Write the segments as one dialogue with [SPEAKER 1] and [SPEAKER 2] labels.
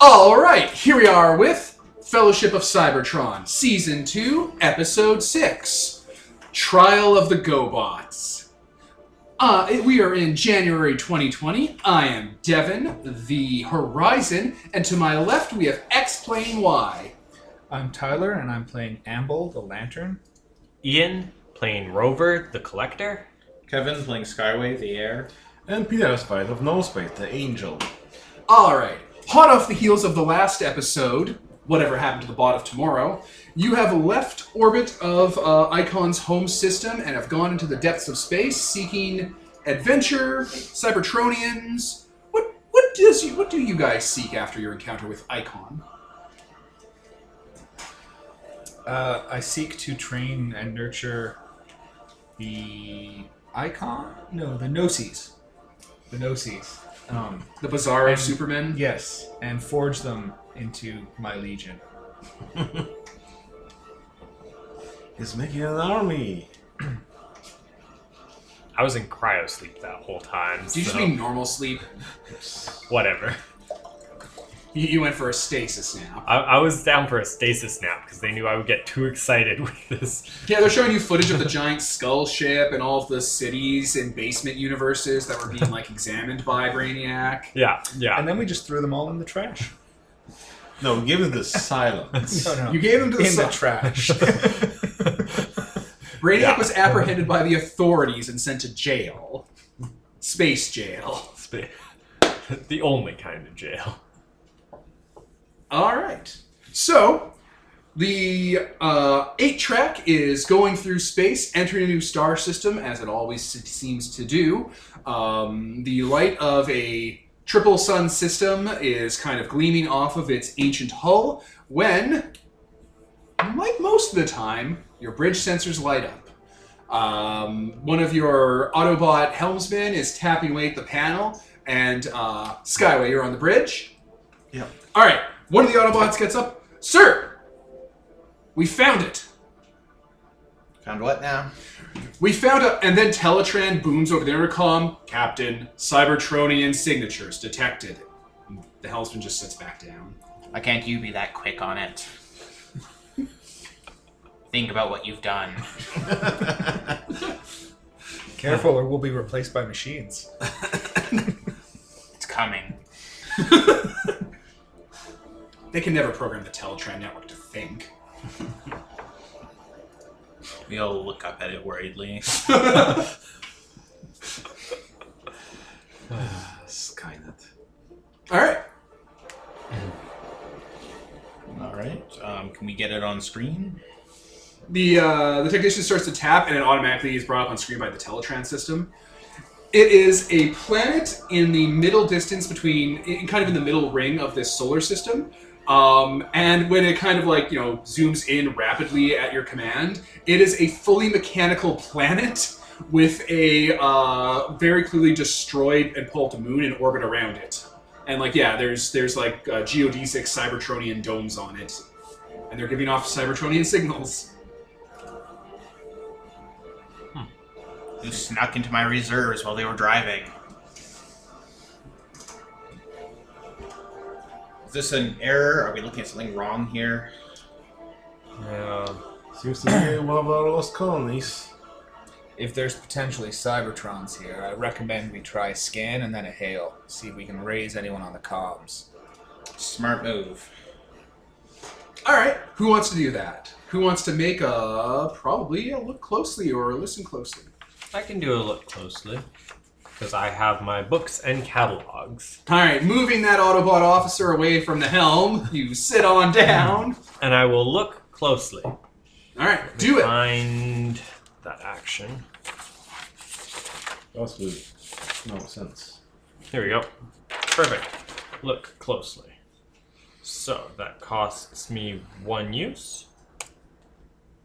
[SPEAKER 1] right, here we are with Fellowship of Cybertron, Season 2, Episode 6 Trial of the GoBots. Uh, it- we are in January 2020. I am Devin, the Horizon, and to my left we have X-Plane Y.
[SPEAKER 2] I'm Tyler, and I'm playing Amble, the Lantern.
[SPEAKER 3] Ian playing Rover the Collector.
[SPEAKER 4] Kevin playing Skyway, the air.
[SPEAKER 5] And Peter Spite of Nosebait, the angel.
[SPEAKER 1] All right. Hot off the heels of the last episode, whatever happened to the bot of tomorrow, you have left orbit of uh, Icon's home system and have gone into the depths of space seeking adventure, Cybertronians. What what does you, what do you guys seek after your encounter with Icon?
[SPEAKER 2] Uh, I seek to train and nurture the icon? No, the Gnosis. The Gnosis. Um,
[SPEAKER 1] The Bizarro
[SPEAKER 2] Um,
[SPEAKER 1] Superman.
[SPEAKER 2] yes, and forge them into my legion.
[SPEAKER 5] He's making an army.
[SPEAKER 3] I was in cryo sleep that whole time.
[SPEAKER 1] Do you just
[SPEAKER 3] so
[SPEAKER 1] mean normal sleep?
[SPEAKER 3] whatever?
[SPEAKER 1] You, you went for a stasis now.
[SPEAKER 3] I, I was down for a stasis nap because they knew I would get too excited with this.
[SPEAKER 1] Yeah, they're showing you footage of the giant skull ship and all of the cities and basement universes that were being like examined by Brainiac.
[SPEAKER 3] Yeah, yeah.
[SPEAKER 2] And then we just threw them all in the trash.
[SPEAKER 5] No, give him the silence.
[SPEAKER 4] Oh,
[SPEAKER 2] No, no.
[SPEAKER 1] You gave them to the
[SPEAKER 2] in the
[SPEAKER 1] side.
[SPEAKER 2] trash.
[SPEAKER 1] Brainiac
[SPEAKER 3] Yeah.
[SPEAKER 1] was apprehended by the authorities and sent to jail. Space jail.
[SPEAKER 3] Sp- the only kind of jail.
[SPEAKER 1] All right. So, the uh, 8 track is going through space, entering a new star system, as it always se- seems to do. Um, the light of a triple sun system is kind of gleaming off of its ancient hull when, like most of the time, your bridge sensors light up. Um, one of your Autobot helmsmen is tapping away at the panel, and uh, Skyway, you're on the bridge.
[SPEAKER 5] Yep.
[SPEAKER 1] All right. One of the Autobots gets up. Sir, we found it.
[SPEAKER 4] Found what now?
[SPEAKER 1] We found a, and then Teletran booms over the intercom. Captain, Cybertronian signatures detected. The helmsman just sits back down.
[SPEAKER 6] Why can't you be that quick on it? Think about what you've done.
[SPEAKER 2] Careful, or we'll be replaced by machines.
[SPEAKER 6] It's coming.
[SPEAKER 1] They can never program the Teletran network to think.
[SPEAKER 4] We all look up at it worriedly.
[SPEAKER 5] Skynet.
[SPEAKER 1] All right.
[SPEAKER 4] all right. Um, can we get it on screen?
[SPEAKER 1] the uh, the technician starts to tap, and it automatically is brought up on screen by the Teletran system. It is a planet in the middle distance between, in kind of in the middle ring of this solar system. Um, and when it kind of like you know zooms in rapidly at your command, it is a fully mechanical planet with a uh, very clearly destroyed and pulped moon in orbit around it. And like yeah, there's there's like uh, geodesic Cybertronian domes on it, and they're giving off Cybertronian signals.
[SPEAKER 6] You snuck into my reserves while they were driving.
[SPEAKER 4] Is this an error? Are we looking at something wrong here?
[SPEAKER 3] Yeah.
[SPEAKER 5] Seems to be one of our lost colonies.
[SPEAKER 2] If there's potentially Cybertrons here, I recommend we try a scan and then a hail. See if we can raise anyone on the comms.
[SPEAKER 4] Smart move.
[SPEAKER 1] All right. Who wants to do that? Who wants to make a probably a look closely or listen closely?
[SPEAKER 3] I can do a look closely because I have my books and catalogs,
[SPEAKER 1] All right, moving that Autobot officer away from the helm. You sit on down.
[SPEAKER 3] and I will look closely.
[SPEAKER 1] All right, do it.
[SPEAKER 3] Find that action.
[SPEAKER 5] That would no sense.
[SPEAKER 3] Here we go. Perfect. Look closely. So that costs me one use.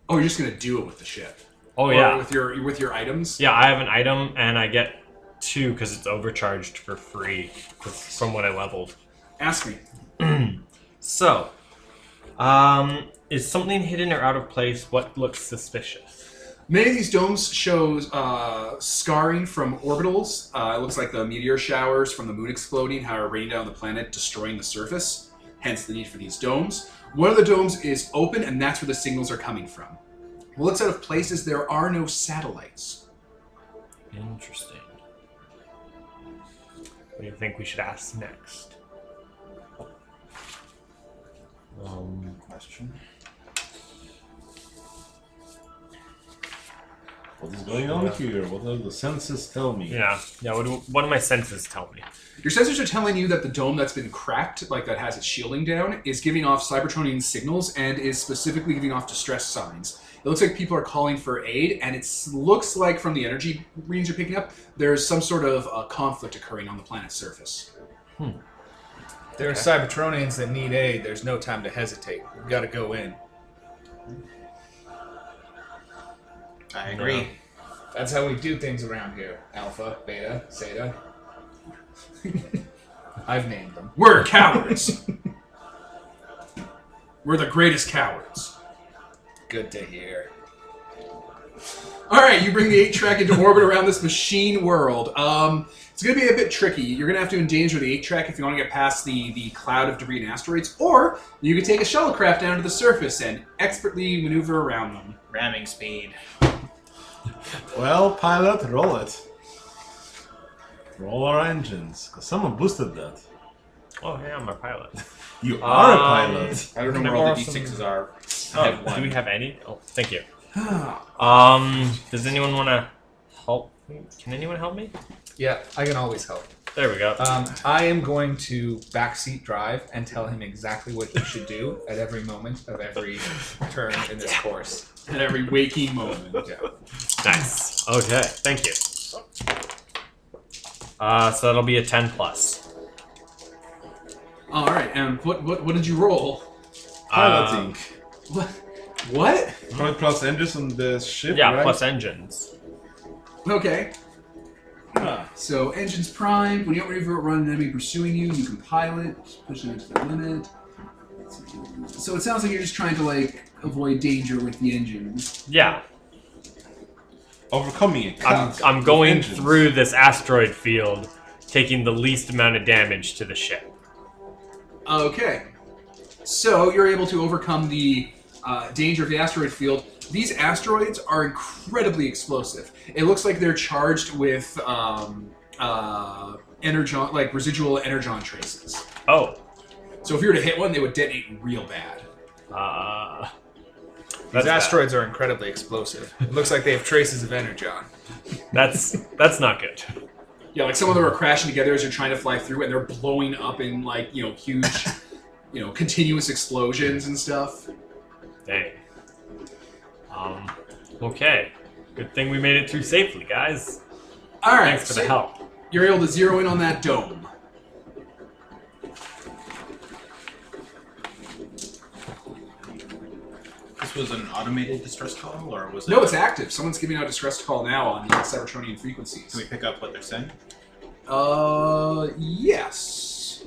[SPEAKER 1] Oh, you're just gonna do it with the ship.
[SPEAKER 3] Oh
[SPEAKER 1] Or
[SPEAKER 3] yeah.
[SPEAKER 1] With your with your items.
[SPEAKER 3] Yeah, I have an item and I get two because it's overcharged for free 'cause- from what I leveled.
[SPEAKER 1] Ask me.
[SPEAKER 3] So, um, is something hidden or out of place? What looks suspicious?
[SPEAKER 1] Many of these domes show uh, scarring from orbitals. Uh, it looks like the meteor showers from the moon exploding, how it rained down on the planet, destroying the surface. hence the need for these domes. One of the domes is open, and that's where the signals are coming from. Well, looks out of places there are no satellites.
[SPEAKER 3] Interesting. What do you think we should ask next? Um,
[SPEAKER 5] Question. What is going on here? What do the senses tell me?
[SPEAKER 3] yeah, yeah. What do, what do my senses tell me?
[SPEAKER 1] Your sensors are telling you that the dome that's been cracked, like that has its shielding down, is giving off Cybertronian signals and is specifically giving off distress signs. It looks like people are calling for aid, and it looks like from the energy readings you're picking up, there's some sort of uh, conflict occurring on the planet's surface.
[SPEAKER 2] There are Cybertronians that need aid. There's no time to hesitate. We've got to go in.
[SPEAKER 6] I agree.
[SPEAKER 2] That's how we do things around here. Alpha, Beta, Zeta. I've named them.
[SPEAKER 1] We're cowards. We're the greatest cowards.
[SPEAKER 2] Good to hear.
[SPEAKER 1] All right, you bring the eight track into orbit around this machine world. Um, it's going to be a bit tricky. You're going to have to endanger the eight track if you want to get past the the cloud of debris and asteroids, or you can take a shuttlecraft down to the surface and expertly maneuver around them.
[SPEAKER 6] Ramming speed.
[SPEAKER 5] Well, pilot, roll it. Roll our engines. 'cause someone boosted that.
[SPEAKER 3] Oh, hey, I'm a pilot.
[SPEAKER 5] You are a
[SPEAKER 3] Um,
[SPEAKER 5] pilot.
[SPEAKER 6] I don't know where all the d6s are. I have
[SPEAKER 3] Oh, do
[SPEAKER 6] one.
[SPEAKER 3] we have any? Oh, thank you.
[SPEAKER 1] Ah,
[SPEAKER 3] Um, does anyone want to help? me? Can anyone help me?
[SPEAKER 2] Yeah, I can always help.
[SPEAKER 3] There we go.
[SPEAKER 2] Um, I am going to backseat drive and tell him exactly what he should do at every moment of every turn in this course.
[SPEAKER 1] At every waking moment.
[SPEAKER 2] Yeah.
[SPEAKER 3] Nice. Okay, thank you. Uh, so that'll be a 10 plus.
[SPEAKER 1] All right, and what what what did you roll?
[SPEAKER 3] Uh,
[SPEAKER 5] Piloting.
[SPEAKER 1] What? What?
[SPEAKER 5] Probably plus engines on the ship,
[SPEAKER 3] yeah,
[SPEAKER 5] right?
[SPEAKER 3] plus engines.
[SPEAKER 1] Okay.
[SPEAKER 5] Ah,
[SPEAKER 1] So engines primed. When you outmaneuver or run an enemy pursuing you, you can pilot, pushing it to the limit. So it sounds like you're just trying to like avoid danger with the engines.
[SPEAKER 3] Yeah,
[SPEAKER 5] Overcoming it.
[SPEAKER 3] I'm,
[SPEAKER 5] counts
[SPEAKER 3] I'm
[SPEAKER 5] with
[SPEAKER 3] going
[SPEAKER 5] engines.
[SPEAKER 3] through this asteroid field, taking the least amount of damage to the ship.
[SPEAKER 1] Okay. So you're able to overcome the uh, danger of the asteroid field. These asteroids are incredibly explosive. It looks like they're charged with um, uh, energon, like residual energon traces.
[SPEAKER 3] Oh,
[SPEAKER 1] So if you were to hit one, they would detonate real bad.
[SPEAKER 3] uh,
[SPEAKER 2] These
[SPEAKER 3] that's bad.
[SPEAKER 2] asteroids are incredibly explosive. It looks like they have traces of energon.
[SPEAKER 3] That's that's not good.
[SPEAKER 1] Yeah, like some of them are crashing together as you're trying to fly through, and they're blowing up in like you know huge, you know, continuous explosions and stuff.
[SPEAKER 3] Dang. Um, okay. Good thing we made it through safely, guys.
[SPEAKER 1] All right,
[SPEAKER 3] Thanks for the
[SPEAKER 1] so
[SPEAKER 3] help.
[SPEAKER 1] You're able to zero in on that dome.
[SPEAKER 6] This was an automated distress call, or was it?
[SPEAKER 1] No, it's active. Someone's giving out distress call now on the Cybertronian
[SPEAKER 6] Can we
[SPEAKER 1] frequencies.
[SPEAKER 6] pick up what they're saying?
[SPEAKER 1] Uh, yes.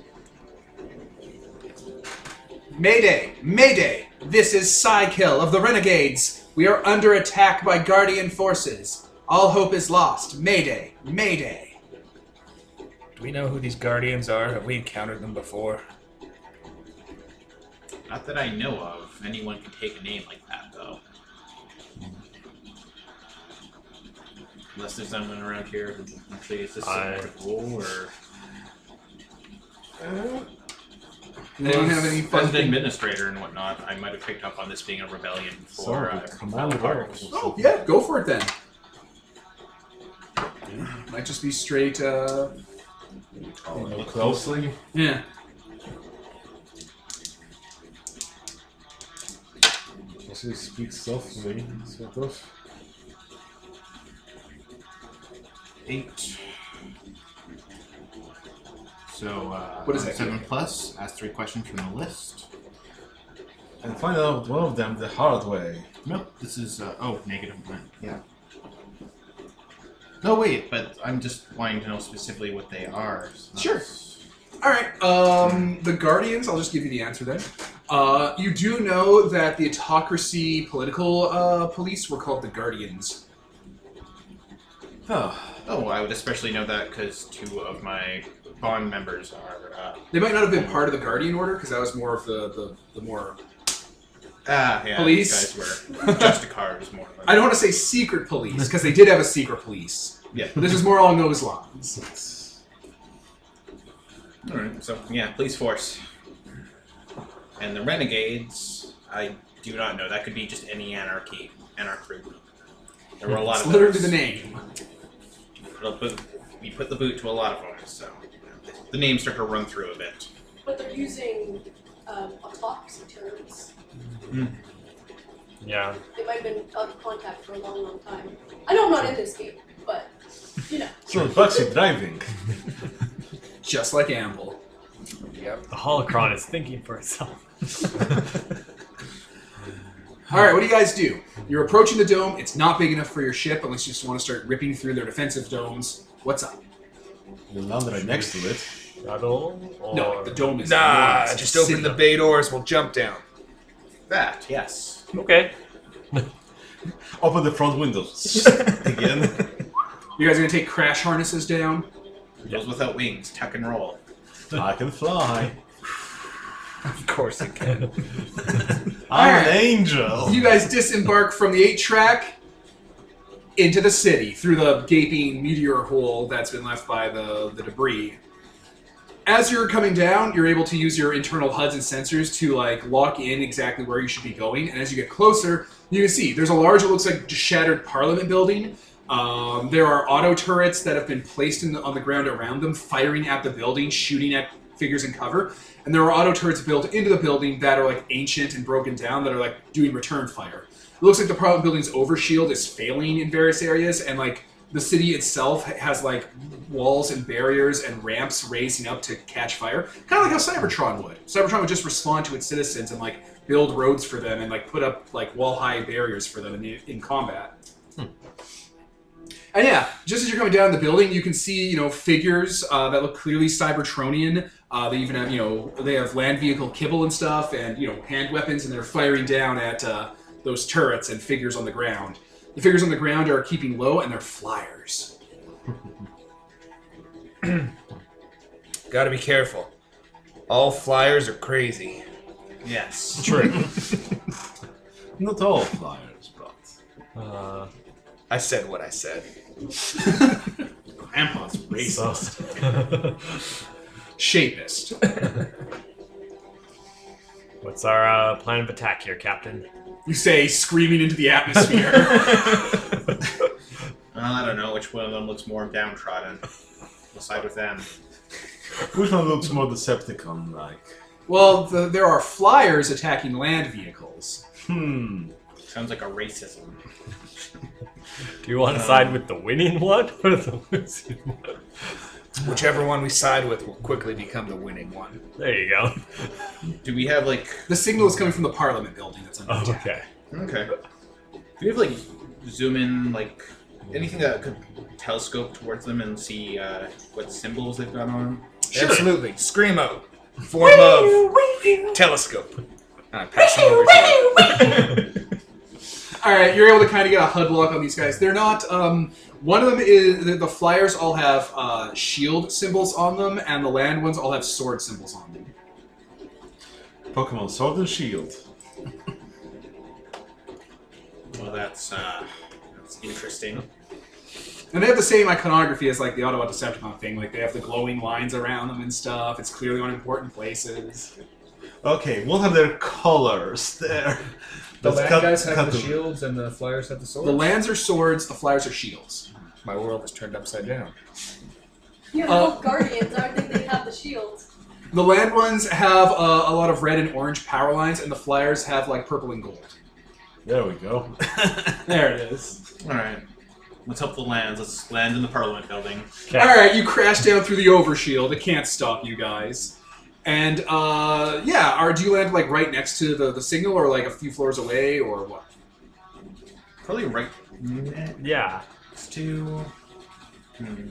[SPEAKER 1] Mayday! Mayday! This is Psykill of the Renegades. We are under attack by Guardian forces. All hope is lost. Mayday! Mayday!
[SPEAKER 2] Do we know who these guardians are? Have we encountered them before?
[SPEAKER 6] Not that I know of. Anyone can take a name like that, though. Unless there's someone around here who actually is this
[SPEAKER 3] I-
[SPEAKER 6] a rule, or
[SPEAKER 1] They don't have any fun
[SPEAKER 6] as an
[SPEAKER 1] thing.
[SPEAKER 6] administrator and whatnot, I might have picked up on this being a rebellion for.
[SPEAKER 5] Sorry,
[SPEAKER 6] Uh,
[SPEAKER 5] command work.
[SPEAKER 1] Oh yeah, go for it then. Might just be straight. uh...
[SPEAKER 5] Look closely.
[SPEAKER 1] Yeah.
[SPEAKER 5] Also speak softly, sort of.
[SPEAKER 6] eight. So uh,
[SPEAKER 1] What is that?
[SPEAKER 6] Seven plus. Ask three questions from the list.
[SPEAKER 5] And find out one of them the hard way.
[SPEAKER 6] No, this is uh, oh negative one. Yeah. No, wait, but I'm just wanting to know specifically what they are. so
[SPEAKER 1] Sure.
[SPEAKER 6] that's-
[SPEAKER 1] All right. Um, the Guardians. I'll just give you the answer then. Uh, you do know that the autocracy political uh, police were called the Guardians.
[SPEAKER 5] Oh,
[SPEAKER 4] Oh, I would especially know that because two of my bond members are. Uh,
[SPEAKER 1] They might not have been part of the Guardian Order because that was more of the the, the more.
[SPEAKER 4] ah, yeah.
[SPEAKER 1] Police?
[SPEAKER 4] These guys were. Justicar was more. Of a-
[SPEAKER 1] I don't want to say secret police because they did have a secret police.
[SPEAKER 4] Yeah.
[SPEAKER 1] But this is more along those lines.
[SPEAKER 4] All right. So yeah, police force. And the renegades, I do not know. That could be just any anarchy anarch group. There were a lot
[SPEAKER 1] It's
[SPEAKER 4] of
[SPEAKER 1] literally
[SPEAKER 4] those.
[SPEAKER 1] the name.
[SPEAKER 4] It'll put, we put the boot to a lot of them, so the names start to run through a bit.
[SPEAKER 7] But they're using um, autocracy terms.
[SPEAKER 3] Yeah.
[SPEAKER 7] They might have been out of contact for a long, long time. I know I'm not in this game, but you know,
[SPEAKER 5] so Bugsy driving.
[SPEAKER 1] Just like Amble.
[SPEAKER 3] The holocron is thinking for itself.
[SPEAKER 1] All right, what do you guys do? You're approaching the dome. It's not big enough for your ship unless you just want to start ripping through their defensive domes. What's up?
[SPEAKER 5] You land right next to it.
[SPEAKER 3] Rattle or
[SPEAKER 1] No, the dome is
[SPEAKER 2] Nah,
[SPEAKER 1] enormous.
[SPEAKER 2] Uh, just
[SPEAKER 1] It's
[SPEAKER 2] open the
[SPEAKER 1] sitting-
[SPEAKER 2] bay doors. We'll jump down.
[SPEAKER 4] That, yes.
[SPEAKER 3] Okay.
[SPEAKER 5] Open the front windows again.
[SPEAKER 1] You guys are gonna take crash harnesses down.
[SPEAKER 4] Those without wings, tuck and roll.
[SPEAKER 5] I can fly.
[SPEAKER 2] Of course it can.
[SPEAKER 5] I'm
[SPEAKER 1] Alright.
[SPEAKER 5] an angel.
[SPEAKER 1] You guys disembark from the eight track into the city through the gaping meteor hole that's been left by the, the debris. As you're coming down, you're able to use your internal HUDs and sensors to like lock in exactly where you should be going. And as you get closer, you can see there's a large, what looks like just shattered Parliament building. Um, there are auto turrets that have been placed in the, on the ground around them, firing at the building, shooting at figures in cover. And there are auto turrets built into the building that are like ancient and broken down that are like doing return fire. It looks like the Parliament building's overshield is failing in various areas, and like the city itself ha- has like walls and barriers and ramps raising up to catch fire, kind of like how Cybertron would. Cybertron would just respond to its citizens and like build roads for them and like put up like wall high barriers for them in, in combat. And yeah, just as you're coming down the building, you can see you know figures uh, that look clearly Cybertronian. Uh, they even have you know they have land vehicle kibble and stuff, and you know hand weapons, and they're firing down at uh, those turrets and figures on the ground. The figures on the ground are keeping low, and they're flyers.
[SPEAKER 2] Gotta be careful. All flyers are crazy.
[SPEAKER 4] Yes.
[SPEAKER 3] True.
[SPEAKER 5] Not all flyers, but
[SPEAKER 3] uh,
[SPEAKER 2] I said what I said.
[SPEAKER 1] Grandpa's
[SPEAKER 3] so.
[SPEAKER 1] racist, shapist.
[SPEAKER 3] What's our uh, plan of attack here, Captain?
[SPEAKER 1] You say screaming into the atmosphere.
[SPEAKER 4] I don't know which one of them looks more downtrodden. We'll side with them.
[SPEAKER 5] which one looks more Decepticon like?
[SPEAKER 1] well, the, there are flyers attacking land vehicles.
[SPEAKER 5] Hmm.
[SPEAKER 4] Sounds like a racism.
[SPEAKER 3] Do you want to side with the winning one or the losing one?
[SPEAKER 2] Whichever one we side with will quickly become the winning one.
[SPEAKER 3] There you go.
[SPEAKER 4] Do we have like
[SPEAKER 1] The signal is coming from the Parliament building. That's under
[SPEAKER 3] Oh,
[SPEAKER 1] attack.
[SPEAKER 3] okay.
[SPEAKER 4] okay? Do we have like zoom in like anything that could telescope towards them and see uh, what symbols they've got on?
[SPEAKER 2] Absolutely. Screamo. Form of telescope. And I pass them over to you.
[SPEAKER 1] All right, you're able to kind of get a HUD lock on these guys. They're not. Um, one of them is the, the flyers all have uh, shield symbols on them, and the land ones all have sword symbols on them.
[SPEAKER 5] Pokemon Sword and Shield.
[SPEAKER 4] Well, that's uh, that's interesting.
[SPEAKER 1] And they have the same iconography as like the Ottawa Decepticon thing. Like they have the glowing lines around them and stuff. It's clearly on important places.
[SPEAKER 5] Okay, what are their colors there?
[SPEAKER 2] The
[SPEAKER 5] Let's
[SPEAKER 2] land
[SPEAKER 5] cut-
[SPEAKER 2] guys have
[SPEAKER 5] cut
[SPEAKER 2] the
[SPEAKER 5] to-
[SPEAKER 2] shields and the flyers have the swords.
[SPEAKER 1] The lands are swords. The flyers are shields.
[SPEAKER 2] My world is turned upside down.
[SPEAKER 7] you're
[SPEAKER 1] Uh,
[SPEAKER 7] both guardians. I think they have the shields.
[SPEAKER 1] The land ones have uh, a lot of red and orange power lines, and the flyers have like purple and gold.
[SPEAKER 5] There we go.
[SPEAKER 1] There it is.
[SPEAKER 4] All right, let's help the lands. Let's land in the Parliament building.
[SPEAKER 3] Okay.
[SPEAKER 1] All right, you crash down through the overshield. It can't stop you guys. And uh, yeah, or do you land like right next to the, the signal, or like a few floors away, or what?
[SPEAKER 4] Probably right next
[SPEAKER 3] Yeah.
[SPEAKER 4] to. Hmm.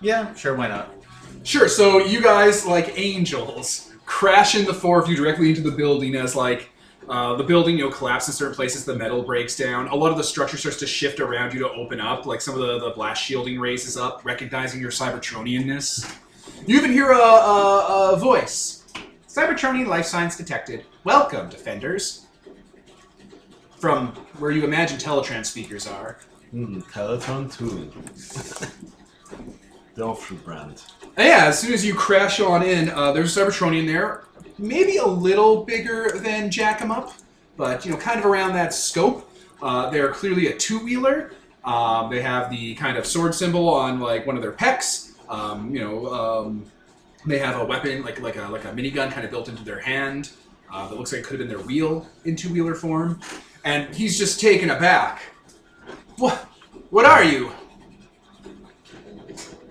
[SPEAKER 4] Yeah, sure. Why not?
[SPEAKER 1] Sure. So you guys, like angels, crash in the four of you directly into the building as like Uh, the building, you know, collapses in certain places. The metal breaks down. A lot of the structure starts to shift around you to open up. Like some of the, the blast shielding raises up, recognizing your Cybertronianness. You even hear a, a, a voice. Cybertronian life signs detected. Welcome, defenders. From where you imagine teletrans speakers are.
[SPEAKER 5] Hmm, Peloton 2. Delphi brand.
[SPEAKER 1] And yeah, as soon as you crash on in, uh, there's a Cybertronian there, maybe a little bigger than Jack 'em Up, but you know, kind of around that scope. Uh, they're clearly a two-wheeler. Um, they have the kind of sword symbol on like one of their pecs. Um, you know, um, they have a weapon like like a like a minigun kind of built into their hand uh, that looks like it could have been their wheel in two-wheeler form. And he's just taken aback. What? What are you?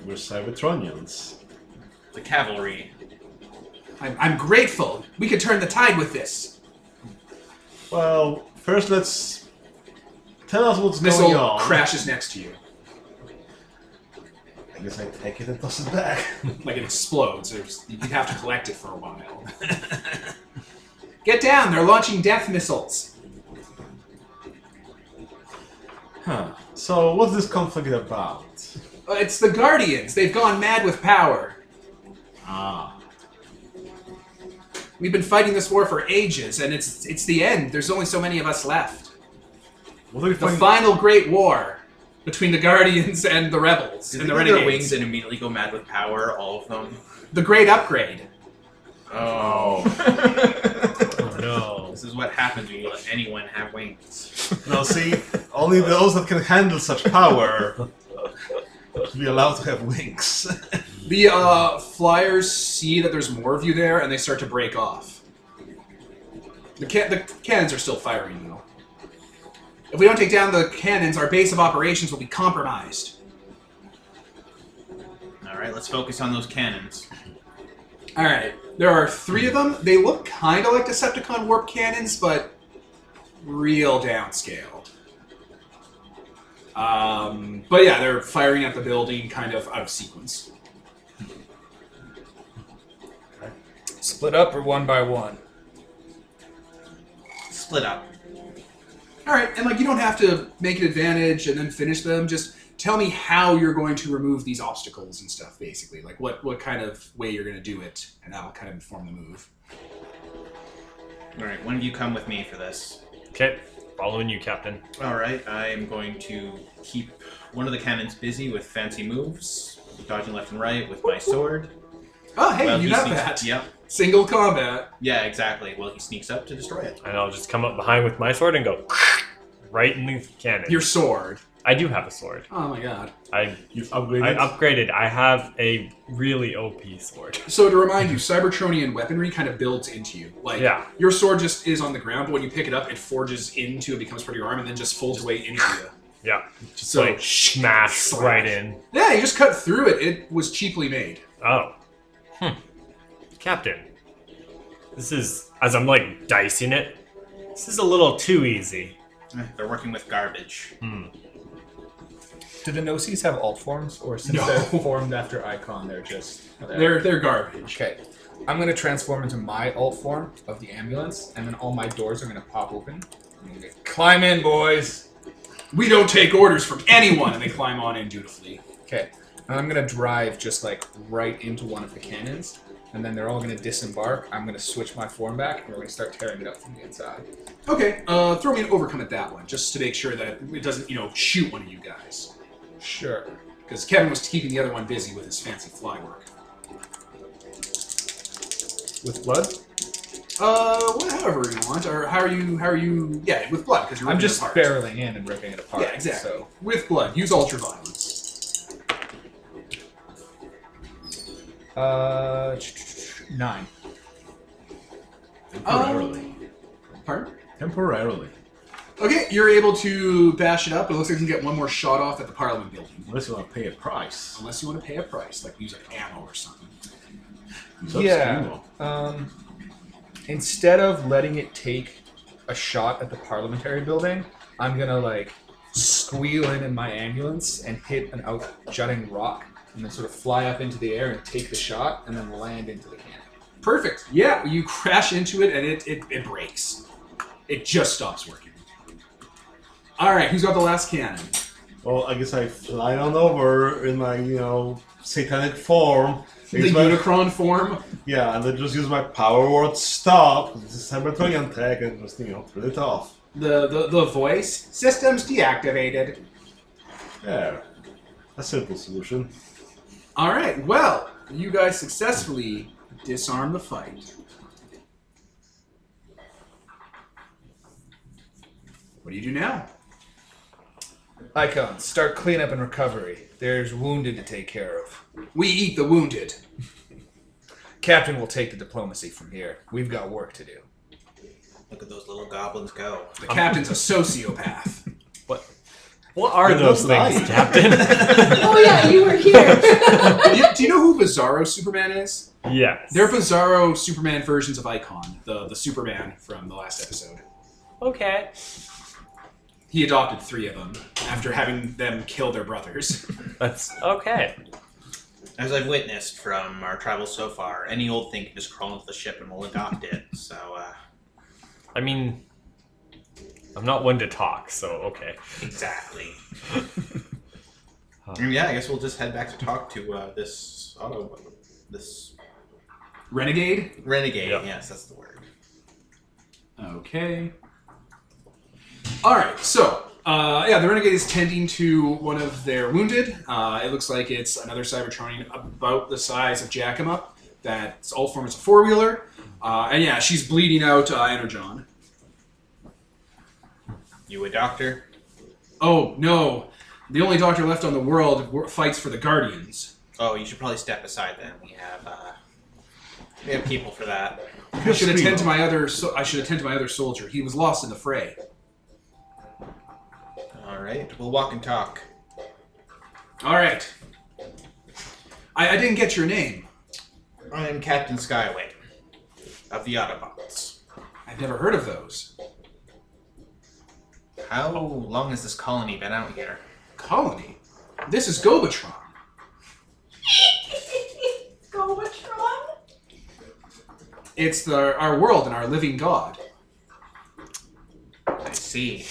[SPEAKER 5] We're Cybertronians.
[SPEAKER 6] The cavalry.
[SPEAKER 1] I'm, I'm grateful. We could turn the tide with this.
[SPEAKER 5] Well, first let's tell us what's going
[SPEAKER 1] Missile
[SPEAKER 5] on.
[SPEAKER 1] crashes next to you.
[SPEAKER 5] I guess I take it and toss it back.
[SPEAKER 1] like it explodes. There's, you have to collect it for a while. Get down! They're launching death missiles.
[SPEAKER 5] huh. So what's this conflict about?
[SPEAKER 1] Uh, It's the Guardians. They've gone mad with power.
[SPEAKER 5] Ah.
[SPEAKER 1] We've been fighting this war for ages, and it's it's the end. There's only so many of us left.
[SPEAKER 5] What are we
[SPEAKER 1] The
[SPEAKER 5] fighting?
[SPEAKER 1] final great war between the Guardians and the Rebels
[SPEAKER 6] Did
[SPEAKER 1] and
[SPEAKER 6] they
[SPEAKER 1] the
[SPEAKER 6] get their
[SPEAKER 1] Renegades.
[SPEAKER 6] wings and immediately go mad with power? All of them.
[SPEAKER 1] The great upgrade.
[SPEAKER 6] Oh.
[SPEAKER 3] Oh no.
[SPEAKER 6] This is what happens when you let anyone have wings.
[SPEAKER 5] Now see, only those that can handle such power should be allowed to have wings.
[SPEAKER 1] The uh, flyers see that there's more of you there, and they start to break off. The, can- the cannons are still firing, though. If we don't take down the cannons, our base of operations will be compromised.
[SPEAKER 6] All right, let's focus on those cannons.
[SPEAKER 1] All right, there are three of them. They look kind of like Decepticon warp cannons, but real downscaled. Um, but yeah, they're firing at the building, kind of out of sequence.
[SPEAKER 2] Split up or one by one?
[SPEAKER 6] Split up.
[SPEAKER 1] All right, and like you don't have to make an advantage and then finish them. Just tell me how you're going to remove these obstacles and stuff, basically. Like what what kind of way you're going to do it, and that'll kind of inform the move.
[SPEAKER 6] All right, one of you come with me for this.
[SPEAKER 3] Okay, following you, Captain.
[SPEAKER 6] All right, I am going to keep one of the cannons busy with fancy moves, dodging left and right with my sword.
[SPEAKER 1] Oh, hey,
[SPEAKER 6] Well,
[SPEAKER 1] you
[SPEAKER 6] he
[SPEAKER 1] got
[SPEAKER 6] sneaks-
[SPEAKER 1] that
[SPEAKER 6] Yep.
[SPEAKER 1] single combat.
[SPEAKER 6] Yeah, exactly. Well, he sneaks up to destroy it.
[SPEAKER 3] And I'll just come up behind with my sword and go right in the cannon.
[SPEAKER 1] Your sword.
[SPEAKER 3] I do have a sword.
[SPEAKER 1] Oh my god.
[SPEAKER 3] I
[SPEAKER 5] You've
[SPEAKER 3] I
[SPEAKER 5] upgraded.
[SPEAKER 3] upgraded. I have a really OP sword.
[SPEAKER 1] So to remind you, Cybertronian weaponry kind of builds into you. Like
[SPEAKER 3] Yeah.
[SPEAKER 1] your sword just is on the ground, but when you pick it up, it forges into, it becomes part of your arm, and then just folds away into you.
[SPEAKER 3] Yeah.
[SPEAKER 1] Just
[SPEAKER 3] So like smash right in.
[SPEAKER 1] Yeah, you just cut through it. It was cheaply made.
[SPEAKER 3] Oh. Hmm. Captain. This is as I'm like dicing it. This is a little too easy.
[SPEAKER 6] Eh, They're working with garbage.
[SPEAKER 3] Hmm.
[SPEAKER 2] Do the Noces have alt forms, or since
[SPEAKER 1] No.
[SPEAKER 2] they're formed after Icon, they're just
[SPEAKER 1] They're they're garbage.
[SPEAKER 2] okay? I'm gonna transform into my alt form of the ambulance, and then all my doors are gonna pop open. I'm gonna climb in, boys.
[SPEAKER 1] We don't take orders from anyone, and they climb on in dutifully.
[SPEAKER 2] Okay, and I'm gonna drive just like right into one of the cannons, and then they're all gonna disembark. I'm gonna switch my form back, and we're gonna start tearing it up from the inside.
[SPEAKER 1] Okay, uh, throw me an overcome at that one, just to make sure that it doesn't, you know, shoot one of you guys.
[SPEAKER 2] Sure.
[SPEAKER 1] Because Kevin was keeping the other one busy with his fancy fly work.
[SPEAKER 2] With blood?
[SPEAKER 1] Uh, whatever you want, or how are you? How are you? Yeah, with blood, because you're
[SPEAKER 2] I'm
[SPEAKER 1] ripping it
[SPEAKER 2] just
[SPEAKER 1] apart.
[SPEAKER 2] barreling in and ripping it apart.
[SPEAKER 1] Yeah, exactly.
[SPEAKER 2] So
[SPEAKER 1] With blood, use ultraviolence.
[SPEAKER 2] Uh, ch- ch- ch- nine.
[SPEAKER 5] Temporarily.
[SPEAKER 1] Um, Pardon?
[SPEAKER 5] Temporarily.
[SPEAKER 1] Okay, you're able to bash it up, but it looks like you can get one more shot off at the Parliament building.
[SPEAKER 5] Unless you want to pay a price.
[SPEAKER 1] Unless you want to pay a price, like use like ammo or something.
[SPEAKER 5] It's up to
[SPEAKER 2] yeah.
[SPEAKER 5] you.
[SPEAKER 2] Um, instead of letting it take a shot at the parliamentary building, I'm gonna like squeal in in my ambulance and hit an out jutting rock, and then sort of fly up into the air and take the shot, and then land into the cannon.
[SPEAKER 1] Perfect. Yeah, you crash into it and it, it, it breaks. It just stops working. All right, who's got the last cannon?
[SPEAKER 5] Well, I guess I fly on over in my, you know, satanic form.
[SPEAKER 1] The
[SPEAKER 5] Use my-
[SPEAKER 1] Unicron form.
[SPEAKER 5] yeah, and then just use my power word stop. 'cause This is Cybertonian tech and just, you know, turn it off.
[SPEAKER 1] The, the the voice systems deactivated.
[SPEAKER 5] There. A simple solution.
[SPEAKER 1] All right. Well, you guys successfully disarm the fight. What do you do now?
[SPEAKER 2] Icons, start cleanup and recovery. There's wounded to take care of.
[SPEAKER 1] We eat the wounded.
[SPEAKER 2] Captain will take the diplomacy from here. We've got work to do.
[SPEAKER 6] Look at those little goblins go.
[SPEAKER 1] The captain's a sociopath.
[SPEAKER 3] What are
[SPEAKER 5] You're
[SPEAKER 3] those
[SPEAKER 5] not
[SPEAKER 3] things,
[SPEAKER 5] lying.
[SPEAKER 3] Captain?
[SPEAKER 7] Oh yeah, you were here.
[SPEAKER 1] do, you, do you know who Bizarro Superman is?
[SPEAKER 3] yes.
[SPEAKER 1] They're Bizarro Superman versions of Icon, the, the Superman from the last episode.
[SPEAKER 3] okay.
[SPEAKER 1] He adopted three of them after having them kill their brothers.
[SPEAKER 3] That's okay.
[SPEAKER 6] As I've witnessed from our travels so far, any old thing can just crawl into the ship and we'll adopt it. So, uh,
[SPEAKER 3] I mean, I'm not one to talk, so okay.
[SPEAKER 6] exactly. And yeah, I guess we'll just head back to talk to uh, this auto, this
[SPEAKER 1] Renegade?
[SPEAKER 6] renegade.
[SPEAKER 3] Yep.
[SPEAKER 6] Yes, that's the word.
[SPEAKER 1] Okay. All right. So, uh, yeah, the renegade is tending to one of their wounded. Uh, it looks like it's another Cybertronian about the size of Jackima. That's all forms of four wheeler, uh, and yeah, she's bleeding out uh, Energon.
[SPEAKER 6] You a doctor?
[SPEAKER 1] Oh no, the only doctor left on the world wor- fights for the Guardians.
[SPEAKER 6] Oh, you should probably step aside then. We have uh, we have people for that.
[SPEAKER 1] I should attend to my other. So- I should attend to my other soldier. He was lost in the fray.
[SPEAKER 6] All right, we'll walk and talk.
[SPEAKER 1] All right. I, I didn't get your name.
[SPEAKER 6] I am Captain Skyway of the Autobots.
[SPEAKER 1] I've never heard of those.
[SPEAKER 6] How long has this colony been out here?
[SPEAKER 1] Colony. This is Gobatron.
[SPEAKER 7] Go what's wrong?
[SPEAKER 1] It's the, our world and our living God.
[SPEAKER 6] I see.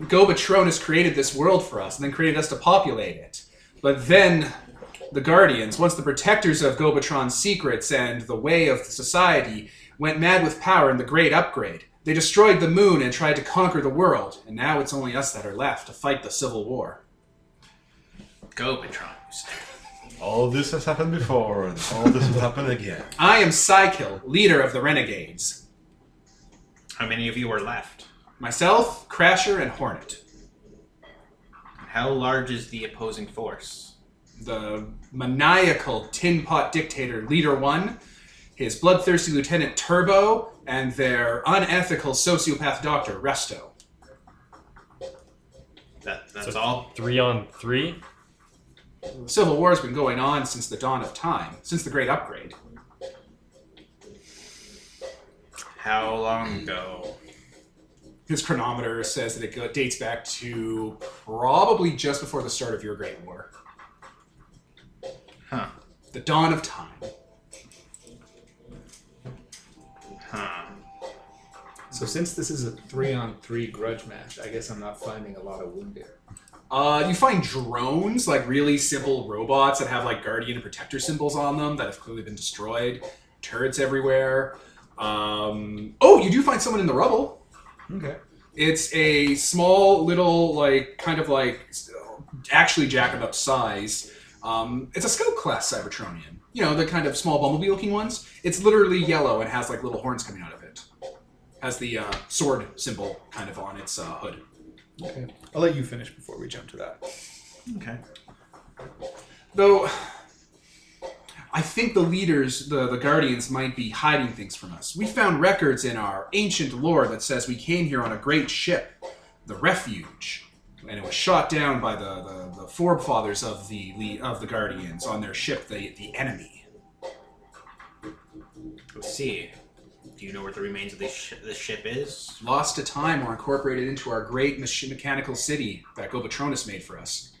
[SPEAKER 1] Gobatron has created this world for us and then created us to populate it. But then the Guardians, once the protectors of Gobatron's secrets and the way of society, went mad with power in the Great Upgrade. They destroyed the moon and tried to conquer the world, and now it's only us that are left to fight the Civil War.
[SPEAKER 6] Go, Patrons.
[SPEAKER 5] All this has happened before, and all this will happen again.
[SPEAKER 1] I am Psykill, leader of the Renegades.
[SPEAKER 6] How many of you are left?
[SPEAKER 1] Myself, Crasher, and Hornet.
[SPEAKER 6] How large is the opposing force?
[SPEAKER 1] the maniacal tin pot dictator leader one his bloodthirsty lieutenant turbo and their unethical sociopath doctor resto
[SPEAKER 6] That, that's
[SPEAKER 3] So-
[SPEAKER 6] all.
[SPEAKER 3] Three on three.
[SPEAKER 1] the civil war has been going on since the dawn of time since the great upgrade
[SPEAKER 6] How long ago?
[SPEAKER 1] his chronometer says that it go- dates back to probably just before the start of your great war
[SPEAKER 6] Huh.
[SPEAKER 1] the dawn of time
[SPEAKER 6] Huh.
[SPEAKER 2] So since this is a three on three grudge match, I guess I'm not finding a lot of wounded.
[SPEAKER 1] Uh, you find drones, like really simple robots that have like guardian and protector symbols on them that have clearly been destroyed. Turrets everywhere. Um, oh, you do find someone in the rubble.
[SPEAKER 2] Okay.
[SPEAKER 1] It's a small little, like, kind of like actually jacket up size. Um, it's a scout class Cybertronian. You know, the kind of small bumblebee looking ones. It's literally yellow and has like little horns coming out of it. Has the uh, sword symbol kind of on its uh, hood.
[SPEAKER 2] Okay. I'll let you finish before we jump to that.
[SPEAKER 6] Okay.
[SPEAKER 1] Though I think the leaders, the, the guardians, might be hiding things from us. We found records in our ancient lore that says we came here on a great ship, the Refuge, and it was shot down by the, the, the forefathers of the le- of the guardians on their ship, the the enemy.
[SPEAKER 6] Let's see. Do you know where the remains of this, sh- this ship is?
[SPEAKER 1] Lost to time or incorporated into our great mach- mechanical city that Gobatronus made for us.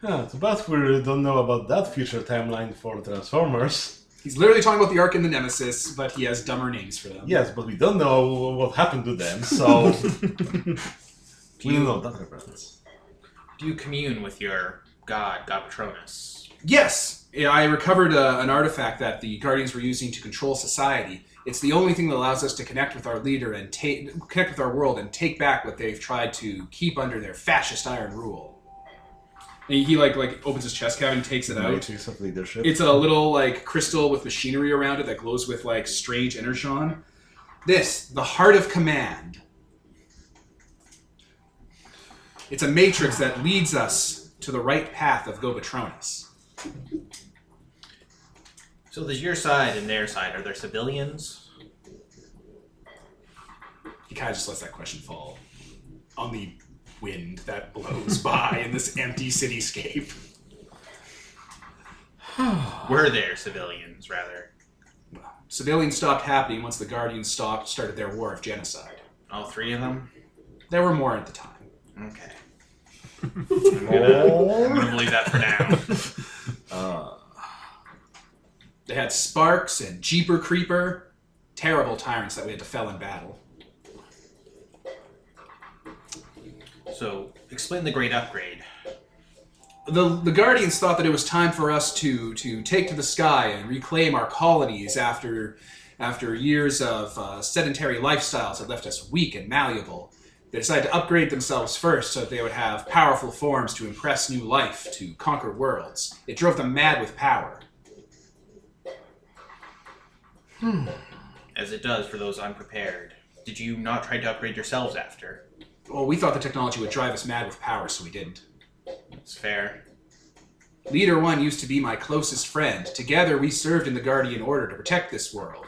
[SPEAKER 5] Yeah, too bad we don't know about that future timeline for Transformers.
[SPEAKER 1] He's literally talking about the Ark and the Nemesis, but he has dumber names for them.
[SPEAKER 5] Yes, but we don't know what happened to them, so we don't know that reference.
[SPEAKER 6] Do you commune with your god, God Patronus?
[SPEAKER 1] Yes, Yeah, I recovered uh, an artifact that the Guardians were using to control society. It's the only thing that allows us to connect with our leader and take connect with our world and take back what they've tried to keep under their fascist iron rule. And he like like opens his chest cavity and takes it out.
[SPEAKER 5] Matrix of leadership.
[SPEAKER 1] It's a little like crystal with machinery around it that glows with like strange energon. This, the heart of command. It's a matrix that leads us to the right path of Gobatronus.
[SPEAKER 6] So there's your side and their side. Are there civilians?
[SPEAKER 1] He kind of just lets that question fall on the wind that blows by in this empty cityscape.
[SPEAKER 6] Were there civilians, rather?
[SPEAKER 1] Civilians stopped happening once the Guardians stopped started their war of genocide.
[SPEAKER 6] All three of them?
[SPEAKER 1] There were more at the time.
[SPEAKER 6] Okay. I'm gonna, I'm gonna believe that for now.
[SPEAKER 5] Uh,
[SPEAKER 1] They had Sparks and Jeeper Creeper, terrible tyrants that we had to fell in battle.
[SPEAKER 6] So explain the great upgrade.
[SPEAKER 1] the the guardians thought that it was time for us to to take to the sky and reclaim our colonies after after years of uh, sedentary lifestyles that left us weak and malleable. They decided to upgrade themselves first so that they would have powerful forms to impress new life, to conquer worlds. It drove them mad with power.
[SPEAKER 6] as it does for those unprepared. Did you not try to upgrade yourselves after?
[SPEAKER 1] Well, we thought the technology would drive us mad with power, so we didn't.
[SPEAKER 6] It's fair.
[SPEAKER 1] Leader One used to be my closest friend. Together, we served in the Guardian Order to protect this world.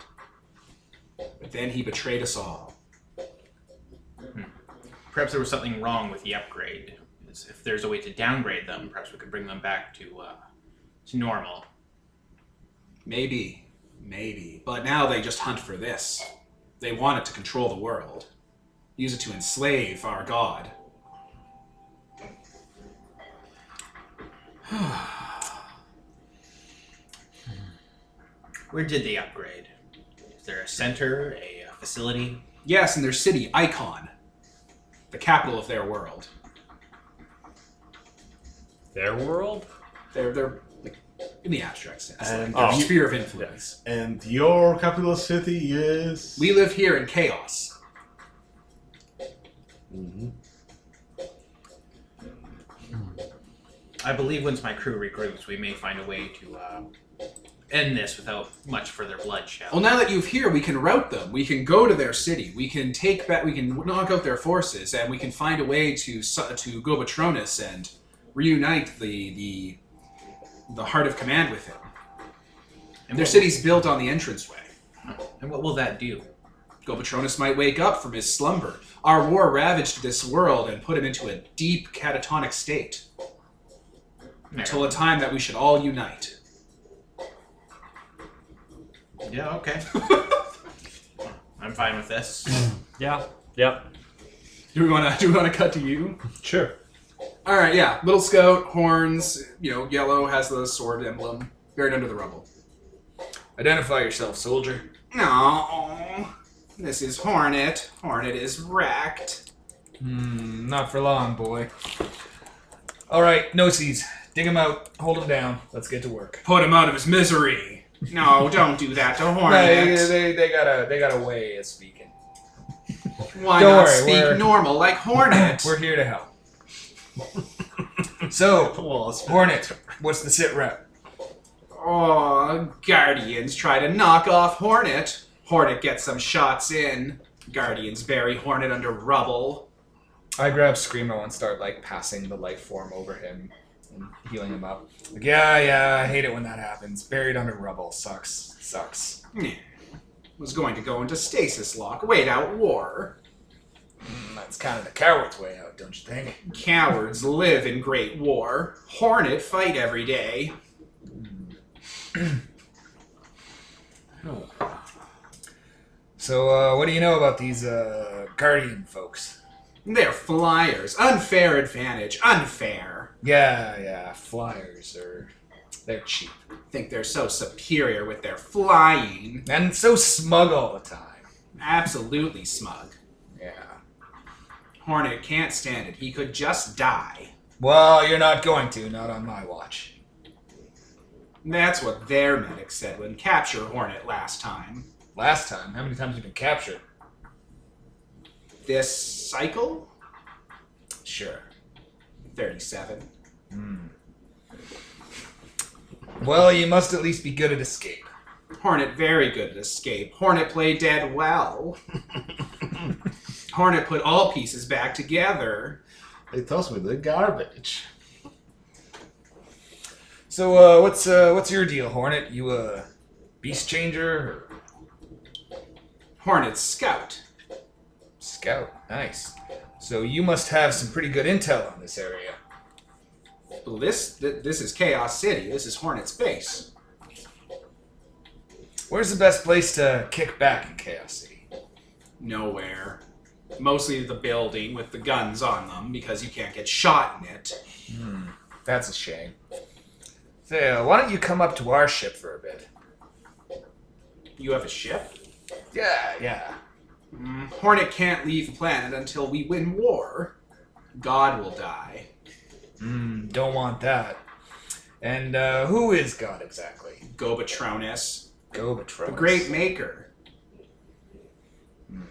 [SPEAKER 1] But then he betrayed us all.
[SPEAKER 6] Perhaps there was something wrong with the upgrade. It's- If there's a way to downgrade them, perhaps we could bring them back to uh, to normal.
[SPEAKER 1] Maybe. Maybe. But now they just hunt for this. They want it to control the world, use it to enslave our god.
[SPEAKER 6] Where did they upgrade? Is there a center, a uh, facility?
[SPEAKER 1] Yes, in their city, Icon, the capital of their world.
[SPEAKER 3] Their world?
[SPEAKER 1] They're, they're like, in the abstract sense, like
[SPEAKER 5] And-
[SPEAKER 1] their
[SPEAKER 3] Oh.
[SPEAKER 1] sphere of influence.
[SPEAKER 5] and your capital city is.
[SPEAKER 1] We live here in chaos.
[SPEAKER 5] Mhm.
[SPEAKER 6] I believe once my crew regroups, we may find a way to uh, end this without much further bloodshed.
[SPEAKER 1] Well, now that you've here, we can rout them. We can go to their city. We can take back. We can knock out their forces, and we can find a way to su- to go Patronus and reunite the the the heart of command with him.
[SPEAKER 6] and
[SPEAKER 1] Their
[SPEAKER 6] what-
[SPEAKER 1] city's built on the entranceway.
[SPEAKER 6] And what will that do?
[SPEAKER 1] Gobotronus might wake up from his slumber. Our war ravaged this world and put him into a deep catatonic state until a time that we should all unite.
[SPEAKER 6] Yeah, okay. I'm fine with this.
[SPEAKER 3] Yeah. Yep.
[SPEAKER 1] Do we want to? Do we want to cut to you?
[SPEAKER 2] Sure.
[SPEAKER 1] All right, yeah. Little scout, horns. You know, yellow has the sword emblem buried under the rubble.
[SPEAKER 2] Identify yourself, soldier.
[SPEAKER 1] No, this is Hornet. Hornet is racked.
[SPEAKER 2] Hmm, not for long, boy. All right, nosies. Dig him out. Hold him down. Let's get to work.
[SPEAKER 1] Put him out of his misery. No, don't do that to
[SPEAKER 2] They,
[SPEAKER 1] Hornet.
[SPEAKER 2] they, they got a they got a way of speaking.
[SPEAKER 1] Why
[SPEAKER 2] Don't
[SPEAKER 1] not
[SPEAKER 2] worry,
[SPEAKER 1] speak
[SPEAKER 2] we're-
[SPEAKER 1] normal like Hornet?
[SPEAKER 2] We're here to help. so,
[SPEAKER 5] Well, it's-
[SPEAKER 2] Hornet, what's the sit rep?
[SPEAKER 1] Oh, Guardians try to knock off Hornet. Hornet gets some shots in. Guardians bury Hornet under rubble.
[SPEAKER 2] I grab Screamo and start like passing the life form over him and healing him up. Like, yeah, yeah, I hate it when that happens. Buried under rubble sucks. Sucks.
[SPEAKER 1] Hmm. Was going to go into stasis lock, wait out war.
[SPEAKER 2] Mm, that's kind of the coward's way out, don't you think?
[SPEAKER 1] Cowards live in great war. Hornet fight every day.
[SPEAKER 2] So, uh, what do you know about these uh, guardian folks?
[SPEAKER 1] They're flyers. Unfair advantage. Unfair.
[SPEAKER 2] Yeah, yeah. Flyers are they're cheap
[SPEAKER 1] Think they're so superior with their flying.
[SPEAKER 2] and so smug all the time.
[SPEAKER 1] Absolutely smug.
[SPEAKER 2] Yeah.
[SPEAKER 1] Hornet can't stand it. He could just die.
[SPEAKER 2] Well, you're not going to. Not on my watch.
[SPEAKER 1] That's what their medic said when capture Hornet last time.
[SPEAKER 2] Last time, how many times have you been captured?
[SPEAKER 1] This cycle?
[SPEAKER 2] Sure.
[SPEAKER 1] 37.
[SPEAKER 2] Well, you must at least be good at escape.
[SPEAKER 1] Hornet very good at escape. Hornet played dead well. Hornet put all pieces back together.
[SPEAKER 5] They toss me the garbage.
[SPEAKER 2] So, uh, what's uh, what's your deal, Hornet? You a beast changer or
[SPEAKER 1] Hornet scout.
[SPEAKER 2] scout? Nice. So you must have some pretty good intel on this area.
[SPEAKER 1] Well, this th- this is Chaos City. This is Hornet's base.
[SPEAKER 2] Where's the best place to kick back in Chaos City?
[SPEAKER 1] Nowhere. Mostly the building with the guns on them because you can't get shot in it.
[SPEAKER 2] That's a shame. So, why don't you come up to our ship for a bit?
[SPEAKER 1] You have a ship.
[SPEAKER 2] Yeah, yeah.
[SPEAKER 1] Mm, Hornet can't leave the planet until we win war. God will die.
[SPEAKER 2] Mm, don't want that. And uh, who is God exactly?
[SPEAKER 1] Gobatronus,
[SPEAKER 2] Gobatron.
[SPEAKER 1] the Great Maker. Hmm.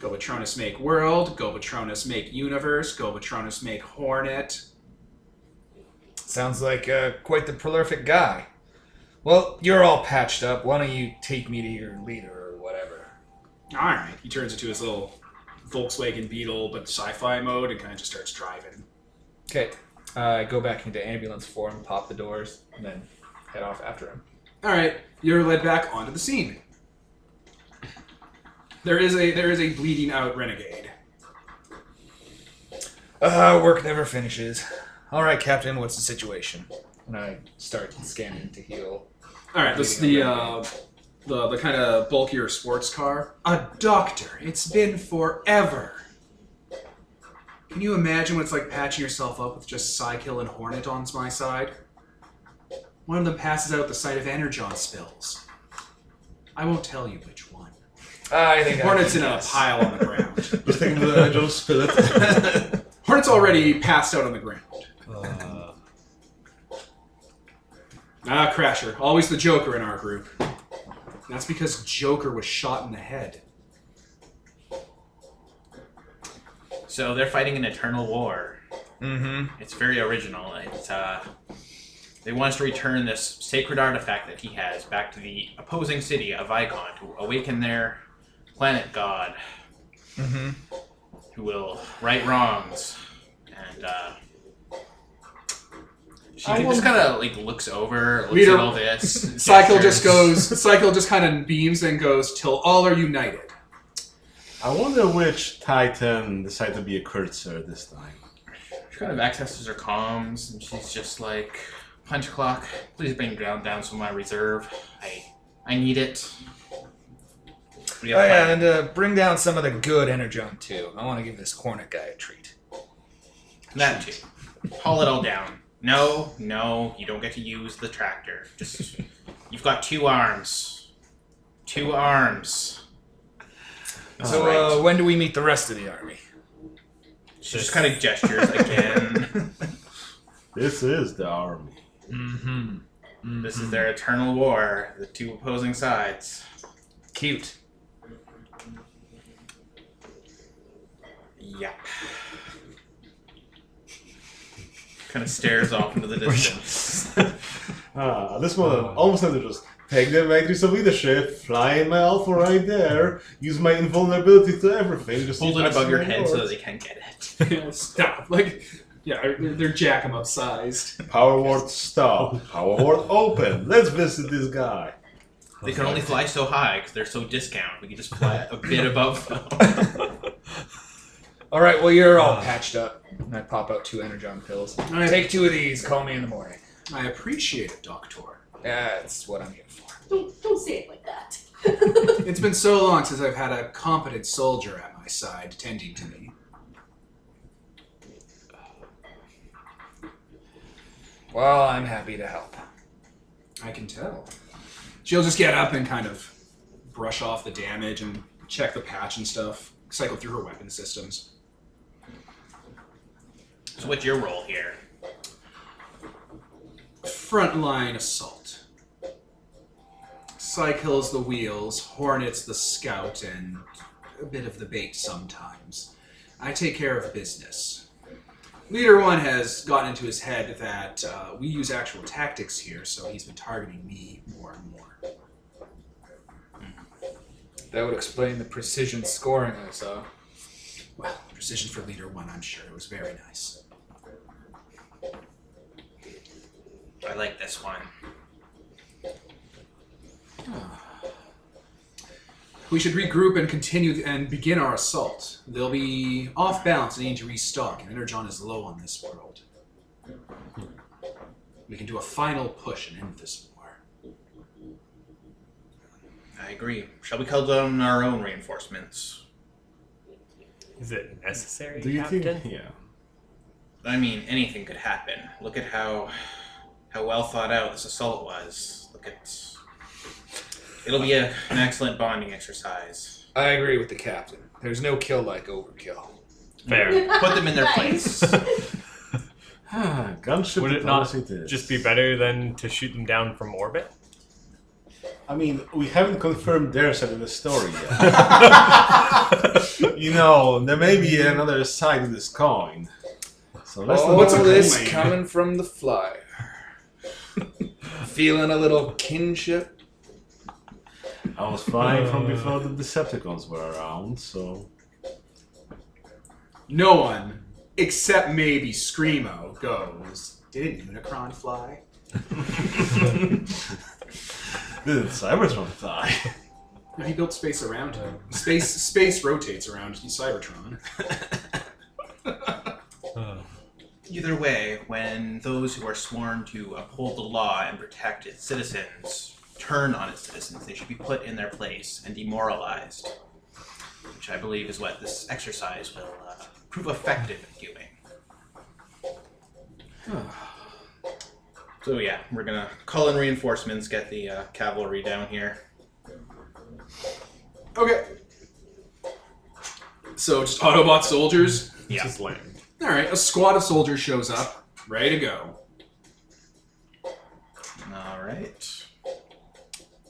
[SPEAKER 1] Gobatronus make world. Gobatronus make universe. Gobatronus make Hornet.
[SPEAKER 2] Sounds like uh, quite the prolific guy. Well, you're all patched up. Why don't you take me to your leader or whatever?
[SPEAKER 1] All right. He turns into his little Volkswagen Beetle, but sci-fi mode, and kind of just starts driving.
[SPEAKER 2] Okay. Uh, I go back into ambulance form, pop the doors, and then head off after him.
[SPEAKER 8] All right, you're led back onto the scene.
[SPEAKER 1] There is a there is a bleeding out renegade.
[SPEAKER 2] Uh, work never finishes. All right, Captain, what's the situation? And I start scanning to heal.
[SPEAKER 8] All right, this is the uh, the the kind of bulkier sports car.
[SPEAKER 1] A doctor. It's been forever. Can you imagine what it's like patching yourself up with just Psykill and Hornet on my side? One of them passes out at the sight of Energon spills. I won't tell you which one.
[SPEAKER 2] I think
[SPEAKER 1] Hornet's
[SPEAKER 2] I
[SPEAKER 1] in a pile on the ground.
[SPEAKER 5] Just taking the Joe spill it.
[SPEAKER 1] Hornet's already passed out on the ground.
[SPEAKER 5] uh,
[SPEAKER 1] Ah, Crasher. Always the Joker in our group. That's because Joker was shot in the head.
[SPEAKER 4] So they're fighting an eternal war.
[SPEAKER 2] Mm-hmm.
[SPEAKER 4] It's very original. It's uh, they want us to return this sacred artifact that he has back to the opposing city of Icon to awaken their planet god,
[SPEAKER 2] Mm-hmm.
[SPEAKER 4] who will right wrongs. And uh, she
[SPEAKER 8] I
[SPEAKER 4] just kind of like looks over, looks
[SPEAKER 8] Leader-
[SPEAKER 4] at all this.
[SPEAKER 8] Cycle just
[SPEAKER 4] gestures.
[SPEAKER 8] goes. Cycle just kind of beams and goes till all are united.
[SPEAKER 5] I wonder which Titan decided to be a curtser this time.
[SPEAKER 4] She kind of accesses her comms, and she's just like, "Punch clock, please bring down down some of my reserve. I, I need it." We
[SPEAKER 2] Oh
[SPEAKER 4] have
[SPEAKER 2] yeah,
[SPEAKER 4] fire.
[SPEAKER 2] and uh, bring down some of the good energon too. I want to give this Hornet guy a treat.
[SPEAKER 4] that too. Haul it all down. No, no, you don't get to use the tractor. Just, you've got two arms, two arms. That's
[SPEAKER 2] so
[SPEAKER 4] right.
[SPEAKER 2] uh, when do we meet the rest of the army?
[SPEAKER 4] she just kind of gestures again.
[SPEAKER 5] This is the army.
[SPEAKER 2] Mm-hmm.
[SPEAKER 4] this is their eternal war. The two opposing sides.
[SPEAKER 2] cute.
[SPEAKER 4] Yeah. Kind of stares off into the distance.
[SPEAKER 5] Ah, at this moment, I'm almost had to just take the matrix of leadership, fly in my alpha right there, use my invulnerability to everything, just
[SPEAKER 4] Hold
[SPEAKER 5] see
[SPEAKER 4] it above your
[SPEAKER 5] maximum
[SPEAKER 4] head so
[SPEAKER 5] force.
[SPEAKER 4] that they can't get it.
[SPEAKER 8] Stop. Like, yeah, they're, they're jack 'em up sized.
[SPEAKER 5] Power ward stop. Power ward open. Let's visit this guy.
[SPEAKER 4] They can only fly so high because they're so discount. We can just fly a bit above them.
[SPEAKER 2] All right, well you're all patched up, and I pop out two energon pills.
[SPEAKER 8] I-
[SPEAKER 2] Take two of these. Call me in the morning.
[SPEAKER 1] I appreciate it, Doctor.
[SPEAKER 2] That's what I'm here for.
[SPEAKER 7] Don't don't say it like that.
[SPEAKER 1] It's been so long since I've had a competent soldier at my side tending to me.
[SPEAKER 2] Well, I'm happy to help.
[SPEAKER 1] I can tell. She'll just get up and kind of brush off the damage and check the patch and stuff, cycle through her weapon systems.
[SPEAKER 4] So what's your role here?
[SPEAKER 1] Frontline assault. Cycles the wheels, Hornets the scout, and a bit of the bait sometimes. I take care of business. Leader one has gotten into his head that uh, we use actual tactics here, so he's been targeting me more and more.
[SPEAKER 2] That would explain the precision scoring I saw.
[SPEAKER 1] Well, precision for leader one, I'm sure. It was very nice.
[SPEAKER 4] I like this one.
[SPEAKER 1] We should regroup and continue th- and begin our assault. They'll be off balance and need to restock, and Energon is low on this world. We can do a final push and end this war.
[SPEAKER 4] I agree. Shall we call down our own reinforcements?
[SPEAKER 3] Is it necessary,
[SPEAKER 5] Do you
[SPEAKER 3] Captain?
[SPEAKER 5] think? Yeah.
[SPEAKER 4] I mean, anything could happen. Look at how how well thought out this assault was. Look at it'll be a, an excellent bonding exercise.
[SPEAKER 2] I agree with the captain. There's no kill like overkill.
[SPEAKER 3] Fair.
[SPEAKER 4] Put them in their
[SPEAKER 7] Nice.
[SPEAKER 4] place.
[SPEAKER 5] Ah, Gunship
[SPEAKER 3] Would it not
[SPEAKER 5] diplomacy it is.
[SPEAKER 3] just be better than to shoot them down from orbit?
[SPEAKER 5] I mean, we haven't confirmed their side of the story yet. you know, there may be another side to this coin. So let's
[SPEAKER 1] Oh,
[SPEAKER 2] All
[SPEAKER 5] Oh, what's
[SPEAKER 2] this coming from the flyer. Feeling a little kinship.
[SPEAKER 5] I was flying from before the Decepticons were around, so
[SPEAKER 1] No one, except maybe Screamo, goes, Didn't Unicron fly?
[SPEAKER 5] didn't Cybertron die?
[SPEAKER 1] No, he built space around him. Space space rotates around Cybertron.
[SPEAKER 4] Either way, when those who are sworn to uphold the law and protect its citizens turn on its citizens, they should be put in their place and demoralized, which I believe is what this exercise will uh, prove effective in doing. So yeah, we're gonna call in reinforcements, get the uh, cavalry down here.
[SPEAKER 1] Okay. So just Autobot soldiers.
[SPEAKER 4] Yeah.
[SPEAKER 3] Just land.
[SPEAKER 1] All right, a squad of soldiers shows up, ready to go.
[SPEAKER 4] All right.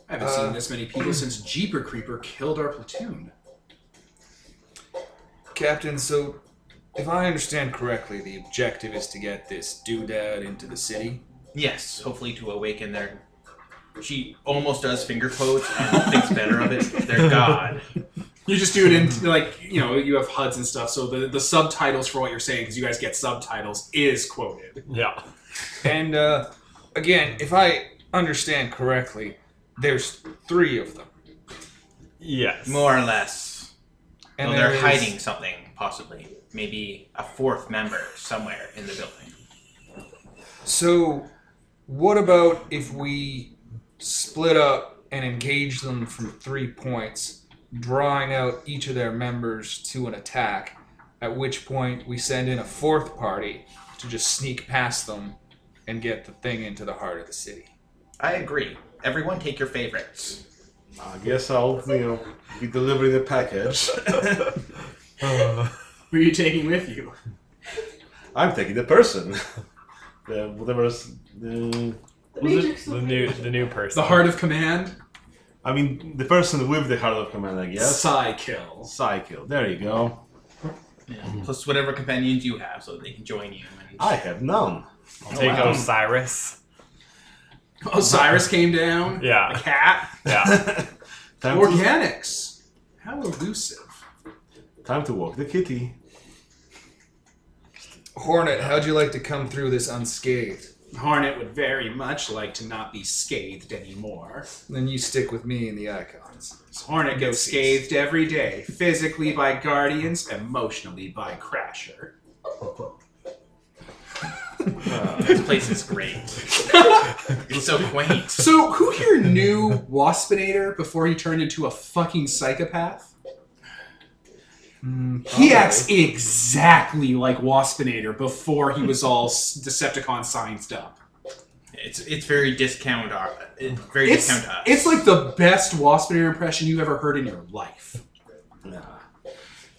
[SPEAKER 1] I haven't
[SPEAKER 2] Uh,
[SPEAKER 1] seen this many people since Jeeper Creeper killed our platoon.
[SPEAKER 2] Captain, so if I understand correctly, the objective is to get this doodad into the city.
[SPEAKER 4] Yes, hopefully to awaken their. She almost does finger quotes and thinks better of it. They're god.
[SPEAKER 1] You just do it in like you know you have HUDs and stuff, so the, the subtitles for what you're saying because you guys get subtitles is quoted.
[SPEAKER 3] Yeah.
[SPEAKER 2] And uh, again, if I understand correctly, there's three of them.
[SPEAKER 3] Yes.
[SPEAKER 4] More or less.
[SPEAKER 2] And
[SPEAKER 4] well, they're
[SPEAKER 2] there is-
[SPEAKER 4] hiding something, possibly. Maybe a fourth member somewhere in the building.
[SPEAKER 2] So, what about if we split up and engage them from three points, drawing out each of their members to an attack? At which point we send in a fourth party to just sneak past them and get the thing into the heart of the city.
[SPEAKER 4] I agree. Everyone take your favorites.
[SPEAKER 5] I guess I'll, you know, be delivering the package.
[SPEAKER 1] Who are you taking with you?
[SPEAKER 5] I'm taking the person. the whatever's. The,
[SPEAKER 7] The
[SPEAKER 5] was it-
[SPEAKER 7] Matrix
[SPEAKER 3] The new the new person.
[SPEAKER 1] The Heart of Command.
[SPEAKER 5] I mean, the person with the heart of command, I guess.
[SPEAKER 1] Psy kills.
[SPEAKER 5] Psykill. There you go.
[SPEAKER 4] Plus whatever companions you have so that they can join you. And
[SPEAKER 5] I have none.
[SPEAKER 3] Take Osiris.
[SPEAKER 1] Osiris came down. A
[SPEAKER 3] Yeah.
[SPEAKER 1] cat.
[SPEAKER 3] Yeah.
[SPEAKER 5] Time to,
[SPEAKER 1] Organics. How elusive.
[SPEAKER 5] time to walk the kitty.
[SPEAKER 2] Hornet, how'd you like to come through this unscathed?
[SPEAKER 1] Hornet would very much like to not be scathed anymore.
[SPEAKER 2] Then you stick with me and the icons.
[SPEAKER 1] So Hornet gets
[SPEAKER 2] Goatees.
[SPEAKER 1] scathed every day, physically by Guardians, emotionally by Crasher.
[SPEAKER 4] this place is great. it's so quaint.
[SPEAKER 1] So, who here knew Waspinator before he turned into a fucking psychopath? He acts exactly like Waspinator before he was all s- Decepticon scienced up.
[SPEAKER 4] It's it's very discount. uh, It's very
[SPEAKER 1] It's,
[SPEAKER 4] discount us.
[SPEAKER 1] it's like the best Waspinator impression you've ever heard in your life.
[SPEAKER 5] Nah.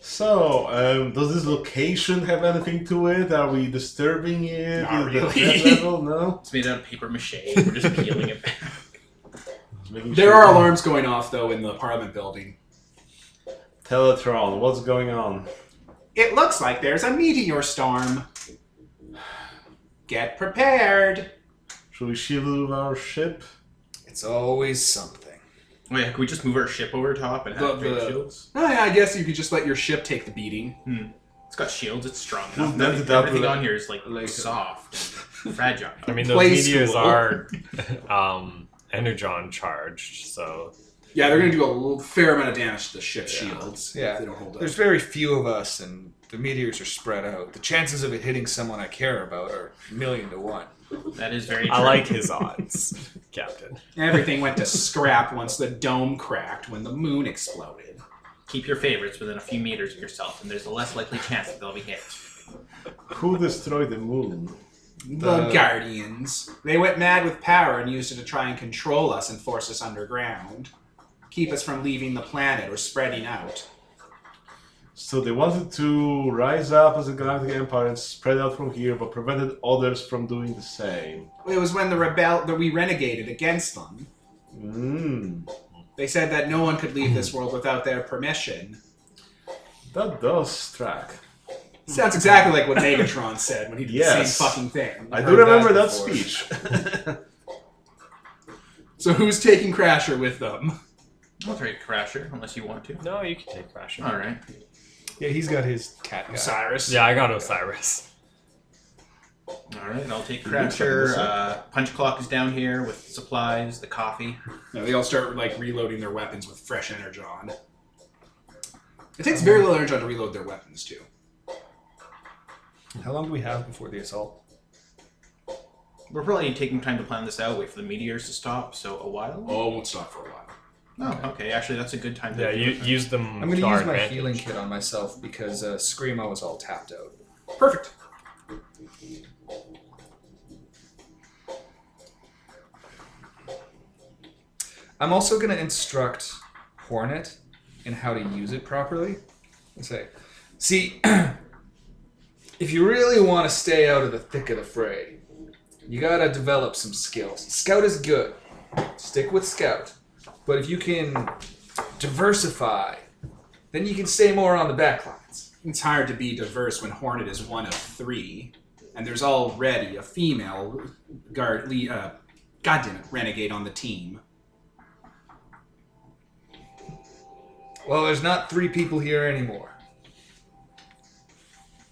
[SPEAKER 5] So, um, does this location have anything to it? Are we disturbing it?
[SPEAKER 4] Not
[SPEAKER 5] Is it
[SPEAKER 4] really.
[SPEAKER 5] threat level? No.
[SPEAKER 4] it's made out of paper mache. We're just peeling it. back.
[SPEAKER 5] Just making
[SPEAKER 1] There
[SPEAKER 5] sure.
[SPEAKER 1] are alarms going off though in the Parliament building.
[SPEAKER 5] Teletron, what's going on?
[SPEAKER 1] It looks like there's a meteor storm. Get prepared.
[SPEAKER 5] Should we shield our ship?
[SPEAKER 2] It's always something.
[SPEAKER 4] Oh yeah, can we just move our ship over top and have
[SPEAKER 1] The-
[SPEAKER 4] big
[SPEAKER 1] the-
[SPEAKER 4] shields?
[SPEAKER 1] Oh, yeah, I guess you could just let your ship take the beating.
[SPEAKER 4] It's got shields. It's strong.
[SPEAKER 5] We'll
[SPEAKER 4] enough.
[SPEAKER 5] mend it up
[SPEAKER 4] Everything
[SPEAKER 5] with-
[SPEAKER 4] on here is like,
[SPEAKER 1] uh,
[SPEAKER 5] like-
[SPEAKER 4] soft, and fragile.
[SPEAKER 3] I mean, those
[SPEAKER 1] Play
[SPEAKER 3] meteors
[SPEAKER 1] school.
[SPEAKER 3] are um, energon charged, so
[SPEAKER 1] Yeah, they're gonna do a l- fair amount of damage to the ship's shields
[SPEAKER 2] Yeah.
[SPEAKER 1] if they don't hold up.
[SPEAKER 2] There's very few of us, and the meteors are spread out. The chances of it hitting someone I care about are a million to one.
[SPEAKER 4] That is very. True.
[SPEAKER 3] I like his odds, Captain.
[SPEAKER 1] Everything went to scrap once the dome cracked when the moon exploded.
[SPEAKER 4] Keep your favorites within a few meters of yourself, and there's a less likely chance that they'll be hit.
[SPEAKER 5] Who destroyed the moon?
[SPEAKER 1] The
[SPEAKER 2] The-
[SPEAKER 1] Guardians. They went mad with power and used it to try and control us and force us underground. Keep us from leaving the planet or spreading out.
[SPEAKER 5] So they wanted to rise up as a galactic empire and spread out from here, but prevented others from doing the same.
[SPEAKER 1] It was when the rebel that we renegaded against them.
[SPEAKER 5] Mmm.
[SPEAKER 1] They said that no one could leave this world without their permission.
[SPEAKER 5] That does track.
[SPEAKER 1] Sounds exactly like what Megatron said when he did the
[SPEAKER 5] Yes.
[SPEAKER 1] same fucking thing.
[SPEAKER 5] I
[SPEAKER 2] I've
[SPEAKER 5] do
[SPEAKER 2] heard that
[SPEAKER 5] remember that,
[SPEAKER 2] before.
[SPEAKER 5] speech.
[SPEAKER 1] So who's taking Crasher with them?
[SPEAKER 4] I'll trade Crasher unless you want to.
[SPEAKER 3] No, you can take Crasher.
[SPEAKER 4] All right.
[SPEAKER 2] Yeah, he's got his cat guy.
[SPEAKER 1] Cyrus.
[SPEAKER 3] Yeah, I got Osiris.
[SPEAKER 4] All right. I'll take
[SPEAKER 5] Can you check
[SPEAKER 4] Crasher.
[SPEAKER 5] this
[SPEAKER 4] Uh, punch clock is down here with supplies, the coffee.
[SPEAKER 1] No, they all start like reloading their weapons with fresh energon. It takes very little energon to reload their weapons too.
[SPEAKER 2] How long do we have before the assault?
[SPEAKER 4] We're probably taking time to plan this out. Wait for the meteors to stop. So a while.
[SPEAKER 1] Oh, it won't stop for a while.
[SPEAKER 4] No, okay. Actually, that's a good time. To
[SPEAKER 3] Yeah, you use them.
[SPEAKER 2] I'm going to
[SPEAKER 3] our
[SPEAKER 2] use my
[SPEAKER 3] advantage.
[SPEAKER 2] healing kit on myself because uh, Screamo is all tapped out.
[SPEAKER 1] Perfect.
[SPEAKER 2] I'm also going to instruct Hornet in how to use it properly. And say, see, if you really want to stay out of the thick of the fray, you got to develop some skills. Scout is good, stick with Scout. But if you can diversify, then you can stay more on the back lines.
[SPEAKER 1] It's hard to be diverse when Hornet is one of three, and there's already a female guard. le- Uh, goddamn it, renegade on the team.
[SPEAKER 2] Well, there's not three people here anymore.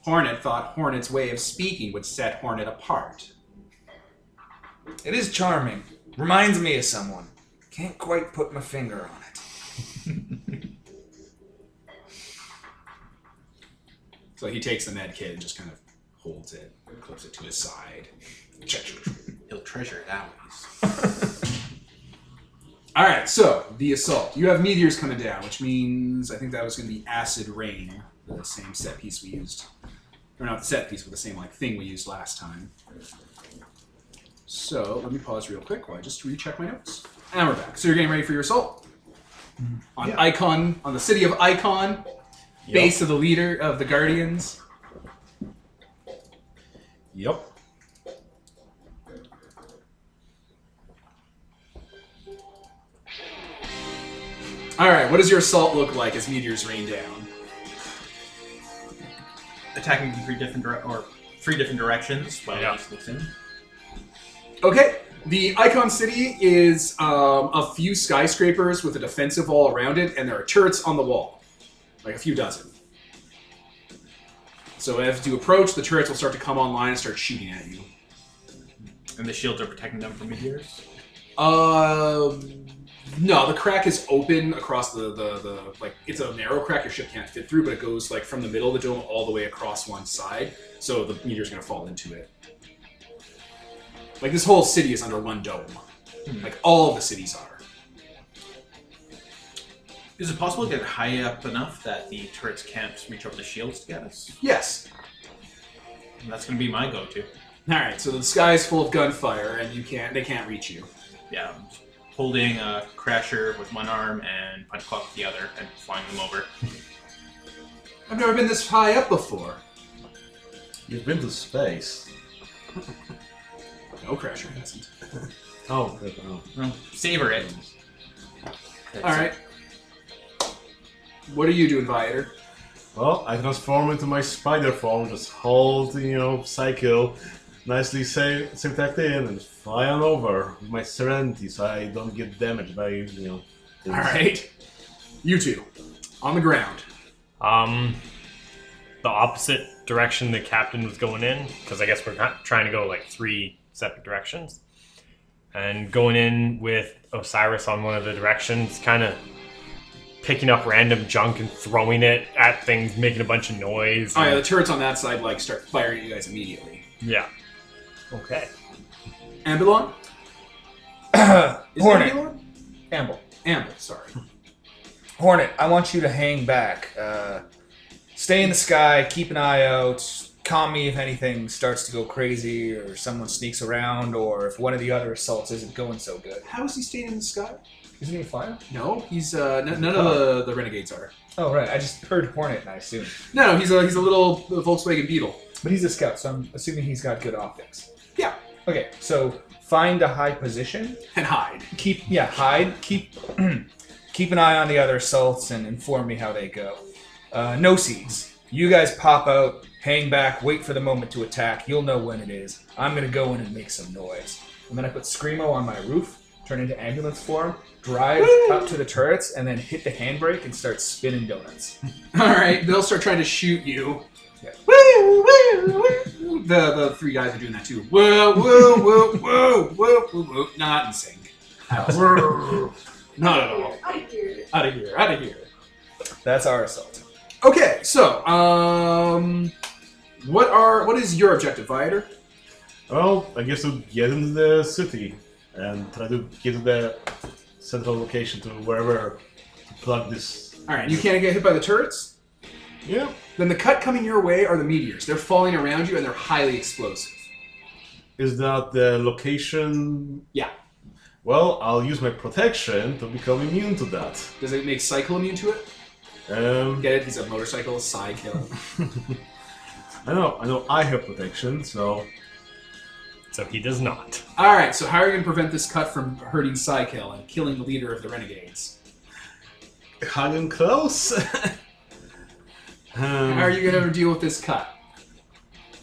[SPEAKER 1] Hornet thought Hornet's way of speaking would set Hornet apart.
[SPEAKER 2] It is charming. Reminds me of someone. Can't quite put my finger on it.
[SPEAKER 1] So he takes the med kit and just kind of holds it, clips it to his side.
[SPEAKER 4] He'll treasure it always.
[SPEAKER 1] All right, so the assault. You have meteors coming down, which means I think that was going to be acid rain, the same set piece we used, or not the set piece, but the same like thing we used last time. So let me pause real quick while I just recheck my notes. And we're back. So you're getting ready for your assault on Icon, on the city of Icon, base of the leader of the Guardians.
[SPEAKER 5] Yep.
[SPEAKER 1] All right, what does your assault look like as meteors rain down?
[SPEAKER 4] Attacking from three different dire- or three different directions. While
[SPEAKER 3] Yeah.
[SPEAKER 4] he sneaks in.
[SPEAKER 1] Okay. The Icon City is um, a few skyscrapers with a defensive wall around it, and there are turrets on the wall, like a few dozen. So as you approach, the turrets will start to come online and start shooting at you.
[SPEAKER 4] And the shields are protecting them from meteors.
[SPEAKER 1] Um, no, the crack is open across the, the, the like it's a narrow crack your ship can't fit through, but it goes like from the middle of the dome all the way across one side, so the meteor's gonna fall into it. Like this whole city is under one dome. Like all the cities are.
[SPEAKER 4] Is it possible to get high up enough that the turrets can't reach over the shields to get us?
[SPEAKER 1] Yes.
[SPEAKER 4] And that's going to be my go-to.
[SPEAKER 1] All right, so the sky is full of gunfire, and you can't. They can't reach you.
[SPEAKER 4] Yeah, I'm holding a crasher with one arm and punch clock with the other, and flying them over.
[SPEAKER 1] I've never been this high up before.
[SPEAKER 5] You've been to space.
[SPEAKER 1] No Crasher hasn't.
[SPEAKER 5] Oh, good, oh.
[SPEAKER 4] Well, savor it.
[SPEAKER 1] All right. What are you doing, Viator?
[SPEAKER 5] Well, I transform into my spider form, just hold, you know, cycle, nicely save, save tacked in, and fly on over with my serenity so I don't get damaged by, you know. things.
[SPEAKER 1] All right. You two, on the ground.
[SPEAKER 3] Um, the opposite direction the captain was going in, because I guess we're not trying to go like three separate directions. And going in with Osiris on one of the directions, kind of picking up random junk and throwing it at things, making a bunch of noise.
[SPEAKER 1] Oh yeah,
[SPEAKER 3] and-
[SPEAKER 1] the turrets on that side like start firing at you guys immediately.
[SPEAKER 3] yeah. Okay.
[SPEAKER 1] Ambulon? Is it
[SPEAKER 2] Hornet.
[SPEAKER 1] Ambulon?
[SPEAKER 2] Campbell.
[SPEAKER 1] Ambul, sorry.
[SPEAKER 2] Hornet, I want you to hang back. Uh, stay in the sky, keep an eye out, calm me if anything starts to go crazy or someone sneaks around or if one of the other assaults isn't going so good.
[SPEAKER 1] How is he staying in the sky?
[SPEAKER 2] Isn't he a fire?
[SPEAKER 1] No, he's uh, n- none of the, the renegades are.
[SPEAKER 2] Oh, right. I just heard Hornet and I assumed.
[SPEAKER 1] No, he's a he's a little Volkswagen Beetle.
[SPEAKER 2] But he's a scout, so I'm assuming he's got good optics.
[SPEAKER 1] Yeah.
[SPEAKER 2] Okay, so find a high position.
[SPEAKER 1] And hide.
[SPEAKER 2] Keep, yeah, hide. Keep, keep an eye on the other assaults and inform me how they go. Uh, no seeds. You guys pop out, hang back, wait for the moment to attack. You'll know when it is. I'm gonna go in and make some noise. And then I put Screamo on my roof, turn into ambulance form, drive up to the turrets, and then hit the handbrake and start spinning donuts.
[SPEAKER 1] All right, they'll start trying to shoot you.
[SPEAKER 2] Yeah.
[SPEAKER 1] Woo, woo, woo. The the three guys are doing that too. Whoa, whoa, whoa, whoa, whoa, whoa, whoa. Not in sync. Not at all.
[SPEAKER 7] Out of here.
[SPEAKER 1] Out of here. Out of here.
[SPEAKER 2] That's our assault.
[SPEAKER 1] Okay, so um, what are what is your objective, Viator?
[SPEAKER 5] Well, I guess to get into the city and try to get to the central location to wherever to plug this.
[SPEAKER 1] All right, you can't get hit by the turrets.
[SPEAKER 5] Yeah.
[SPEAKER 1] Then the cut coming your way are the meteors. They're falling around you and they're highly explosive.
[SPEAKER 5] Is that the location?
[SPEAKER 1] Yeah.
[SPEAKER 5] Well, I'll use my protection to become immune to that.
[SPEAKER 1] Does it make cycle immune to it?
[SPEAKER 5] Um,
[SPEAKER 1] Get it? He's a motorcycle side kill.
[SPEAKER 5] I know, I know, I have protection, so
[SPEAKER 3] So he does not.
[SPEAKER 1] All right, so how are you going to prevent this cut from hurting Psykill and killing the leader of the Renegades?
[SPEAKER 5] hanging close.
[SPEAKER 1] How are
[SPEAKER 5] um,
[SPEAKER 1] you going to deal with this cut?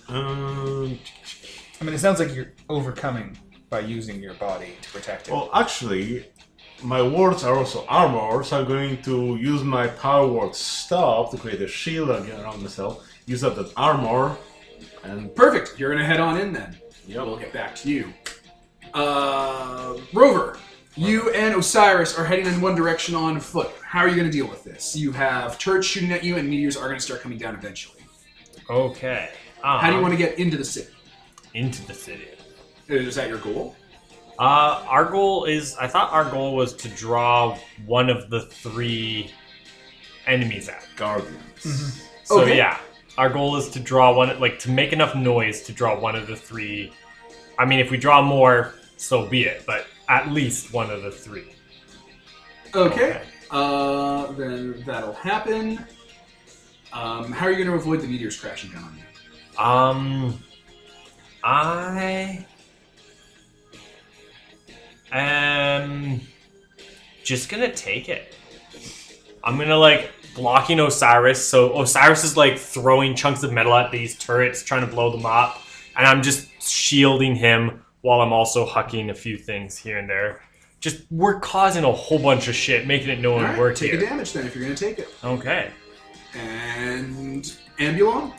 [SPEAKER 5] um,
[SPEAKER 2] I mean, it sounds like you're overcoming by using your body to protect it.
[SPEAKER 5] well, actually, my wards are also armor, so I'm going to use my power ward staff to create a shield again around myself. Use up that armor, and
[SPEAKER 1] Perfect. You're going to head on in then.
[SPEAKER 5] Yep.
[SPEAKER 1] We'll get back to you. Uh, Rover, you and Osiris are heading in one direction on foot. How are you going to deal with this? You have turrets shooting at you, and meteors are going to start coming down eventually.
[SPEAKER 3] Okay. Um,
[SPEAKER 1] How
[SPEAKER 3] Uh-huh.
[SPEAKER 1] do you want to get into the city?
[SPEAKER 3] into the city?
[SPEAKER 1] Is that your goal?
[SPEAKER 3] Uh, our goal is. I thought our goal was to draw one of the three enemies out.
[SPEAKER 5] guardians.
[SPEAKER 3] So
[SPEAKER 1] Okay.
[SPEAKER 3] yeah, our goal is to draw one, like to make enough noise to draw one of the three. I mean, if we draw more, so be it. But at least one of the three.
[SPEAKER 1] Okay. Uh, then that'll happen. Um, how are you going to avoid the meteors crashing down on you?
[SPEAKER 3] Um, I am just gonna take it. I'm gonna like blocking Osiris. So Osiris is like throwing chunks of metal at these turrets, trying to blow them up, and I'm just shielding him while I'm also hucking a few things here and there. Just we're causing a whole bunch of shit, making it known
[SPEAKER 1] All right,
[SPEAKER 3] we're
[SPEAKER 1] take
[SPEAKER 3] here.
[SPEAKER 1] a damage then if you're going to take it.
[SPEAKER 3] Okay.
[SPEAKER 1] and Ambulon.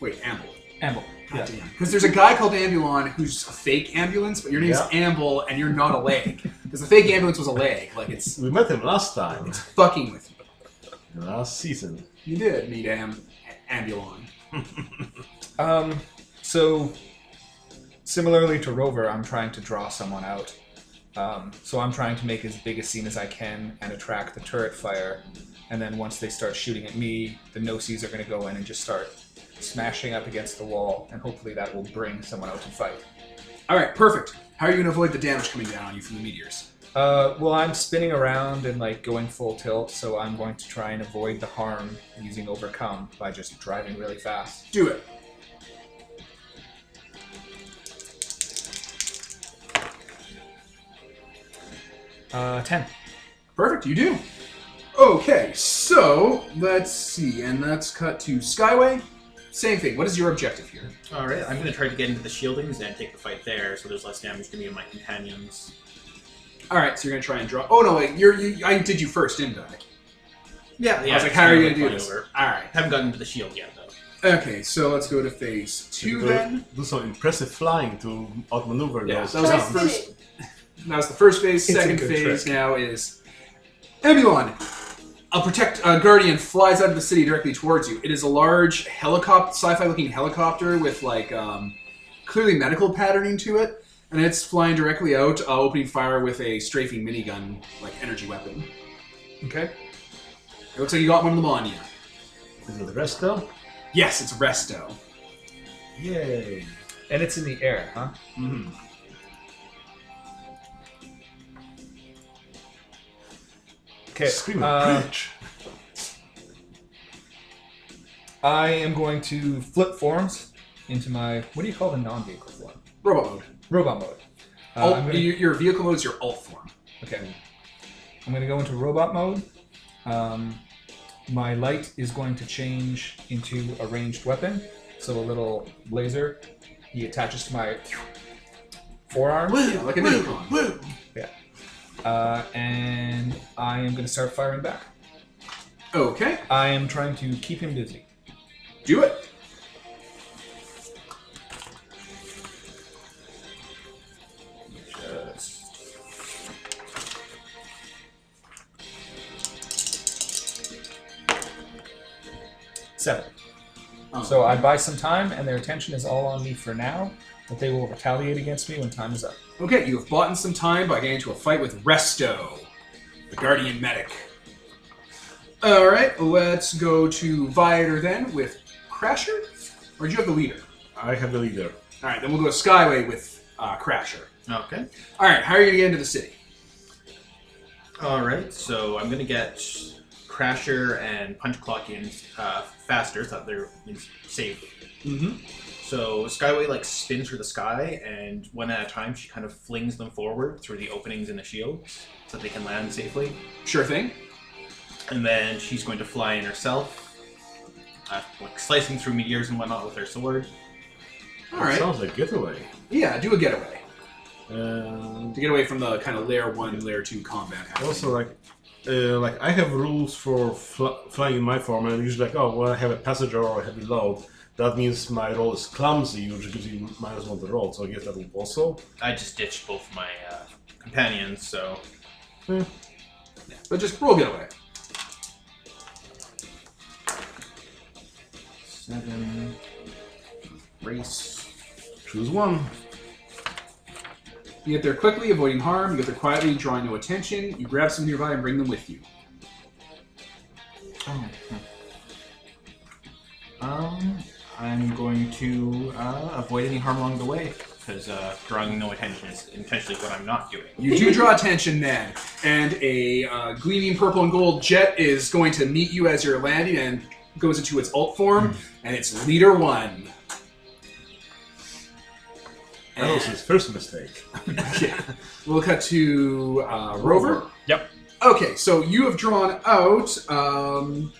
[SPEAKER 1] Wait, Amble.
[SPEAKER 2] Amble.
[SPEAKER 1] Because there's a guy called Ambulon who's a fake ambulance, but your name's Amble and you're not a leg. Because the fake ambulance was a leg. Like, it's
[SPEAKER 5] We met him last time,
[SPEAKER 1] fucking with you.
[SPEAKER 5] last season.
[SPEAKER 1] You did meet Am- Ambulon.
[SPEAKER 2] Um, so similarly to Rover, I'm trying to draw someone out. Um, so I'm trying to make as big a scene as I can and attract the turret fire. And then once they start shooting at me, the no seas are going to go in and just start smashing up against the wall, and hopefully that will bring someone out to fight.
[SPEAKER 1] All right, perfect. How are you going to avoid the damage coming down on you from the meteors?
[SPEAKER 2] Uh, well, I'm spinning around and like going full tilt, so I'm going to try and avoid the harm using overcome by just driving really fast.
[SPEAKER 1] Do it.
[SPEAKER 2] Uh, ten.
[SPEAKER 1] Perfect, you do. Okay, so let's see, and let's cut to Skyway. Same thing. What is your objective here?
[SPEAKER 4] All right, I'm gonna try to get into the shieldings and take the fight there, so there's less damage to me and my companions.
[SPEAKER 1] All right, so you're gonna try and draw. Oh no, wait, you're you. I did you first, didn't I?
[SPEAKER 4] Yeah, yeah.
[SPEAKER 1] I was like,
[SPEAKER 4] it's
[SPEAKER 1] how are you gonna
[SPEAKER 4] kinda
[SPEAKER 1] do
[SPEAKER 4] like
[SPEAKER 1] this?
[SPEAKER 4] flying over.
[SPEAKER 1] All right.
[SPEAKER 4] Haven't gotten into the shield yet though.
[SPEAKER 1] Okay, so let's go to phase two
[SPEAKER 5] do,
[SPEAKER 1] then.
[SPEAKER 5] do some impressive flying to outmaneuver
[SPEAKER 7] Yeah,
[SPEAKER 5] those.
[SPEAKER 9] Try
[SPEAKER 7] that was our
[SPEAKER 9] spinning.
[SPEAKER 7] first-
[SPEAKER 1] That was the first phase.
[SPEAKER 2] It's a
[SPEAKER 1] Second
[SPEAKER 2] good
[SPEAKER 1] phase
[SPEAKER 2] trick.
[SPEAKER 1] now is Ebulon. A protect a guardian flies out of the city directly towards you. It is a large helicopter, sci-fi looking helicopter with like um, clearly medical patterning to it, and it's flying directly out, uh, opening fire with a strafing minigun, like energy weapon.
[SPEAKER 2] Okay.
[SPEAKER 1] It looks like you got one of them on you.
[SPEAKER 5] Is it resto?
[SPEAKER 1] Yes, it's Resto.
[SPEAKER 5] Yay!
[SPEAKER 2] And it's in the air, huh?
[SPEAKER 1] Mm-hmm.
[SPEAKER 2] Okay.
[SPEAKER 5] Screaming
[SPEAKER 2] uh,
[SPEAKER 5] preach.
[SPEAKER 2] I am going to flip forms into my what do you call the non-vehicle form?
[SPEAKER 1] Robot mode.
[SPEAKER 2] Robot mode. Uh,
[SPEAKER 1] Alt-
[SPEAKER 2] I'm gonna-
[SPEAKER 1] your, your vehicle mode is your alt form.
[SPEAKER 2] Okay. I'm going to go into robot mode. Um, my light is going to change into a ranged weapon. So a little laser he attaches to my forearm.
[SPEAKER 1] Yeah, like a Nikon.
[SPEAKER 2] Uh, and I am going to start firing back.
[SPEAKER 1] Okay,
[SPEAKER 2] I am trying to keep him busy.
[SPEAKER 1] do it.
[SPEAKER 2] Seven.
[SPEAKER 1] Oh.
[SPEAKER 2] So I buy some time, and their attention is all on me for now, but they will retaliate against me when time is up.
[SPEAKER 1] Okay, you have bought in some time by getting into a fight with Resto, the Guardian Medic. Alright, let's go to Viator then with Crasher? Or do you have the leader?
[SPEAKER 5] I have the leader.
[SPEAKER 1] Alright, then we'll go to Skyway with uh, Crasher.
[SPEAKER 4] Okay.
[SPEAKER 1] Alright, how are you gonna get into the city?
[SPEAKER 4] All right, so I'm gonna get Crasher and Punch Clock in uh, faster, so that they're in safe.
[SPEAKER 1] Mm-hmm.
[SPEAKER 4] So Skyway like spins through the sky, and one at a time, she kind of flings them forward through the openings in the shields, so that they can land safely.
[SPEAKER 1] Sure thing.
[SPEAKER 4] And then she's going to fly in herself, uh, like slicing through meteors and whatnot with her sword.
[SPEAKER 1] Alright.
[SPEAKER 5] Sounds like getaway.
[SPEAKER 1] Yeah, do a getaway.
[SPEAKER 5] Um,
[SPEAKER 1] To get away from the kind of layer one, layer two combat. happening.
[SPEAKER 5] also, like, uh, like I have rules for fl- flying in my form, and usually like, oh, well, I have a passenger or I have a load. That means my roll is clumsy, which gives you minus one to roll. So I guess that will also.
[SPEAKER 4] I just ditched both my uh, companions, so
[SPEAKER 1] But just roll getaway.
[SPEAKER 4] seven race.
[SPEAKER 5] Choose one.
[SPEAKER 1] You get there quickly, avoiding harm. You get there quietly, drawing no attention. You grab some nearby and bring them with you.
[SPEAKER 4] Oh. hmm. Um, I'm going to uh, avoid any harm along the way because uh, drawing no attention is intentionally what I'm not doing.
[SPEAKER 1] You do draw attention then, and a uh, gleaming purple and gold jet is going to meet you as you're landing and goes into its alt form, and it's leader one.
[SPEAKER 5] That was his first mistake.
[SPEAKER 1] Yeah. We'll cut to uh, Rover.
[SPEAKER 3] Yep.
[SPEAKER 1] Okay, so you have drawn out. Um,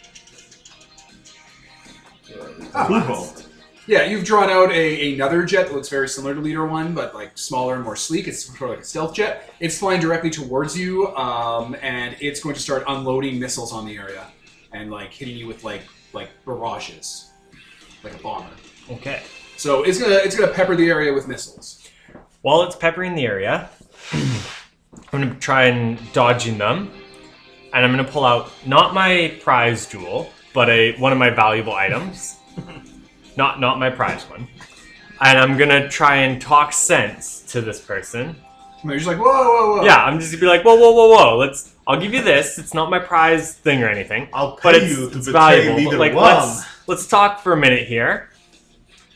[SPEAKER 5] Blue bolt.
[SPEAKER 1] yeah, you've drawn out a, another jet that looks very similar to Leader One, but like smaller and more sleek. It's sort of like a stealth jet. It's flying directly towards you, um, and it's going to start unloading missiles on the area and like hitting you with like like barrages, like a bomber.
[SPEAKER 3] Okay.
[SPEAKER 1] So it's gonna it's gonna pepper the area with missiles.
[SPEAKER 3] While it's peppering the area, I'm gonna try and dodge in them, and I'm gonna pull out not my prize jewel, but a one of my valuable items. not not my prize one, and I'm gonna try and talk sense to this person.
[SPEAKER 1] And they're just like whoa whoa whoa.
[SPEAKER 3] Yeah, I'm just gonna be like, whoa, whoa, whoa, whoa. Let's I'll give you this. It's not my prize thing or anything,
[SPEAKER 5] I'll pay
[SPEAKER 3] but it's,
[SPEAKER 5] you to
[SPEAKER 3] it's
[SPEAKER 5] betray
[SPEAKER 3] valuable.
[SPEAKER 5] neither
[SPEAKER 3] But, like,
[SPEAKER 5] one.
[SPEAKER 3] let's let's talk for a minute here,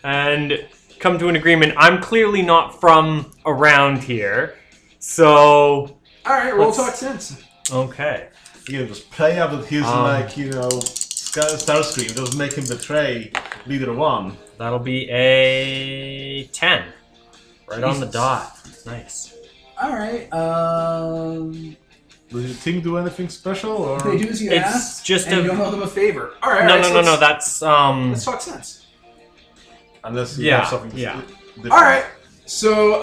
[SPEAKER 3] and come to an agreement. I'm clearly not from around here, so
[SPEAKER 1] All right, we'll
[SPEAKER 3] Let's-
[SPEAKER 1] talk sense.
[SPEAKER 3] okay.
[SPEAKER 5] You know, just play up with his
[SPEAKER 3] Um.
[SPEAKER 5] like you know Sky- Starscream. Just make him betray leader one.
[SPEAKER 3] That'll be a ten, right on the dot. Nice.
[SPEAKER 6] All right. Um,
[SPEAKER 5] Does your team do anything special or?
[SPEAKER 6] they do as you
[SPEAKER 3] It's
[SPEAKER 6] ask,
[SPEAKER 3] just
[SPEAKER 6] and
[SPEAKER 3] a-
[SPEAKER 6] you don't owe them a favor. All right.
[SPEAKER 3] No,
[SPEAKER 6] all right,
[SPEAKER 3] no,
[SPEAKER 6] so
[SPEAKER 3] no, no.
[SPEAKER 6] let's-
[SPEAKER 3] That's um.
[SPEAKER 6] Let's talk sense.
[SPEAKER 5] Unless you
[SPEAKER 3] Yeah,
[SPEAKER 5] have something.
[SPEAKER 3] yeah.
[SPEAKER 5] different.
[SPEAKER 1] All right, so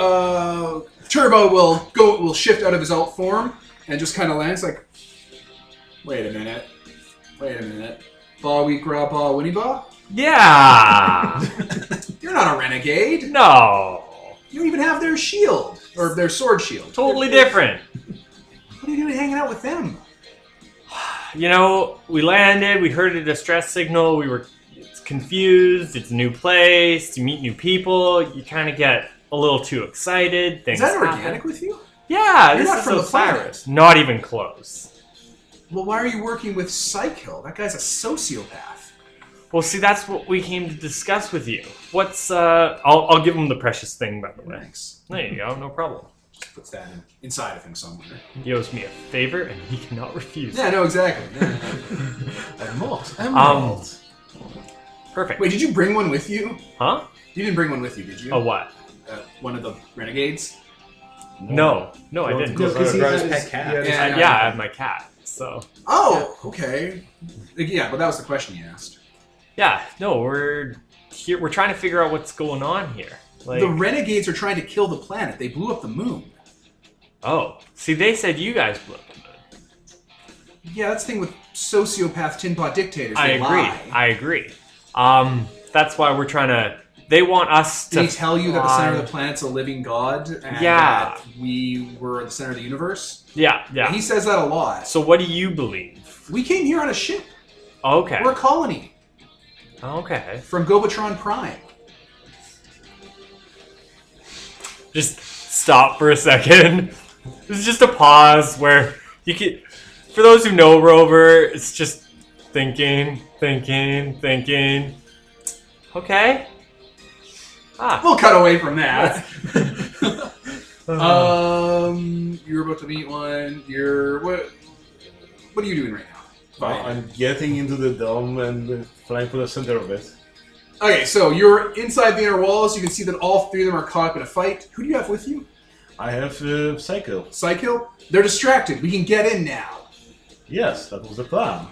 [SPEAKER 1] uh, Turbo will go will shift out of his alt form and just kind of lands like, wait a minute, wait a minute, ba we gra ba winnie ba.
[SPEAKER 3] Yeah.
[SPEAKER 1] You're not a renegade.
[SPEAKER 3] no.
[SPEAKER 1] You don't even have their shield or their sword shield.
[SPEAKER 3] Totally different.
[SPEAKER 1] What are you doing hanging out with them?
[SPEAKER 3] You know, we landed, we heard a distress signal, we were it's confused, it's a new place, you meet new people, you kind of get a little too excited. Things
[SPEAKER 1] Is that
[SPEAKER 3] happen.
[SPEAKER 1] organic with you?
[SPEAKER 3] Yeah,
[SPEAKER 1] You're
[SPEAKER 3] this
[SPEAKER 1] not
[SPEAKER 3] is
[SPEAKER 1] from the
[SPEAKER 3] Osiris.
[SPEAKER 1] planet.
[SPEAKER 3] Not even close.
[SPEAKER 1] Well, why are you working with Psychill? That guy's a sociopath.
[SPEAKER 3] Well, see, that's what we came to discuss with you. What's uh? I'll, I'll give him the precious thing, by the way.
[SPEAKER 1] Thanks.
[SPEAKER 3] There you go, no problem.
[SPEAKER 1] Just puts that in, inside of him somewhere.
[SPEAKER 3] He owes me a favor, and he cannot refuse.
[SPEAKER 1] Yeah, no, exactly. Yeah.
[SPEAKER 5] Emerald. Emerald.
[SPEAKER 3] Um, Perfect.
[SPEAKER 1] Wait, did you bring one with you?
[SPEAKER 3] Huh?
[SPEAKER 1] You didn't bring one with you, did you?
[SPEAKER 3] A what?
[SPEAKER 1] uh, one of the renegades.
[SPEAKER 3] No, no, I
[SPEAKER 5] Well,
[SPEAKER 3] didn't.
[SPEAKER 5] good.
[SPEAKER 3] Uh,
[SPEAKER 5] Because
[SPEAKER 2] he
[SPEAKER 4] Gross
[SPEAKER 2] has-
[SPEAKER 4] pet cat.
[SPEAKER 2] he has-
[SPEAKER 1] Yeah.
[SPEAKER 3] yeah, I have my cat. So.
[SPEAKER 1] Oh, okay. Like, yeah, but that was the question you asked.
[SPEAKER 3] Yeah, no, we're here. We're trying to figure out what's going on here. Like,
[SPEAKER 1] the renegades are trying to kill the planet. They blew up the moon.
[SPEAKER 3] oh, see, they said you guys blew. up the moon.
[SPEAKER 1] Yeah, that's the thing with sociopath tin pot dictators.
[SPEAKER 3] I
[SPEAKER 1] They
[SPEAKER 3] agree.
[SPEAKER 1] lie.
[SPEAKER 3] I agree. Um, that's why we're trying to. They want us
[SPEAKER 1] Did
[SPEAKER 3] to.
[SPEAKER 1] he tell you that the center of the
[SPEAKER 3] fly-
[SPEAKER 1] planet's a living god and
[SPEAKER 3] Yeah.
[SPEAKER 1] that we were the center of the universe?
[SPEAKER 3] Yeah, yeah.
[SPEAKER 1] He says that a lot.
[SPEAKER 3] So, what do you believe?
[SPEAKER 1] We came here on a ship.
[SPEAKER 3] Okay.
[SPEAKER 1] We're a colony
[SPEAKER 3] Okay.
[SPEAKER 1] from Gobatron Prime.
[SPEAKER 3] Just stop for a second. It's just a pause where you can. For those who know Rover, it's just thinking, thinking, thinking. Okay. Ah.
[SPEAKER 1] We'll cut away from that.
[SPEAKER 3] uh,
[SPEAKER 5] Uh,
[SPEAKER 1] um, you're about to meet one. You're what? What are you doing right now?
[SPEAKER 5] Well, I'm getting into the dome and uh, flying for the center of it.
[SPEAKER 1] Okay, so you're inside the inner walls. You can see that all three of them are caught up in a fight. Who do you have with you?
[SPEAKER 5] I have uh, Psycho.
[SPEAKER 1] Psychill? They're distracted. We can get in now.
[SPEAKER 5] Yes, that was the plan.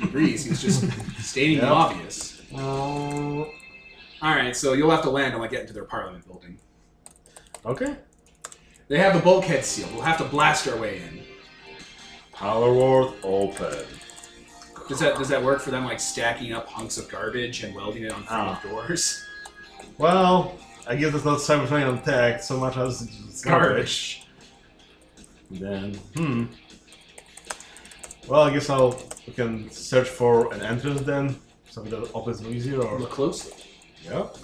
[SPEAKER 1] Agrees. He was just stating the
[SPEAKER 5] Yeah.
[SPEAKER 1] obvious. All right, so you'll have to land and like get into their parliament building.
[SPEAKER 5] Okay.
[SPEAKER 1] They have the bulkhead sealed. We'll have to blast our way in.
[SPEAKER 5] Power ward open.
[SPEAKER 1] Does that does that work for them? Like stacking up hunks of garbage and welding it on front of doors.
[SPEAKER 5] Well, I guess it's not cyberpunk on tech so much as it's garbage.
[SPEAKER 1] Garbage.
[SPEAKER 5] Then, hmm. Well, I guess I'll we can search for an entrance then, something that opens easier. Or
[SPEAKER 1] Look closely.
[SPEAKER 5] yep.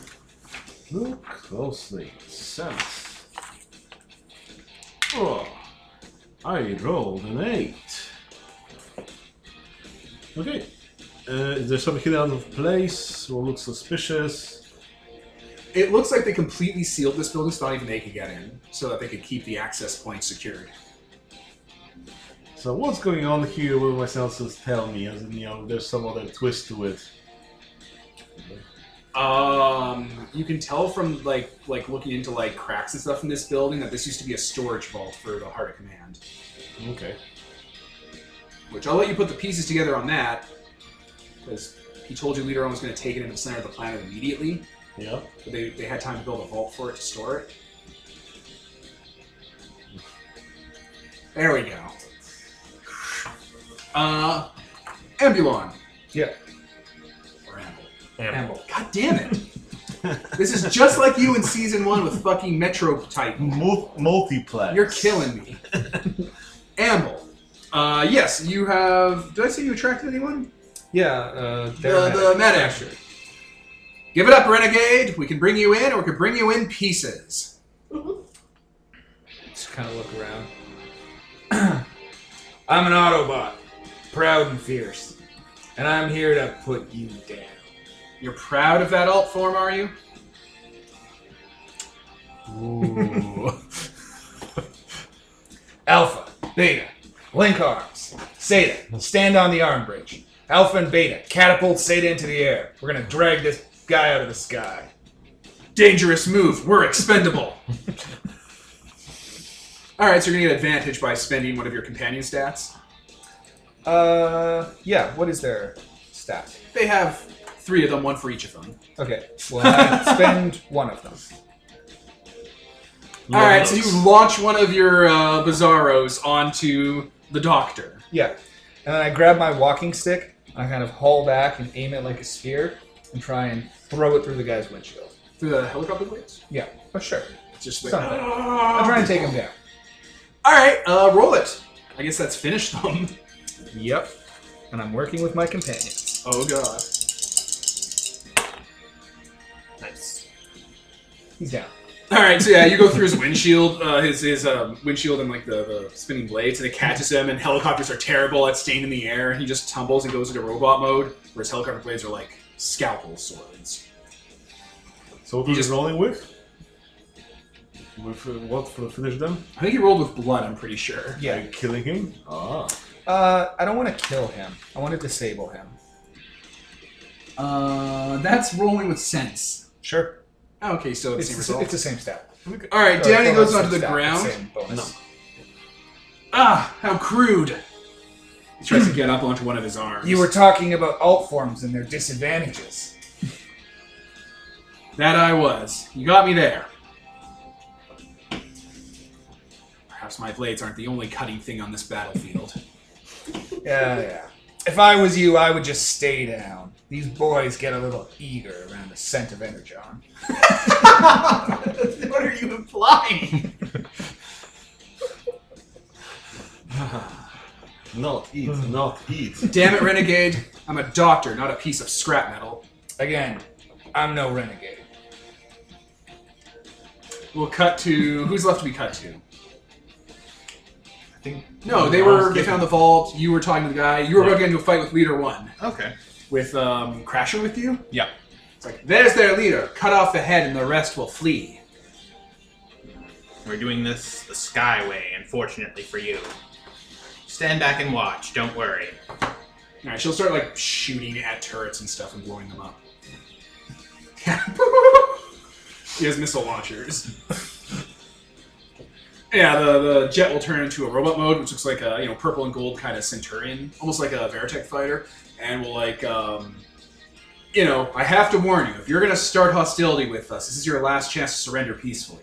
[SPEAKER 5] Look closely. Sense. Oh, I rolled an eight. Okay. Uh, is there something hidden out of place or looks suspicious?
[SPEAKER 1] It looks like they completely sealed this building so not even they could get in, so that they could keep the access point secured.
[SPEAKER 5] So what's going on here? What my senses tell me? As in, you know, there's some other twist to it.
[SPEAKER 1] Um, you can tell from like like looking into like cracks and stuff in this building that this used to be a storage vault for the Heart of Command.
[SPEAKER 5] Okay.
[SPEAKER 1] Which I'll let you put the pieces together on that, because he told you Leader One was going to take it into the center of the planet immediately,
[SPEAKER 5] Yeah.
[SPEAKER 1] but they, they had time to build a vault for it to store it. There we go. Uh, Ambulon.
[SPEAKER 2] Yeah.
[SPEAKER 1] Or Amble.
[SPEAKER 3] Damn.
[SPEAKER 2] Amble.
[SPEAKER 1] God damn it. this is just like you in season one with fucking Metro Titan.
[SPEAKER 5] Mul- multiplex.
[SPEAKER 1] You're killing me. Amble. Uh, yes, you have. Did I say you attracted anyone?
[SPEAKER 2] Yeah, uh,
[SPEAKER 1] The, the medic. Give it up, Renegade. We can bring you in, or we can bring you in pieces.
[SPEAKER 2] Just kind of look around. I'm an Autobot, proud and fierce, and I'm here to put you down.
[SPEAKER 1] You're proud of that alt form, are you?
[SPEAKER 5] Ooh.
[SPEAKER 2] Alpha, Beta, link arms. Zeta, stand on the arm bridge. Alpha and Beta, catapult Zeta into the air. We're gonna drag this guy out of the sky.
[SPEAKER 1] Dangerous move. We're expendable. All right, so you're gonna get advantage by spending one of your companion stats.
[SPEAKER 2] Uh, yeah. What is their stat?
[SPEAKER 1] They have three of them, one for each of them.
[SPEAKER 2] Okay. Well, I spend one of them.
[SPEAKER 1] All right, so you launch one of your uh, bizarros onto the doctor.
[SPEAKER 2] Yeah. And then I grab my walking stick. I kind of haul back and aim it like a spear, and try and throw it through the guy's windshield.
[SPEAKER 1] Through the helicopter blades?
[SPEAKER 2] Yeah. Oh sure.
[SPEAKER 1] It's Just like,
[SPEAKER 2] Something. I'm trying to take him down.
[SPEAKER 1] All right, uh, roll it. I guess that's finished them.
[SPEAKER 2] Yep. And I'm working with my companions.
[SPEAKER 1] Oh god.
[SPEAKER 3] Nice.
[SPEAKER 2] He's down.
[SPEAKER 1] All right, so yeah, you go through his windshield, uh, his his um, windshield, and like the, the spinning blades, and it catches him. And helicopters are terrible at staying in the air. He just tumbles and goes into robot mode, where his helicopter blades are like scalpel swords.
[SPEAKER 5] so what
[SPEAKER 1] You
[SPEAKER 5] was
[SPEAKER 1] just-
[SPEAKER 5] he rolling with? With uh, what for finish them?
[SPEAKER 1] I think he rolled with blood. I'm pretty sure.
[SPEAKER 2] Yeah.
[SPEAKER 5] By killing him? Ah.
[SPEAKER 2] Uh, I don't want to kill him. I want to disable him.
[SPEAKER 1] Uh, that's rolling with sense.
[SPEAKER 2] Sure.
[SPEAKER 1] Oh, okay, so the
[SPEAKER 2] It's,
[SPEAKER 1] same
[SPEAKER 2] the,
[SPEAKER 1] result.
[SPEAKER 2] it's the same stat.
[SPEAKER 1] All right,
[SPEAKER 2] Or
[SPEAKER 1] Danny
[SPEAKER 2] don't
[SPEAKER 1] goes
[SPEAKER 2] have
[SPEAKER 1] onto the
[SPEAKER 2] same stat,
[SPEAKER 1] ground.
[SPEAKER 2] same bonus.
[SPEAKER 1] Ah, how crude! He tries to get up onto one of his arms.
[SPEAKER 2] You were talking about alt forms and their disadvantages.
[SPEAKER 1] that I was. You got me there. Perhaps my blades aren't the only cutting thing on this battlefield.
[SPEAKER 2] Yeah, yeah. If I was you, I would just stay down. These boys get a little eager around the scent of Energon.
[SPEAKER 1] what are you implying?
[SPEAKER 5] Not eat, not eat.
[SPEAKER 1] Damn it, Renegade. I'm a doctor, not a piece of scrap metal.
[SPEAKER 2] Again, I'm no renegade.
[SPEAKER 1] We'll cut to. Who's left to be cut to?
[SPEAKER 5] I think
[SPEAKER 1] No, they were. They found the vault. You were talking to the guy. You were about to get into a fight with Leader One.
[SPEAKER 4] Okay.
[SPEAKER 1] With um, Crasher with you?
[SPEAKER 4] Yeah.
[SPEAKER 1] It's like, there's their leader. Cut off the head and the rest will flee.
[SPEAKER 4] We're doing this the Skyway, unfortunately for you. Stand back and watch, don't worry.
[SPEAKER 1] Alright, she'll start like shooting at turrets and stuff and blowing them up. she has missile launchers. yeah, the, the jet will turn into a robot mode, which looks like a you know purple and gold kind of Centurion, almost like a Veritech fighter, and will like um, you know I have to warn you if you're gonna start hostility with us, this is your last chance to surrender peacefully.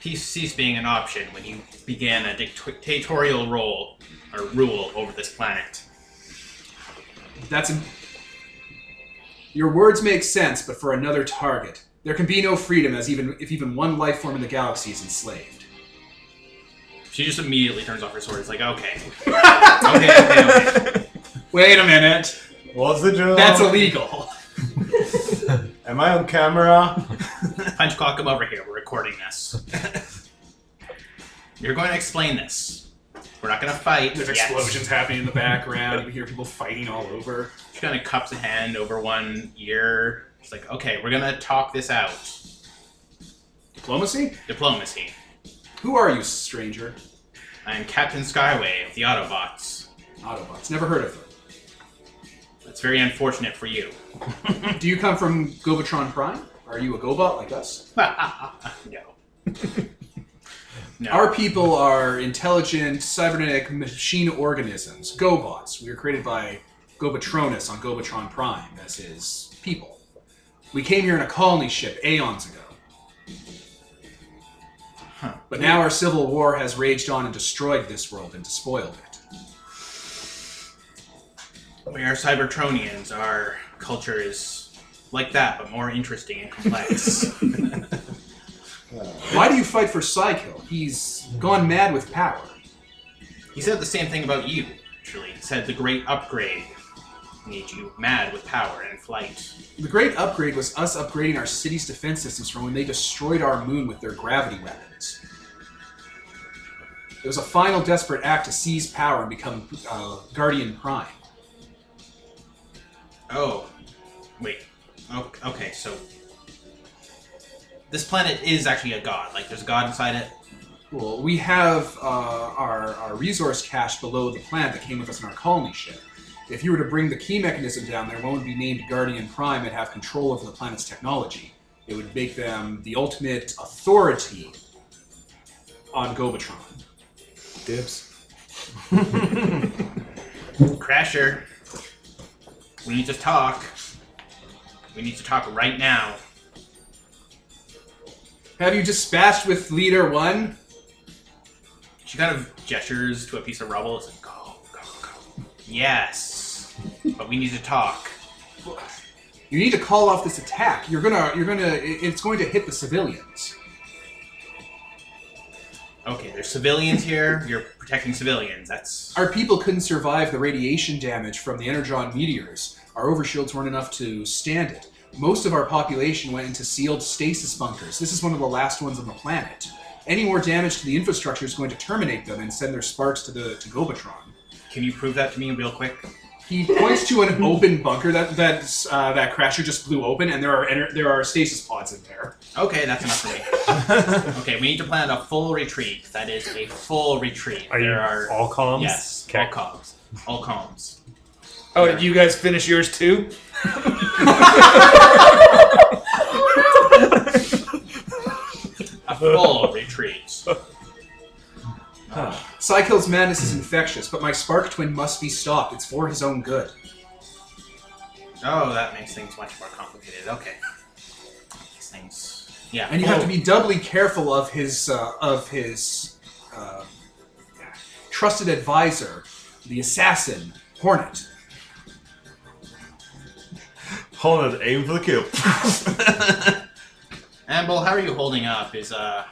[SPEAKER 4] Peace ceased being an option when you began a dictatorial role or rule over this planet.
[SPEAKER 1] That's. im- Your words make sense, but for another target. There can be no freedom as even if even one life form in the galaxy is enslaved.
[SPEAKER 4] She just immediately turns off her sword. It's like, okay. okay, okay, okay.
[SPEAKER 1] Wait a minute.
[SPEAKER 5] What's the joke?
[SPEAKER 1] That's illegal.
[SPEAKER 5] Am I on camera?
[SPEAKER 4] Punch clock, come over here. We're recording this. You're going to explain this. We're not going to fight.
[SPEAKER 1] There's
[SPEAKER 4] yet.
[SPEAKER 1] explosions happening in the background. You can hear people fighting all over.
[SPEAKER 4] She kind of cups a hand over one ear. She's like, okay, we're going to talk this out.
[SPEAKER 1] Diplomacy?
[SPEAKER 4] Diplomacy.
[SPEAKER 1] Who are you, stranger?
[SPEAKER 4] I am Captain Skyway of the Autobots.
[SPEAKER 1] Autobots. Never heard of them.
[SPEAKER 4] That's very unfortunate for you.
[SPEAKER 1] Do you come from Govatron Prime? Are you a Gobot like us?
[SPEAKER 4] no. no.
[SPEAKER 1] Our people are intelligent, cybernetic machine organisms, Gobots. We were created by Gobatronus on Gobatron Prime as his people. We came here in a colony ship aeons ago.
[SPEAKER 4] Huh.
[SPEAKER 1] But now our civil war has raged on and destroyed this world and despoiled it.
[SPEAKER 4] we are Cybertronians. Our culture is like that, but more interesting and complex.
[SPEAKER 1] Why do you fight for Psykill? He's gone mad with power.
[SPEAKER 4] He said the same thing about you, actually. He said the great upgrade made you mad with power and flight.
[SPEAKER 1] The great upgrade was us upgrading our city's defense systems from when they destroyed our moon with their gravity weapons. There was a final desperate act to seize power and become uh, Guardian Prime.
[SPEAKER 4] Oh, wait. O- Okay, so this planet is actually a god. Like, there's a god inside it.
[SPEAKER 1] Well, we have uh, our, our resource cache below the planet that came with us in our colony ship. If you were to bring the key mechanism down there, one would be named Guardian Prime and have control over the planet's technology. It would make them the ultimate authority on Gobatron.
[SPEAKER 2] Dibs.
[SPEAKER 4] Crasher, we need to talk. We need to talk right now.
[SPEAKER 1] Have you dispatched with Leader One?
[SPEAKER 4] She kind of gestures to a piece of rubble. It's like, go, go, go. Yes, but we need to talk.
[SPEAKER 1] You need to call off this attack. You're gonna, you're gonna, it- it's going to hit the civilians.
[SPEAKER 4] Okay, there's civilians here. You're protecting civilians. That's
[SPEAKER 1] Our people couldn't survive the radiation damage from the energon meteors. Our overshields weren't enough to stand it. Most of our population went into sealed stasis bunkers. This is one of the last ones on the planet. Any more damage to the infrastructure is going to terminate them and send their sparks to the to Gobatron.
[SPEAKER 4] Can you prove that to me real quick?
[SPEAKER 1] He points to an open bunker that that uh, that crasher just blew open, and there are ener- there are stasis pods in there.
[SPEAKER 4] Okay, that's enough for me. okay, we need to plan a full retreat. That is a full retreat.
[SPEAKER 3] Are
[SPEAKER 4] there
[SPEAKER 3] you
[SPEAKER 4] are
[SPEAKER 3] all comms?
[SPEAKER 4] yes,
[SPEAKER 3] Okay.
[SPEAKER 4] all comms, all comms.
[SPEAKER 2] Oh, did you guys finish yours too?
[SPEAKER 4] A full retreat.
[SPEAKER 1] Psykill's madness is infectious, but my spark twin must be stopped. It's for his own good.
[SPEAKER 4] Oh, that makes things much more complicated. Okay, these things. Yeah,
[SPEAKER 1] and you have
[SPEAKER 4] full-
[SPEAKER 1] to be doubly careful of his uh, of his uh, trusted advisor, the assassin Hornet.
[SPEAKER 5] Hornet, aim for the kill.
[SPEAKER 4] Amble, how are you holding up? Is uh,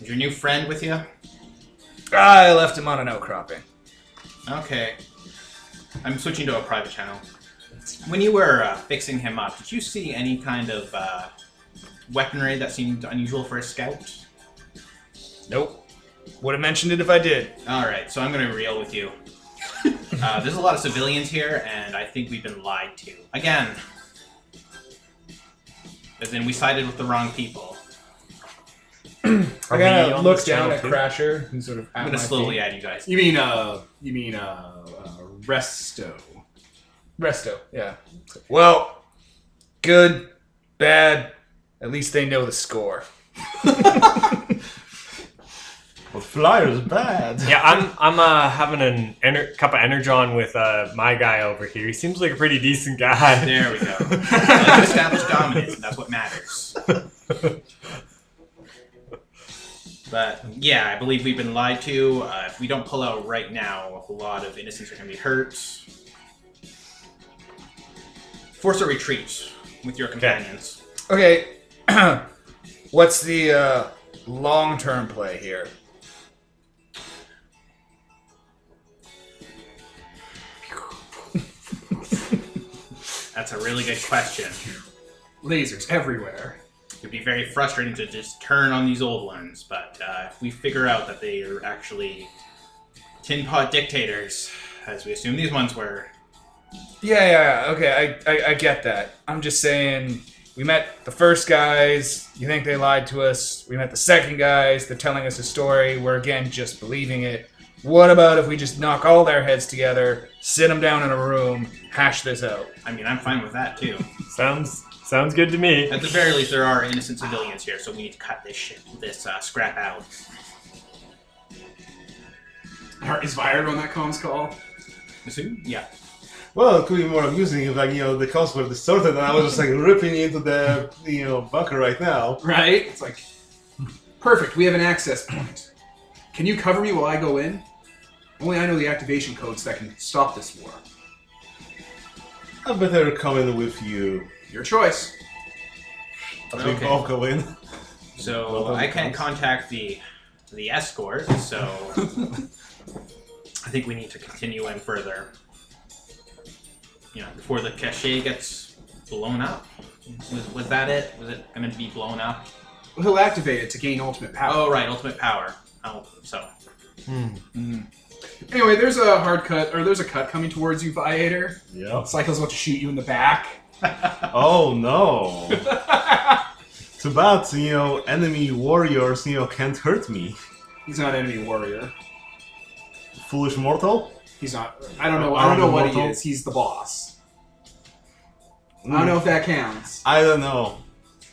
[SPEAKER 4] is your new friend with you?
[SPEAKER 2] I left him on an outcropping.
[SPEAKER 4] Okay, I'm switching to a private channel. When you were uh, fixing him up, did you see any kind of uh, weaponry that seemed unusual for a scout?
[SPEAKER 2] Nope. Would have mentioned it if I did.
[SPEAKER 4] All right, so I'm gonna reel with you. uh, there's a lot of civilians here, and I think we've been lied to again. As in, we sided with the wrong people.
[SPEAKER 2] I
[SPEAKER 3] Are we
[SPEAKER 2] gotta
[SPEAKER 3] on
[SPEAKER 2] look
[SPEAKER 3] this
[SPEAKER 2] down
[SPEAKER 3] channel
[SPEAKER 2] at
[SPEAKER 3] too?
[SPEAKER 2] Crasher, who's sort of at
[SPEAKER 4] I'm
[SPEAKER 2] my
[SPEAKER 4] gonna slowly
[SPEAKER 2] feet.
[SPEAKER 4] add you guys.
[SPEAKER 1] You mean uh, you mean uh, uh Resto?
[SPEAKER 2] Resto, yeah. Well, good, bad. At least they know the score.
[SPEAKER 5] But Flyer's bad.
[SPEAKER 3] Yeah, I'm I'm uh, having an ener- cup of energon with uh, my guy over here. He seems like a pretty decent guy.
[SPEAKER 4] There we go. Like, Establish dominance, and that's what matters. But yeah, I believe we've been lied to. Uh, if we don't pull out right now, a lot of innocents are gonna be hurt. Force a retreat with your companions.
[SPEAKER 2] Okay, what's the uh, long-term play here?
[SPEAKER 4] That's a really good question.
[SPEAKER 1] Lasers everywhere.
[SPEAKER 4] It'd be very frustrating to just turn on these old ones, but uh, if we figure out that they are actually tin pot dictators, as we assume these ones were,
[SPEAKER 2] Yeah, yeah, yeah, okay, I, I, I get that. I'm just saying, we met the first guys, you think they lied to us. We met the second guys, they're telling us a story, we're again just believing it. What about if we just knock all their heads together, sit them down in a room, hash this out?
[SPEAKER 4] I mean, I'm fine with that too.
[SPEAKER 3] Sounds sounds good to me.
[SPEAKER 4] At the very least, there are innocent civilians here, so we need to cut this shit, this uh, scrap out.
[SPEAKER 1] Are- Is Vired on that comms call?
[SPEAKER 4] Assume? Yeah.
[SPEAKER 5] Well, it could be more amusing if, like, you know, the cops were distorted and I was just, like, ripping into the, you know, bunker right now.
[SPEAKER 1] Right? It's like perfect. We have an access point. Can you cover me while I go in? Only I know the activation codes that can stop this war.
[SPEAKER 5] I better come in with you.
[SPEAKER 1] Your choice.
[SPEAKER 5] As we
[SPEAKER 4] Okay.
[SPEAKER 5] both go in.
[SPEAKER 4] So
[SPEAKER 5] Welcome,
[SPEAKER 4] I can't
[SPEAKER 5] cops.
[SPEAKER 4] contact the the escort, so I think we need to continue in further. You know, before the cachet gets blown up. Was, was that it? Was it going to be blown up?
[SPEAKER 1] He'll activate it to gain ultimate power.
[SPEAKER 4] Oh, right, ultimate power. Oh, so
[SPEAKER 1] Anyway, there's a hard cut, or there's a cut coming towards you, Viator.
[SPEAKER 5] Yeah.
[SPEAKER 1] Cycle's about to shoot you in the back.
[SPEAKER 5] Oh no. Too bad, you know, enemy warriors, you know, can't hurt me.
[SPEAKER 1] He's not an enemy warrior.
[SPEAKER 5] Foolish mortal.
[SPEAKER 1] He's not. I don't know. I don't know what he
[SPEAKER 5] Honorable.
[SPEAKER 1] is. He's the boss. I
[SPEAKER 2] Hmm.
[SPEAKER 1] don't know if that counts.
[SPEAKER 5] I don't know.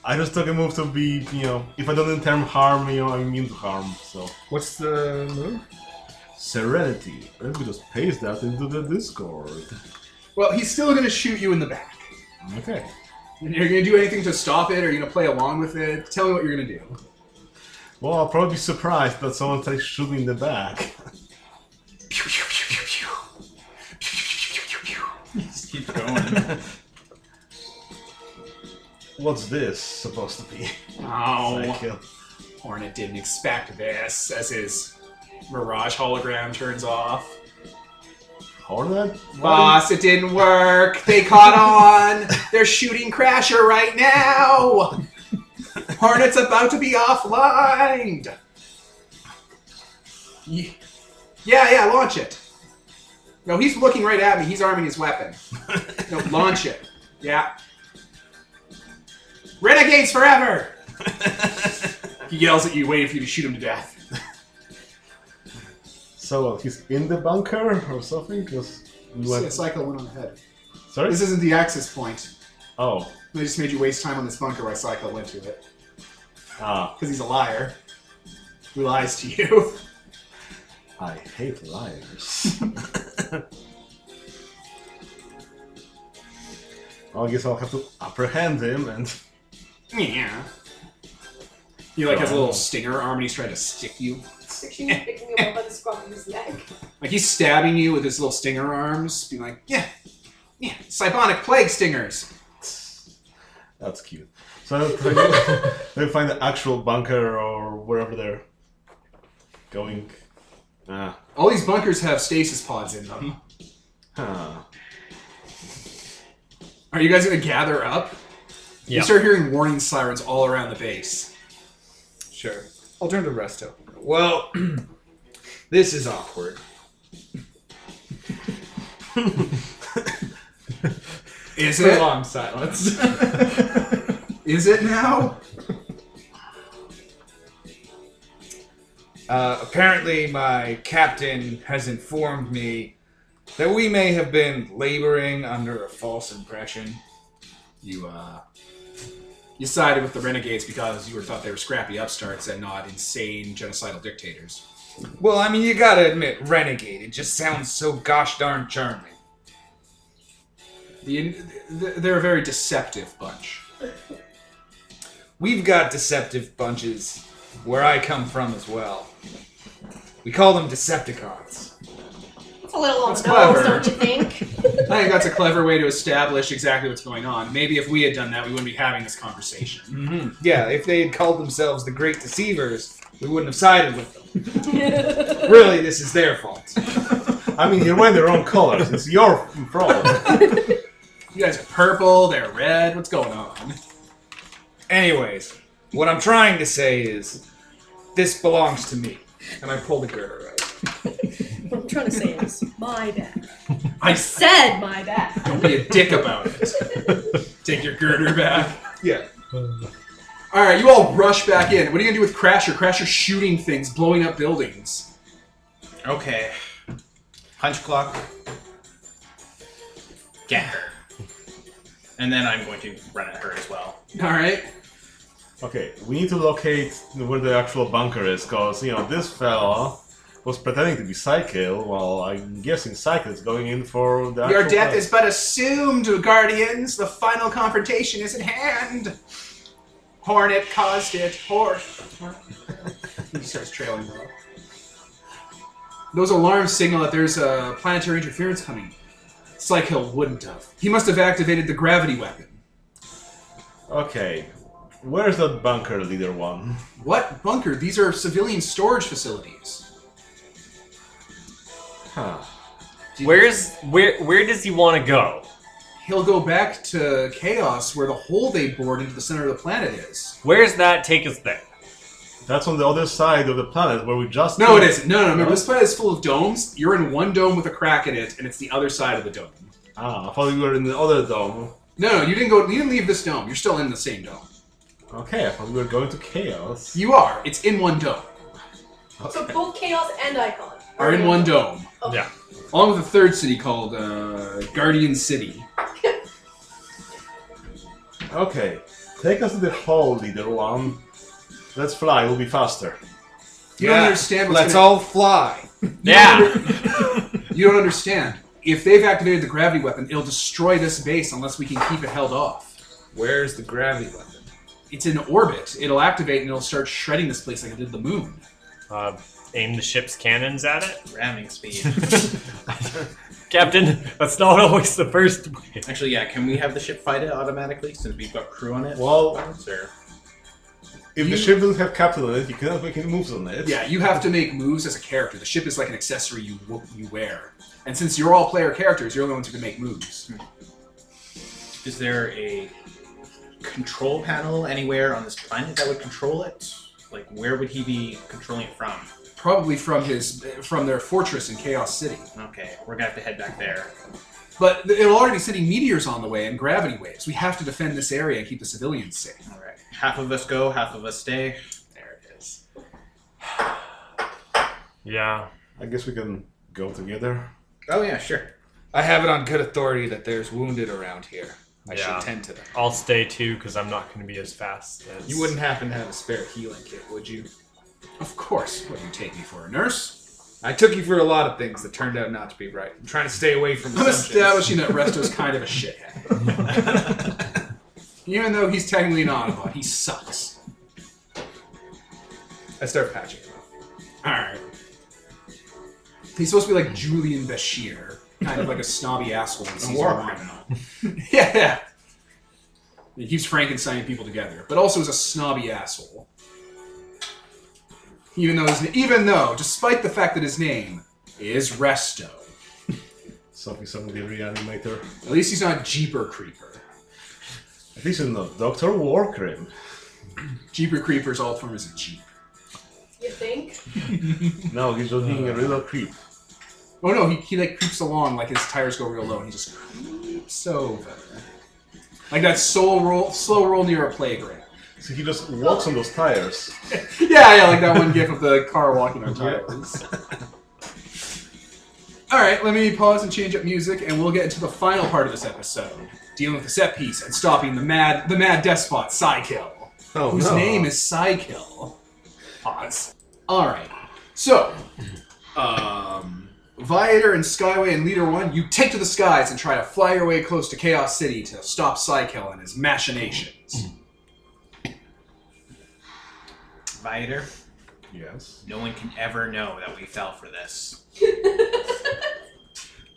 [SPEAKER 5] I just took a move to be, you know, if I don't intend harm, you know, I'm immune to harm. So
[SPEAKER 2] What's the move?
[SPEAKER 5] serenity. Let me just paste that into the Discord.
[SPEAKER 1] Well, he's still going to shoot you in the back.
[SPEAKER 5] Okay.
[SPEAKER 1] And you're going to do anything to stop it, or you're going to play along with it. Tell me what you're going to do.
[SPEAKER 5] Well, I'll probably be surprised that someone tries shooting in the back.
[SPEAKER 4] Just keep going.
[SPEAKER 5] What's this supposed to be?
[SPEAKER 1] Oh,
[SPEAKER 5] Psychic.
[SPEAKER 1] Hornet didn't expect this as his Mirage hologram turns off.
[SPEAKER 5] Hornet?
[SPEAKER 1] Boss, it didn't work. They caught on. They're shooting Crasher right now. Hornet's about to be offline. Ye- Yeah, yeah, launch it. No, he's looking right at me. He's arming his weapon. No, launch it. Yeah. Renegades forever! he yells at you, waiting for you to shoot him to death.
[SPEAKER 5] So what, he's in the bunker or something? Because we
[SPEAKER 1] Like,
[SPEAKER 5] went.
[SPEAKER 1] cycle went on ahead.
[SPEAKER 5] Sorry.
[SPEAKER 1] This isn't the access point.
[SPEAKER 5] Oh.
[SPEAKER 1] They just made you waste time on this bunker where Cycle went to it.
[SPEAKER 5] Ah.
[SPEAKER 1] Because he's a liar. Who lies to you?
[SPEAKER 5] I hate liars. I guess I'll have to apprehend him and.
[SPEAKER 1] yeah. He like has a little stinger arm and he's trying to stick you.
[SPEAKER 7] Picture you picking him up by the scruff of his neck.
[SPEAKER 1] Like he's stabbing you with his little stinger arms, being like, yeah, yeah, Cybonic plague stingers.
[SPEAKER 5] That's cute. So I'll try to- they find the actual bunker or wherever they're going. Ah.
[SPEAKER 1] All these bunkers have stasis pods in them.
[SPEAKER 5] Huh.
[SPEAKER 1] Are you guys gonna gather up?
[SPEAKER 3] Yeah.
[SPEAKER 1] You start hearing warning sirens all around the base.
[SPEAKER 2] Sure. I'll turn to Resto. Well, this is awkward.
[SPEAKER 1] Is
[SPEAKER 2] It's a
[SPEAKER 1] it?
[SPEAKER 2] long silence.
[SPEAKER 1] Is it now?
[SPEAKER 2] Uh, apparently, my captain has informed me that we may have been laboring under a false impression.
[SPEAKER 1] You uh, you sided with the renegades because you were thought they were scrappy upstarts and not insane genocidal dictators.
[SPEAKER 2] Well, I mean, you gotta admit, renegade. It just sounds so gosh darn charming.
[SPEAKER 1] The, th- they're a very deceptive bunch.
[SPEAKER 2] We've got deceptive bunches where I come from as well. We call them Decepticons.
[SPEAKER 7] It's a little on
[SPEAKER 1] That's
[SPEAKER 7] the nose,
[SPEAKER 1] clever.
[SPEAKER 7] don't you think?
[SPEAKER 1] I think that's a clever way to establish exactly what's going on. Maybe if we had done that, we wouldn't be having this conversation.
[SPEAKER 2] Mm-hmm. Yeah, if they had called themselves the Great Deceivers, we wouldn't have sided with them. Really, this is their fault.
[SPEAKER 5] I mean, you're wearing the wrong colors. It's your problem.
[SPEAKER 1] You guys are purple, they're red, what's going on?
[SPEAKER 2] Anyways, what I'm trying to say is, this belongs to me. And I pull the girder out.
[SPEAKER 7] what I'm trying to say is my bag.
[SPEAKER 1] I
[SPEAKER 7] Said my bag.
[SPEAKER 1] don't be a dick about it. Take your girder back.
[SPEAKER 2] Yeah.
[SPEAKER 1] All right, you all rush back in. What are you gonna do with Crasher? Crasher shooting things, blowing up buildings.
[SPEAKER 4] okay. Punch clock. Get her. And then I'm going to run at her as well.
[SPEAKER 1] All right.
[SPEAKER 5] okay, we need to locate where the actual bunker is, because, you know, this fella was pretending to be Psykill, while I'm guessing Psykill is going in for the
[SPEAKER 1] Your
[SPEAKER 5] actual
[SPEAKER 1] death
[SPEAKER 5] plan.
[SPEAKER 1] is but assumed, Guardians. The final confrontation is at hand. Hornet caused it. Horse. he starts trailing off. Those alarms signal that there's a planetary interference coming. Psychill wouldn't have. He must have activated the gravity weapon.
[SPEAKER 5] Okay, where's that bunker leader one?
[SPEAKER 1] What bunker? These are civilian storage facilities.
[SPEAKER 5] Huh.
[SPEAKER 3] Where's where? Where does he want to go?
[SPEAKER 1] He'll go back to chaos where the hole they bored into the center of the planet is.
[SPEAKER 3] Where's that take us there?
[SPEAKER 5] That's on the other side of the planet where we just.
[SPEAKER 1] No, it isn't. No, no, remember, this planet is full of domes. You're in one dome with a crack in it, and it's the other side of the dome.
[SPEAKER 5] Ah, I thought we were in the other dome.
[SPEAKER 1] No, no, you didn't go. You didn't leave this dome. You're still in the same dome.
[SPEAKER 5] Okay, I thought we were going to chaos.
[SPEAKER 1] You are. It's in one dome.
[SPEAKER 7] So both Chaos and Icon
[SPEAKER 1] Are in one dome,
[SPEAKER 7] Oh.
[SPEAKER 3] Yeah.
[SPEAKER 1] along with a third city called uh, Guardian City.
[SPEAKER 5] Okay, take us to the hall, leader one. Let's fly. We'll be faster.
[SPEAKER 1] You
[SPEAKER 2] Yeah,
[SPEAKER 1] don't understand. What's
[SPEAKER 2] Let's
[SPEAKER 1] gonna-
[SPEAKER 2] all fly.
[SPEAKER 3] Yeah.
[SPEAKER 1] You don't understand. If they've activated the gravity weapon, it'll destroy this base unless we can keep it held off.
[SPEAKER 2] Where's the gravity weapon?
[SPEAKER 1] It's in orbit. It'll activate and it'll start shredding this place like it did the moon.
[SPEAKER 5] Uh,
[SPEAKER 3] Aim the ship's cannons at it.
[SPEAKER 4] Ramming speed.
[SPEAKER 3] Captain, that's not always the first way.
[SPEAKER 4] Actually, yeah. Can we have the ship fight it automatically since we've got crew on it?
[SPEAKER 5] well,
[SPEAKER 4] Sir.
[SPEAKER 5] if
[SPEAKER 1] You-
[SPEAKER 5] the ship doesn't have captain on it, you cannot make any moves on it.
[SPEAKER 1] Yeah, you have to make moves as a character. The ship is like an accessory you you wear. And since you're all player characters, you're the only ones who can make moves.
[SPEAKER 4] Is there a control panel anywhere on this planet that would control it? Like, where would he be controlling it from?
[SPEAKER 1] Probably from his from their fortress in Chaos City.
[SPEAKER 4] Okay, we're gonna have to head back there.
[SPEAKER 1] But th- it'll already be sending meteors on the way and gravity waves. We have to defend this area and keep the civilians safe.
[SPEAKER 4] All right. Half of us go, half of us stay. There it is.
[SPEAKER 3] Yeah.
[SPEAKER 5] I guess we can go together.
[SPEAKER 4] Oh yeah, sure.
[SPEAKER 2] I have it on good authority that there's wounded around here. I
[SPEAKER 3] Yeah.
[SPEAKER 2] should tend to them.
[SPEAKER 3] I'll stay too because I'm not going to be as fast as.
[SPEAKER 2] You wouldn't happen to have a spare healing kit, would you?
[SPEAKER 1] Of course. What do you take me for, a nurse?
[SPEAKER 2] I took you for a lot of things that turned out not to be right. I'm trying to stay away from
[SPEAKER 1] I'm
[SPEAKER 2] assumptions.
[SPEAKER 1] establishing that Resto's kind of a shithead. Even though he's technically an Autobot, he sucks.
[SPEAKER 2] I start patching him up.
[SPEAKER 1] Alright. He's supposed to be like Julian Bashir, kind of like a snobby asshole in season
[SPEAKER 4] war
[SPEAKER 1] one. yeah. He keeps Frankensteining people together, but also is a snobby asshole. Even though, his, even though, despite the fact that his name is Resto,
[SPEAKER 5] Something, something, the reanimator.
[SPEAKER 1] at least he's not Jeeper Creeper.
[SPEAKER 5] At least in the Doctor Warcrim.
[SPEAKER 1] Jeeper Creeper's all forms of Jeep.
[SPEAKER 7] You think?
[SPEAKER 5] No, he's just being a
[SPEAKER 1] Uh.
[SPEAKER 5] real creep.
[SPEAKER 1] Oh no, he, he like creeps along like his tires go real low and he just creeps over. Like that slow roll slow roll near a playground.
[SPEAKER 5] So he just walks on those tires.
[SPEAKER 1] Yeah, yeah, like that one gif of the car walking on tires. Alright, let me pause and change up music and we'll get into the final part of this episode. Dealing with the set piece and stopping the mad the mad despot Psykill.
[SPEAKER 5] Oh,
[SPEAKER 1] whose
[SPEAKER 5] no.
[SPEAKER 1] name is Psykill. Pause. Alright. So um Viator and Skyway and Leader One, you take to the skies and try to fly your way close to Chaos City to stop Psykill and his machinations.
[SPEAKER 4] Viator,
[SPEAKER 5] Yes.
[SPEAKER 4] no one can ever know that we fell for this.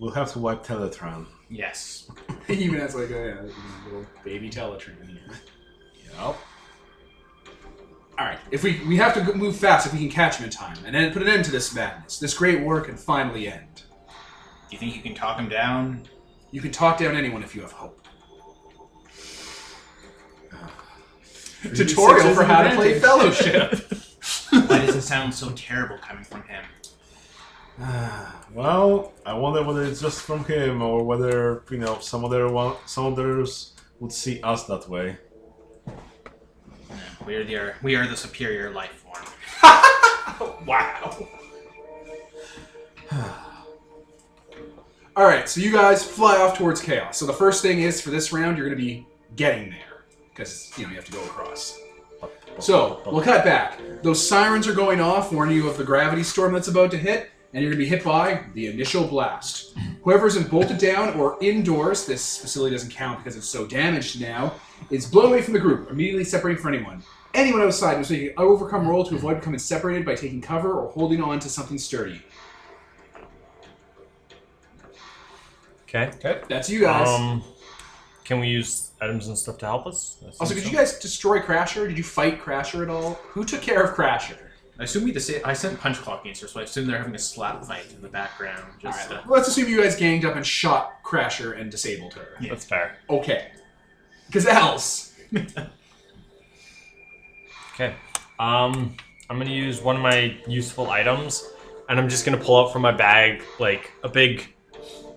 [SPEAKER 5] We'll have to wipe Teletran.
[SPEAKER 4] Yes.
[SPEAKER 1] he even has like a, a little baby Teletran in here.
[SPEAKER 5] Yep.
[SPEAKER 1] All right. If we we have to go- move fast, if we can catch him in time, and then put an end to this madness, this great war can finally end.
[SPEAKER 4] Do you think you can talk him down?
[SPEAKER 1] You can talk down anyone if you have hope. Tutorial for how to play Fellowship.
[SPEAKER 4] Why does it sound so terrible coming from him?
[SPEAKER 5] Well, I wonder whether it's just from him or whether you know some other one, some others would see us that way.
[SPEAKER 4] We are the we are the superior life form.
[SPEAKER 1] wow. All right. So you guys fly off towards chaos. So the first thing is for this round, you're going to be getting there because you know you have to go across. So we'll cut back. Those sirens are going off, warning you of the gravity storm that's about to hit, and you're gonna be hit by the initial blast. Whoever's in bolted down or indoors, this facility doesn't count because it's so damaged now, is blown away from the group, immediately separating from anyone. Anyone outside must make an overcome roll to avoid becoming separated by taking cover or holding on to something sturdy.
[SPEAKER 3] Okay.
[SPEAKER 1] That's you guys.
[SPEAKER 3] Um, can we use items and stuff to help us? I
[SPEAKER 1] also,
[SPEAKER 3] think
[SPEAKER 1] did
[SPEAKER 3] so.
[SPEAKER 1] you guys destroy Crasher? Did you fight Crasher at all? Who took care of Crasher?
[SPEAKER 4] I assume we just I sent punch clock answer, so I assume they're having a slap fight in the background. Just
[SPEAKER 1] Alright,
[SPEAKER 4] uh,
[SPEAKER 1] let's assume you guys ganged up and shot Crasher and disabled her.
[SPEAKER 3] That's fair.
[SPEAKER 1] Okay. Because else.
[SPEAKER 3] Okay. Um, I'm gonna use one of my useful items, and I'm just gonna pull out from my bag like a big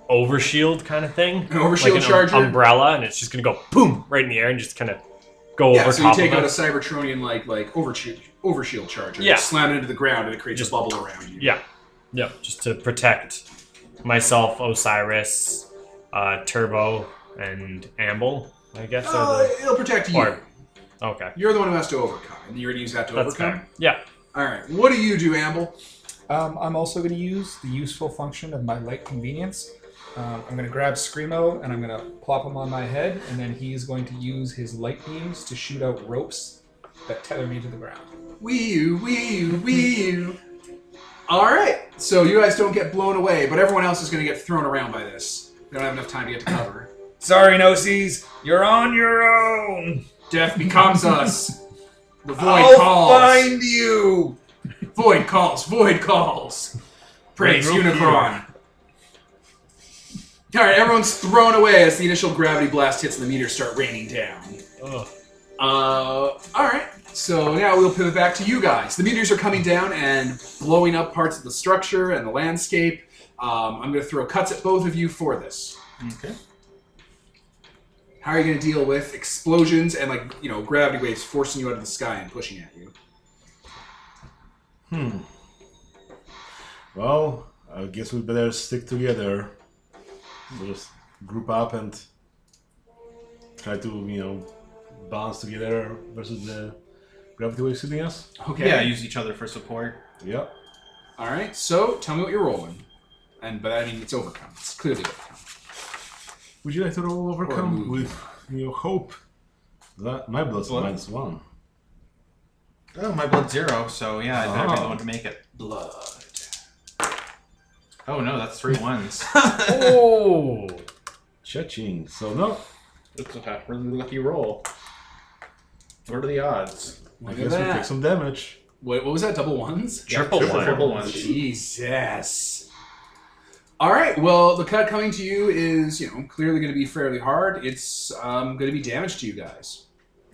[SPEAKER 3] overshield kind of thing,
[SPEAKER 1] An overshield
[SPEAKER 3] like an um-
[SPEAKER 1] charger?
[SPEAKER 3] umbrella, and it's just gonna go boom right in the air and just kind of go
[SPEAKER 1] Yeah,
[SPEAKER 3] over
[SPEAKER 1] so you
[SPEAKER 3] top
[SPEAKER 1] take
[SPEAKER 3] of
[SPEAKER 1] out a
[SPEAKER 3] us.
[SPEAKER 1] Cybertronian like like overshield overshield charger.
[SPEAKER 3] Yeah.
[SPEAKER 1] You slam it into the ground and it creates a
[SPEAKER 3] Just-
[SPEAKER 1] bubble around you.
[SPEAKER 3] Yeah, yeah, just to protect myself, Osiris, uh, Turbo, and Amble. I guess. are
[SPEAKER 1] Uh, it'll protect
[SPEAKER 3] the-
[SPEAKER 1] you.
[SPEAKER 3] or, okay,
[SPEAKER 1] You're the one who has to overcome, and you're gonna use that to
[SPEAKER 3] that's
[SPEAKER 1] overcome.
[SPEAKER 3] fair. Yeah,
[SPEAKER 1] All right. What do you do, Amble?
[SPEAKER 2] Um, I'm also going to use the useful function of my light convenience. Um, I'm going to grab Screamo and I'm going to plop him on my head, and then he's going to use his light beams to shoot out ropes that tether me to the ground.
[SPEAKER 1] Wee you, wee you, wee you. All right. So you guys don't get blown away, but everyone else is gonna get thrown around by this. They don't have enough time to get to cover.
[SPEAKER 2] Sorry, Noses, you're on your own.
[SPEAKER 1] Death becomes us. The void
[SPEAKER 2] I'll
[SPEAKER 1] calls.
[SPEAKER 2] find you.
[SPEAKER 1] Void calls. Void calls. Praise
[SPEAKER 5] Wait, real
[SPEAKER 1] Unicron. All right, everyone's thrown away as the initial gravity blast hits and the meters start raining down.
[SPEAKER 3] Ugh.
[SPEAKER 1] Uh, all right. So now we'll pivot back to you guys. The meteors are coming down and blowing up parts of the structure and the landscape. Um, I'm going to throw cuts at both of you for this.
[SPEAKER 4] Okay.
[SPEAKER 1] How are you going to deal with explosions and like you know gravity waves forcing you out of the sky and pushing at you?
[SPEAKER 5] Hmm. Well, I guess we better stick together. Just group up and try to, you know, balance together versus the gravity waves hitting us.
[SPEAKER 1] Okay.
[SPEAKER 4] Yeah, use each other for support.
[SPEAKER 5] Yeah.
[SPEAKER 1] All right. So tell me what you're rolling, and but I mean it's overcome. It's clearly overcome.
[SPEAKER 5] Would you like to roll
[SPEAKER 1] Or
[SPEAKER 5] overcome
[SPEAKER 1] move.
[SPEAKER 5] with your hope? That, my blood's
[SPEAKER 4] Blood?
[SPEAKER 5] minus one.
[SPEAKER 4] Oh, my blood's zero, so yeah, I'd better be the
[SPEAKER 5] Oh.
[SPEAKER 4] one to make it.
[SPEAKER 1] Blood.
[SPEAKER 4] Oh no, that's three ones.
[SPEAKER 3] Oh,
[SPEAKER 5] Cha-ching. So no,
[SPEAKER 4] that's a really lucky roll. What are the odds?
[SPEAKER 5] I
[SPEAKER 1] Look at
[SPEAKER 5] guess we take
[SPEAKER 1] that.
[SPEAKER 5] some damage.
[SPEAKER 1] What, what was that? Double ones.
[SPEAKER 3] triple
[SPEAKER 4] triple,
[SPEAKER 3] one.
[SPEAKER 4] triple ones.
[SPEAKER 1] Jesus. All right. Well, the cut coming to you is, you know, clearly going to be fairly hard. It's um, going to be damage to you guys.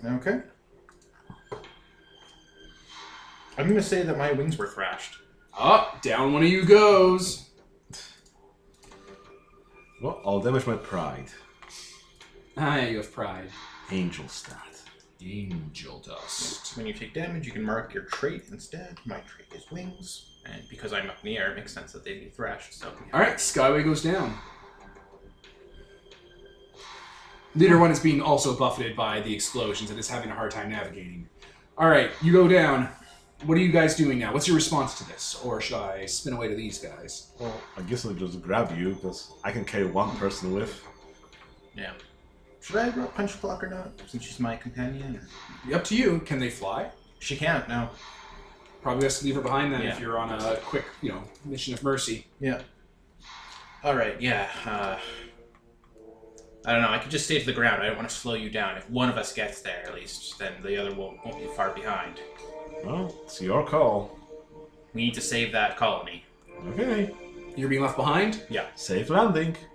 [SPEAKER 4] Okay. I'm gonna say that my wings were thrashed.
[SPEAKER 1] Up, down one of you goes.
[SPEAKER 5] Well, I'll damage my pride.
[SPEAKER 1] Ah, you have pride.
[SPEAKER 5] Angel stat.
[SPEAKER 1] Angel dust.
[SPEAKER 4] When you take damage, you can mark your trait instead. My trait is wings, and because I'm up in the air, it makes sense that they'd be thrashed. So
[SPEAKER 1] All right, Skyway goes down. Leader one is being also buffeted by the explosions and is having a hard time navigating. All right, you go down. What are you guys doing now? What's your response to this? Or should I spin away to these guys?
[SPEAKER 5] Well, I guess I'll just grab you because I can carry one person with.
[SPEAKER 4] yeah. Should I roll punch clock or not? Since she's my companion,
[SPEAKER 1] Up to you. Can they fly?
[SPEAKER 4] she can't. No.
[SPEAKER 1] Probably best to leave her behind then if
[SPEAKER 4] Yeah.
[SPEAKER 1] you're on a quick, you know, mission of mercy.
[SPEAKER 4] Yeah. All right. Yeah. Uh, I don't know. I could just stay to the ground. I don't want to slow you down. If one of us gets there, at least, then the other won't, won't be far behind.
[SPEAKER 5] Well, it's your call.
[SPEAKER 4] We need to save that colony.
[SPEAKER 5] Okay.
[SPEAKER 1] You're being left behind?
[SPEAKER 5] Safe landing.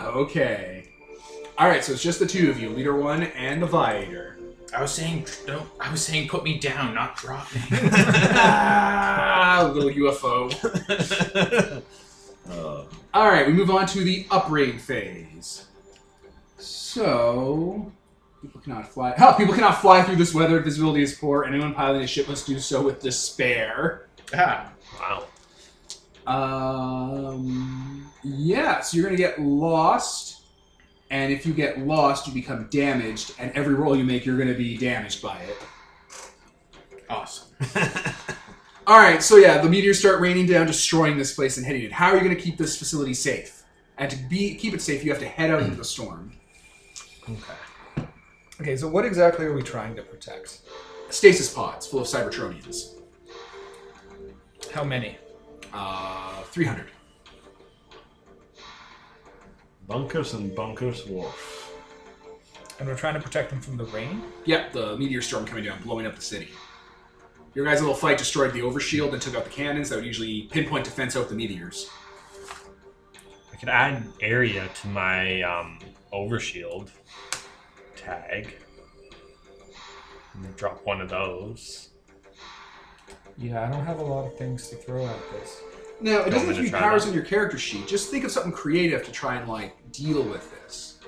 [SPEAKER 1] Okay. Alright, so it's just the two of you, Leader One and the Viator.
[SPEAKER 4] I was saying no. I was saying put me down, not drop me.
[SPEAKER 1] ah, little UFO.
[SPEAKER 5] Uh,
[SPEAKER 1] Alright, we move on to the upgrade phase. So people cannot fly Huh, people cannot fly through this weather, visibility is poor, anyone piloting a ship must do so with despair.
[SPEAKER 4] ah,
[SPEAKER 3] Wow.
[SPEAKER 1] Um, yeah, so you're going to get lost, and if you get lost, you become damaged, and every roll you make, you're going to be damaged by it.
[SPEAKER 4] awesome.
[SPEAKER 1] All right, so yeah, the meteors start raining down, destroying this place and hitting it. How are you going to keep this facility safe? And to be keep it safe, you have to head out into the storm.
[SPEAKER 2] Okay, so what exactly are we trying to protect?
[SPEAKER 1] Stasis pods full of Cybertronians.
[SPEAKER 2] How many?
[SPEAKER 1] Uh, 300.
[SPEAKER 5] bunkers and bunkers wharf.
[SPEAKER 2] And we're trying to protect them from the rain?
[SPEAKER 1] Yep, the meteor storm coming down, blowing up the city. Your guys' little fight destroyed the overshield and took out the cannons that would usually pinpoint defense out the meteors.
[SPEAKER 3] I could add area to my um, overshield tag. I'm gonna drop one of those.
[SPEAKER 2] Yeah, I don't have a lot of things to throw at this.
[SPEAKER 1] Now, it
[SPEAKER 3] Don't
[SPEAKER 1] doesn't have to
[SPEAKER 3] wanna
[SPEAKER 1] be
[SPEAKER 3] try
[SPEAKER 1] powers
[SPEAKER 3] that.
[SPEAKER 1] on your character sheet. Just think of something creative to try and like deal with this.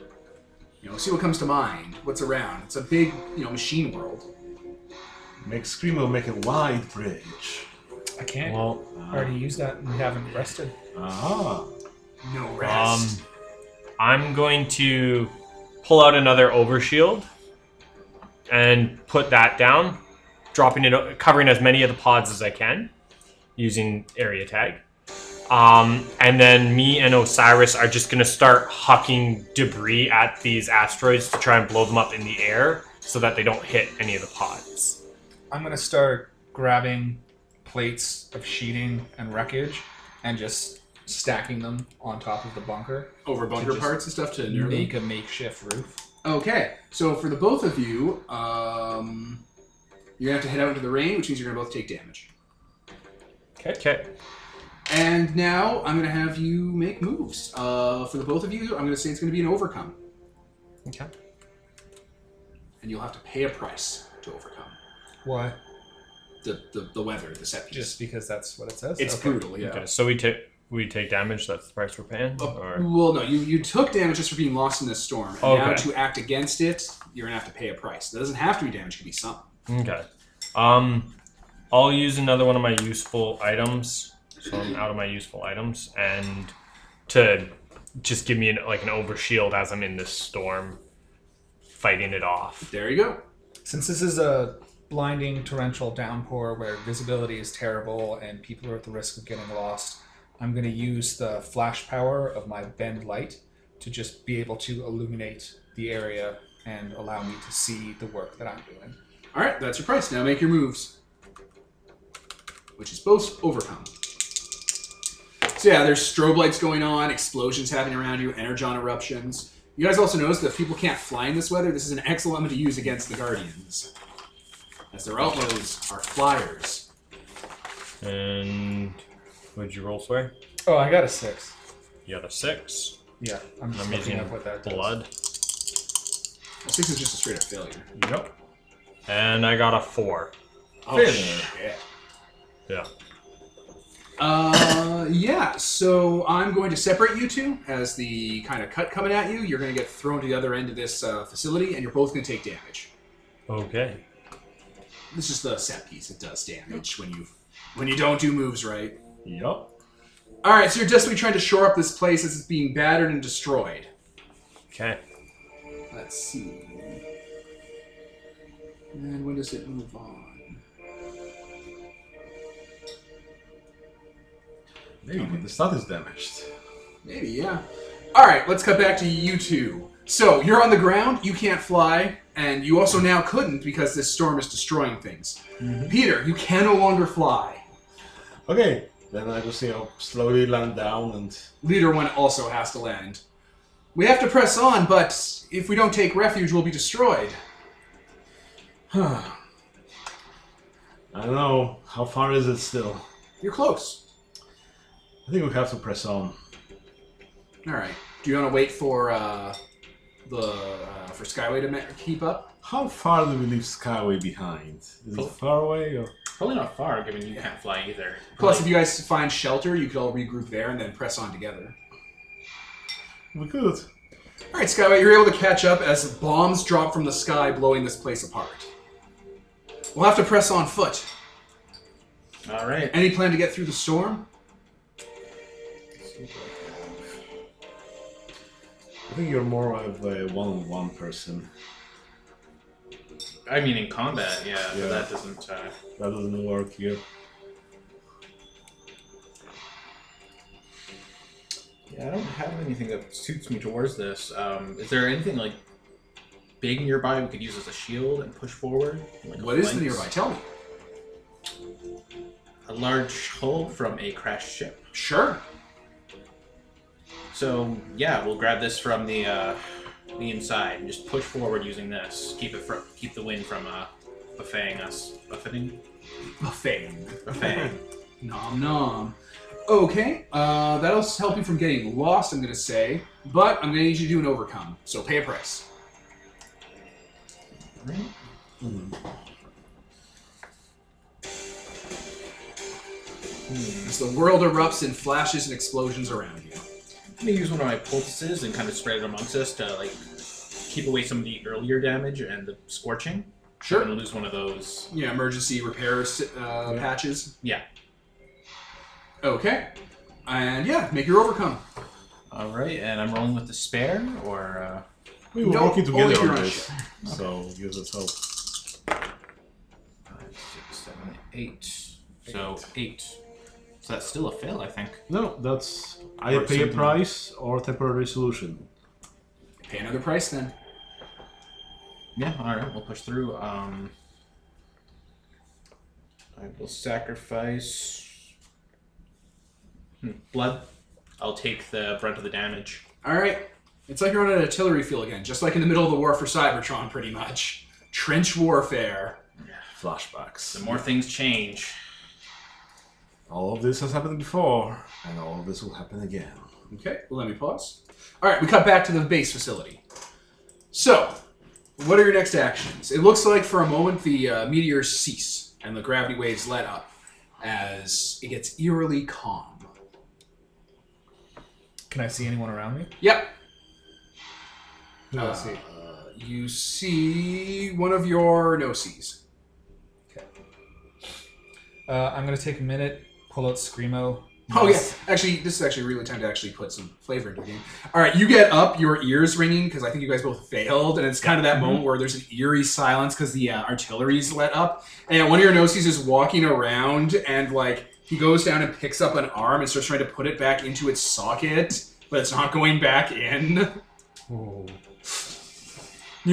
[SPEAKER 1] You know, see what comes to mind. What's around? It's a big, you know, machine world.
[SPEAKER 5] Make Screamo make a wide bridge. Uh,
[SPEAKER 2] I can't.
[SPEAKER 3] Well,
[SPEAKER 2] I already used that and haven't rested.
[SPEAKER 5] Ah.
[SPEAKER 1] No
[SPEAKER 3] um,
[SPEAKER 1] rest.
[SPEAKER 3] I'm going to pull out another overshield and put that down, dropping it, o- covering as many of the pods as I can using area tag. Um, and then me and Osiris are just gonna start hucking debris at these asteroids to try and blow them up in the air so that they don't hit any of the pods.
[SPEAKER 2] I'm gonna start grabbing plates of sheeting and wreckage and just stacking them on top of the bunker
[SPEAKER 1] Over bunker
[SPEAKER 2] just Mm-hmm.
[SPEAKER 1] parts and stuff to
[SPEAKER 2] and
[SPEAKER 1] nearly.
[SPEAKER 2] make a makeshift roof.
[SPEAKER 1] Okay, so for the both of you, um, you're gonna have to head out into the rain, which means you're gonna both take damage.
[SPEAKER 3] Okay.
[SPEAKER 1] And now I'm gonna have you make moves. Uh, for the both of you, I'm gonna say it's gonna be an overcome,
[SPEAKER 3] Okay.
[SPEAKER 1] and you'll have to pay a price to overcome
[SPEAKER 2] Why?
[SPEAKER 1] the the, the weather, the set piece.
[SPEAKER 2] Just because that's what it says.
[SPEAKER 1] it's
[SPEAKER 2] Okay.
[SPEAKER 1] brutal. Yeah.
[SPEAKER 3] Okay. So we take we take damage. That's the price we're paying.
[SPEAKER 1] Uh,
[SPEAKER 3] Or
[SPEAKER 1] Well, no, you, you took damage just for being lost in this storm. And now
[SPEAKER 3] Okay.
[SPEAKER 1] to act against it, you're gonna have to pay a price. That doesn't have to be damage; it could be something.
[SPEAKER 3] Okay. Um, I'll use another one of my useful items. So I'm out of my useful items, and to just give me an, like an overshield as I'm in this storm, fighting it off.
[SPEAKER 1] There you go.
[SPEAKER 2] Since this is a blinding torrential downpour where visibility is terrible and people are at the risk of getting lost, I'm going to use the flash power of my bend light to just be able to illuminate the area and allow me to see the work that I'm doing.
[SPEAKER 1] All right, that's your price. Now make your moves, which is both overcome. So yeah, there's strobe lights going on, explosions happening around you, energon eruptions. You guys also notice that if people can't fly in this weather, this is an excellent one to use against the guardians, as their outlaws are flyers.
[SPEAKER 3] And would you roll swear?
[SPEAKER 2] Oh, I got a six.
[SPEAKER 3] The other six.
[SPEAKER 2] Yeah, I'm just
[SPEAKER 3] I'm
[SPEAKER 2] looking
[SPEAKER 3] using
[SPEAKER 2] up what that does.
[SPEAKER 3] blood.
[SPEAKER 1] Well, six is just a straight up failure.
[SPEAKER 3] Yep. And I got a four.
[SPEAKER 1] Oh,
[SPEAKER 5] Failure.
[SPEAKER 1] shit.
[SPEAKER 3] Yeah.
[SPEAKER 1] Uh, yeah. So I'm going to separate you two as the kind of cut coming at you. You're going to get thrown to the other end of this uh, facility, and you're both going to take damage.
[SPEAKER 3] Okay.
[SPEAKER 1] This is the set piece. It does damage when you when you don't do moves right.
[SPEAKER 5] Yup.
[SPEAKER 1] All right. So you're desperately trying to shore up this place as it's being battered and destroyed.
[SPEAKER 3] Okay.
[SPEAKER 1] Let's see. And when does it move on?
[SPEAKER 5] Maybe but the stat is damaged.
[SPEAKER 1] Maybe, yeah. All right, let's cut back to you two. So you're on the ground, you can't fly, and you also now couldn't because this storm is destroying things. Peter, you can no longer fly.
[SPEAKER 5] Okay. Then I just, you know, slowly land down and.
[SPEAKER 1] Leader one also has to land. We have to press on, but if we don't take refuge, we'll be destroyed.
[SPEAKER 5] I don't know. How far is it still?
[SPEAKER 1] You're close.
[SPEAKER 5] I think we have to press on.
[SPEAKER 1] All right. Do you want to wait for uh, the uh, for Skyway to ma- keep up?
[SPEAKER 5] How far do we leave Skyway behind? Is it far away or?
[SPEAKER 4] Probably not far, given you can't fly either.
[SPEAKER 1] Plus,
[SPEAKER 4] Like,
[SPEAKER 1] if you guys find shelter, you could all regroup there and then press on together.
[SPEAKER 5] We could.
[SPEAKER 1] All right, Skyway, you're able to catch up as bombs drop from the sky, blowing this place apart. We'll have to press on foot.
[SPEAKER 4] all right.
[SPEAKER 1] Any plan to get through the storm?
[SPEAKER 5] I think you're more of a one-on-one person.
[SPEAKER 4] I mean, in combat, yeah,
[SPEAKER 5] Yeah.
[SPEAKER 4] but that doesn't. Uh,
[SPEAKER 5] That doesn't work here.
[SPEAKER 4] yeah, I don't have anything that suits me towards this. Um, is there anything like big nearby we could use as a shield and push forward? Like a
[SPEAKER 1] What is the
[SPEAKER 4] flanks?
[SPEAKER 1] nearby? Tell me.
[SPEAKER 4] A large hull from a crashed ship.
[SPEAKER 1] Sure.
[SPEAKER 4] So yeah, we'll grab this from the uh, the inside and just push forward using this. Keep it from keep the wind from uh, buffeting us. Buffeting,
[SPEAKER 1] Buffet.
[SPEAKER 4] buffeting.
[SPEAKER 1] Nom nom. Okay, uh, that'll help you from getting lost, I'm gonna say, but I'm gonna need you to do an overcome, so pay a price. Hmm.
[SPEAKER 4] Hmm.
[SPEAKER 1] As the world erupts in flashes and explosions around you.
[SPEAKER 4] I'm gonna use one of my poultices and kind of spread it amongst us to like keep away some of the earlier damage and the scorching. I'm gonna lose one of those.
[SPEAKER 1] Yeah, emergency repair s- uh, patches.
[SPEAKER 4] Yeah.
[SPEAKER 1] Okay. And yeah, make your overcome.
[SPEAKER 4] All right, and I'm rolling with the spare, or uh,
[SPEAKER 5] We were
[SPEAKER 1] Don't
[SPEAKER 5] working together
[SPEAKER 1] alter
[SPEAKER 5] on
[SPEAKER 1] your
[SPEAKER 5] this, so use us help.
[SPEAKER 4] five, six, seven, eight. So eight. So that's still a fail, I think.
[SPEAKER 5] No, that's I
[SPEAKER 4] Or
[SPEAKER 5] pay a
[SPEAKER 4] something.
[SPEAKER 5] price or temporary solution.
[SPEAKER 1] Pay another price then.
[SPEAKER 4] Yeah, all right, we'll push through. Um, I will sacrifice hmm, blood. I'll take the brunt of the damage.
[SPEAKER 1] All right. It's like you're on an artillery field again, just like in the middle of the war for Cybertron, pretty much. Trench warfare.
[SPEAKER 4] The
[SPEAKER 5] Flashbacks.
[SPEAKER 4] more things change,
[SPEAKER 5] All of this has happened before, and all of this will happen again.
[SPEAKER 1] Okay, let me pause. All right, we cut back to the base facility. So, what are your next actions? It looks like for a moment the uh, meteors cease and the gravity waves let up as it gets eerily calm.
[SPEAKER 2] Can I see anyone around me?
[SPEAKER 1] Yep,
[SPEAKER 2] Who do I
[SPEAKER 1] Uh,
[SPEAKER 2] see?
[SPEAKER 1] you see one of your noses.
[SPEAKER 2] Uh, I'm gonna take a minute, pull out Screamo.
[SPEAKER 1] Oh yeah, actually, this is actually really time to actually put some flavor into the game. All right, you get up, your ears ringing because I think you guys both failed, and it's kind of that moment where there's an eerie silence because the uh, artillery's let up, and one of your noses is walking around, and like he goes down and picks up an arm and starts trying to put it back into its socket, but it's not going back in. You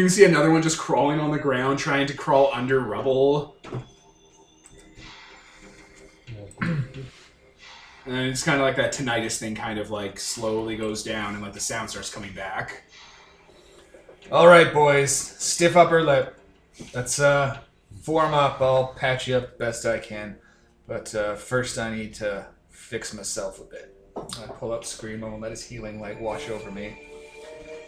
[SPEAKER 1] can see another one just crawling on the ground, trying to crawl under rubble. And it's kind of like that tinnitus thing, kind of like slowly goes down, and like the sound starts coming back.
[SPEAKER 2] All right, boys, stiff upper lip. Let's uh, form up. I'll patch you up best I can, but uh, first I need to fix myself a bit. I pull out Screamo and let his healing light wash over me,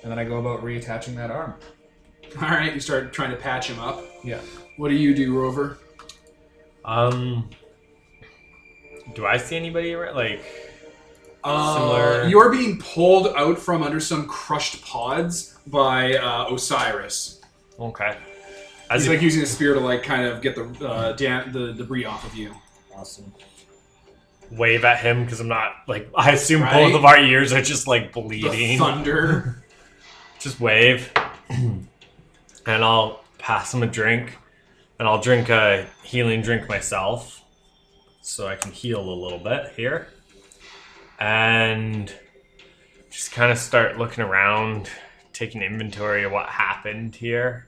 [SPEAKER 2] and then I go about reattaching that arm.
[SPEAKER 1] All right, you start trying to patch him up.
[SPEAKER 2] Yeah.
[SPEAKER 1] What do you do, Rover?
[SPEAKER 3] Um, do I see anybody around? Like,
[SPEAKER 1] Uh,
[SPEAKER 3] Similar-
[SPEAKER 1] You're being pulled out from under some crushed pods by uh, Osiris.
[SPEAKER 3] okay.
[SPEAKER 1] He's
[SPEAKER 3] As if,
[SPEAKER 1] like using a spear to like kind of get the uh, dam- the debris off of you.
[SPEAKER 3] awesome. Wave at him because I'm not like I assume
[SPEAKER 1] Right?
[SPEAKER 3] both of our ears are just like
[SPEAKER 1] The
[SPEAKER 3] bleeding.
[SPEAKER 1] thunder.
[SPEAKER 3] Just wave, and I'll pass him a drink, and I'll drink a healing drink myself, so I can heal a little bit here, and just kind of start looking around, taking inventory of what happened here.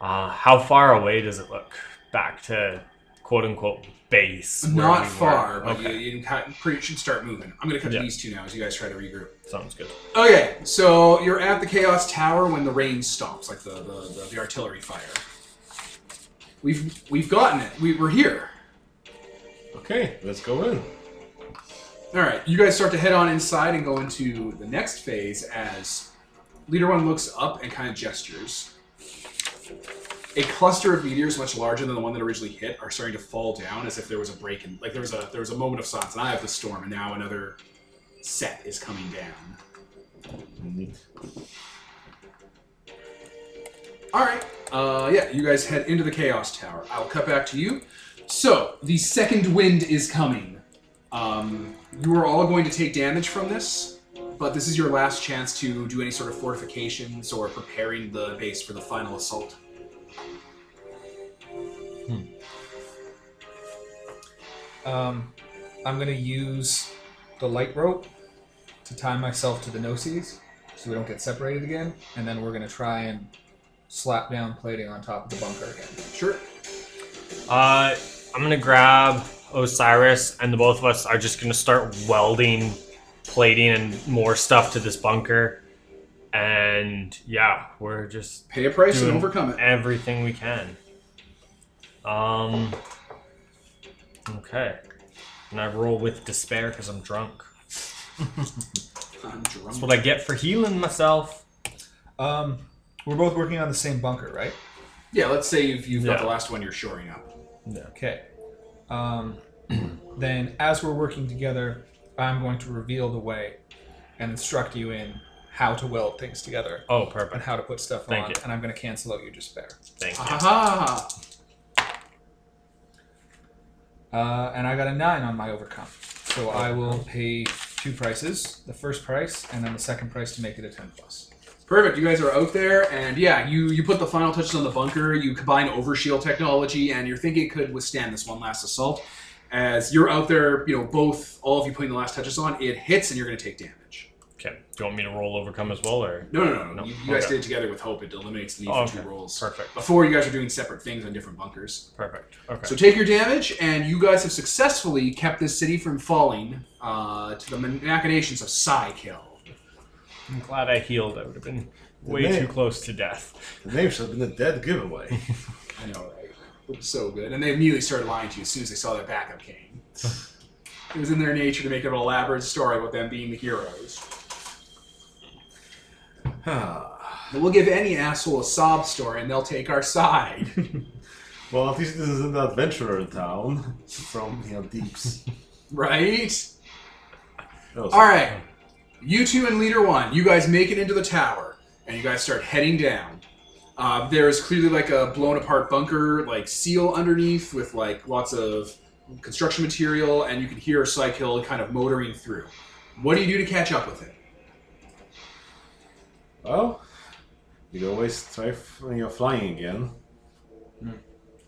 [SPEAKER 3] Uh, how far away does it look back to quote unquote base? where
[SPEAKER 1] Not
[SPEAKER 3] we were?
[SPEAKER 1] far, but
[SPEAKER 3] okay,
[SPEAKER 1] you, you can, pretty, should start moving. I'm gonna cut
[SPEAKER 3] Yeah.
[SPEAKER 1] to these two now as you guys try to regroup.
[SPEAKER 3] sounds good.
[SPEAKER 1] Okay, so you're at the Chaos Tower when the rain stops, like the, the, the, the artillery fire. We've we've gotten it. We, we're here.
[SPEAKER 5] Okay, let's go in.
[SPEAKER 1] All right, you guys start to head on inside and go into the next phase as Leader One looks up and kind of gestures. A cluster of meteors, much larger than the one that originally hit, are starting to fall down as if there was a break in, like there was a there was a moment of silence. And I have the storm, and now another set is coming down. All right. Uh, yeah, you guys head into the Chaos Tower. I'll cut back to you. So the second wind is coming. Um, you are all going to take damage from this, but this is your last chance to do any sort of fortifications or preparing the base for the final assault.
[SPEAKER 2] Um, I'm gonna use the light rope to tie myself to the noses so we don't get separated again, and then we're gonna try and slap down plating on top of the bunker again.
[SPEAKER 1] Sure.
[SPEAKER 3] Uh, I'm gonna grab Osiris, and the both of us are just gonna start welding, plating, and more stuff to this bunker. And yeah, we're just
[SPEAKER 1] Pay a price
[SPEAKER 3] Doing-
[SPEAKER 1] and overcome it.
[SPEAKER 3] everything we can. Um. Okay. And I roll with despair because I'm drunk.
[SPEAKER 1] I'm drunk.
[SPEAKER 3] That's what I get for healing myself.
[SPEAKER 2] Um, we're both working on the same bunker, right?
[SPEAKER 1] Yeah, let's say you've, you've got
[SPEAKER 3] Yeah.
[SPEAKER 1] the last one you're shoring up.
[SPEAKER 2] Okay. Um, then as we're working together, I'm going to reveal the way and instruct you in how to weld things together
[SPEAKER 3] Oh,
[SPEAKER 2] and
[SPEAKER 3] perfect.
[SPEAKER 2] how to put stuff
[SPEAKER 3] Thank
[SPEAKER 2] on.
[SPEAKER 3] you.
[SPEAKER 2] And I'm going to cancel out your despair.
[SPEAKER 3] Thank
[SPEAKER 6] Ha
[SPEAKER 3] you.
[SPEAKER 6] ha ha.
[SPEAKER 2] Uh, and I got a nine on my overcome. So I will pay two prices the first price and then the second price to make it a 10 plus.
[SPEAKER 1] Perfect. You guys are out there, and yeah, you you put the final touches on the bunker. You combine overshield technology, and you're thinking it could withstand this one last assault. As you're out there, you know both all of you putting the last touches on, it hits, and you're going to take damage.
[SPEAKER 3] Okay. Do you want me to roll overcome as well, or
[SPEAKER 1] No, no, no, no.
[SPEAKER 3] No.
[SPEAKER 1] You, you guys
[SPEAKER 3] Okay.
[SPEAKER 1] did it together with hope. It eliminates the need
[SPEAKER 3] Oh,
[SPEAKER 1] for two
[SPEAKER 3] okay.
[SPEAKER 1] rolls.
[SPEAKER 3] perfect?
[SPEAKER 1] Before you guys were doing separate things on different bunkers.
[SPEAKER 3] Perfect. Okay.
[SPEAKER 1] So take your damage, and you guys have successfully kept this city from falling uh, to the machinations of Psykill.
[SPEAKER 3] I'm glad I healed. I would have been way
[SPEAKER 5] man.
[SPEAKER 3] too close to death.
[SPEAKER 5] The name should have been a dead giveaway.
[SPEAKER 1] I know, right? It was so good. And they immediately started lying to you as soon as they saw their backup came. it was in their nature to make up an elaborate story about them being the heroes. But we'll give any asshole a sob story and they'll take our side.
[SPEAKER 5] well, at least this isn't an adventurer town from you know, deeps.
[SPEAKER 1] right?
[SPEAKER 5] That was-
[SPEAKER 1] All right. You two and leader one, you guys make it into the tower, and you guys start heading down. Uh, there is clearly like a blown apart bunker, like seal underneath with like lots of construction material, and you can hear Psychill kind of motoring through. What do you do to catch up with it?
[SPEAKER 5] Well, you can always try f- when you're flying again.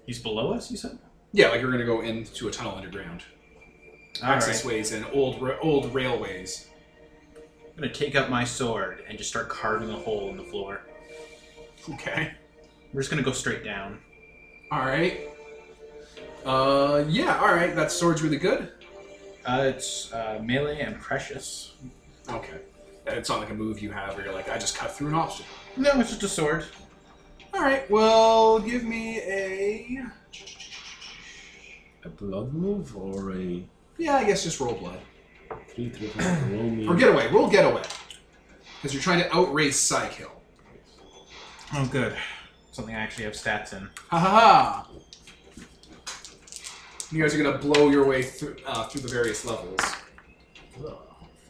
[SPEAKER 4] He's below us, you said?
[SPEAKER 1] Yeah, like you're gonna go into a tunnel underground, access
[SPEAKER 4] Alright.
[SPEAKER 1] ways and old ra- old railways.
[SPEAKER 4] I'm gonna take up my sword and just start carving a hole in the floor.
[SPEAKER 1] Okay.
[SPEAKER 4] We're just gonna go straight down.
[SPEAKER 1] All right. Uh, yeah. All right. That sword's really good.
[SPEAKER 4] Uh, it's uh, melee and precious.
[SPEAKER 1] Okay. And It's not like a move you have where you're like, I just cut through an obstacle.
[SPEAKER 4] No, it's just a sword.
[SPEAKER 1] Alright, well, give me a.
[SPEAKER 5] A blood move or a
[SPEAKER 1] Yeah, I guess just roll blood.
[SPEAKER 5] three three five roll me.
[SPEAKER 1] Or getaway. Roll getaway. Because you're trying to outrace Psykill.
[SPEAKER 4] Oh, good. Something I actually have stats in.
[SPEAKER 1] Ha ha ha! You guys are gonna blow your way through, uh, through the various levels.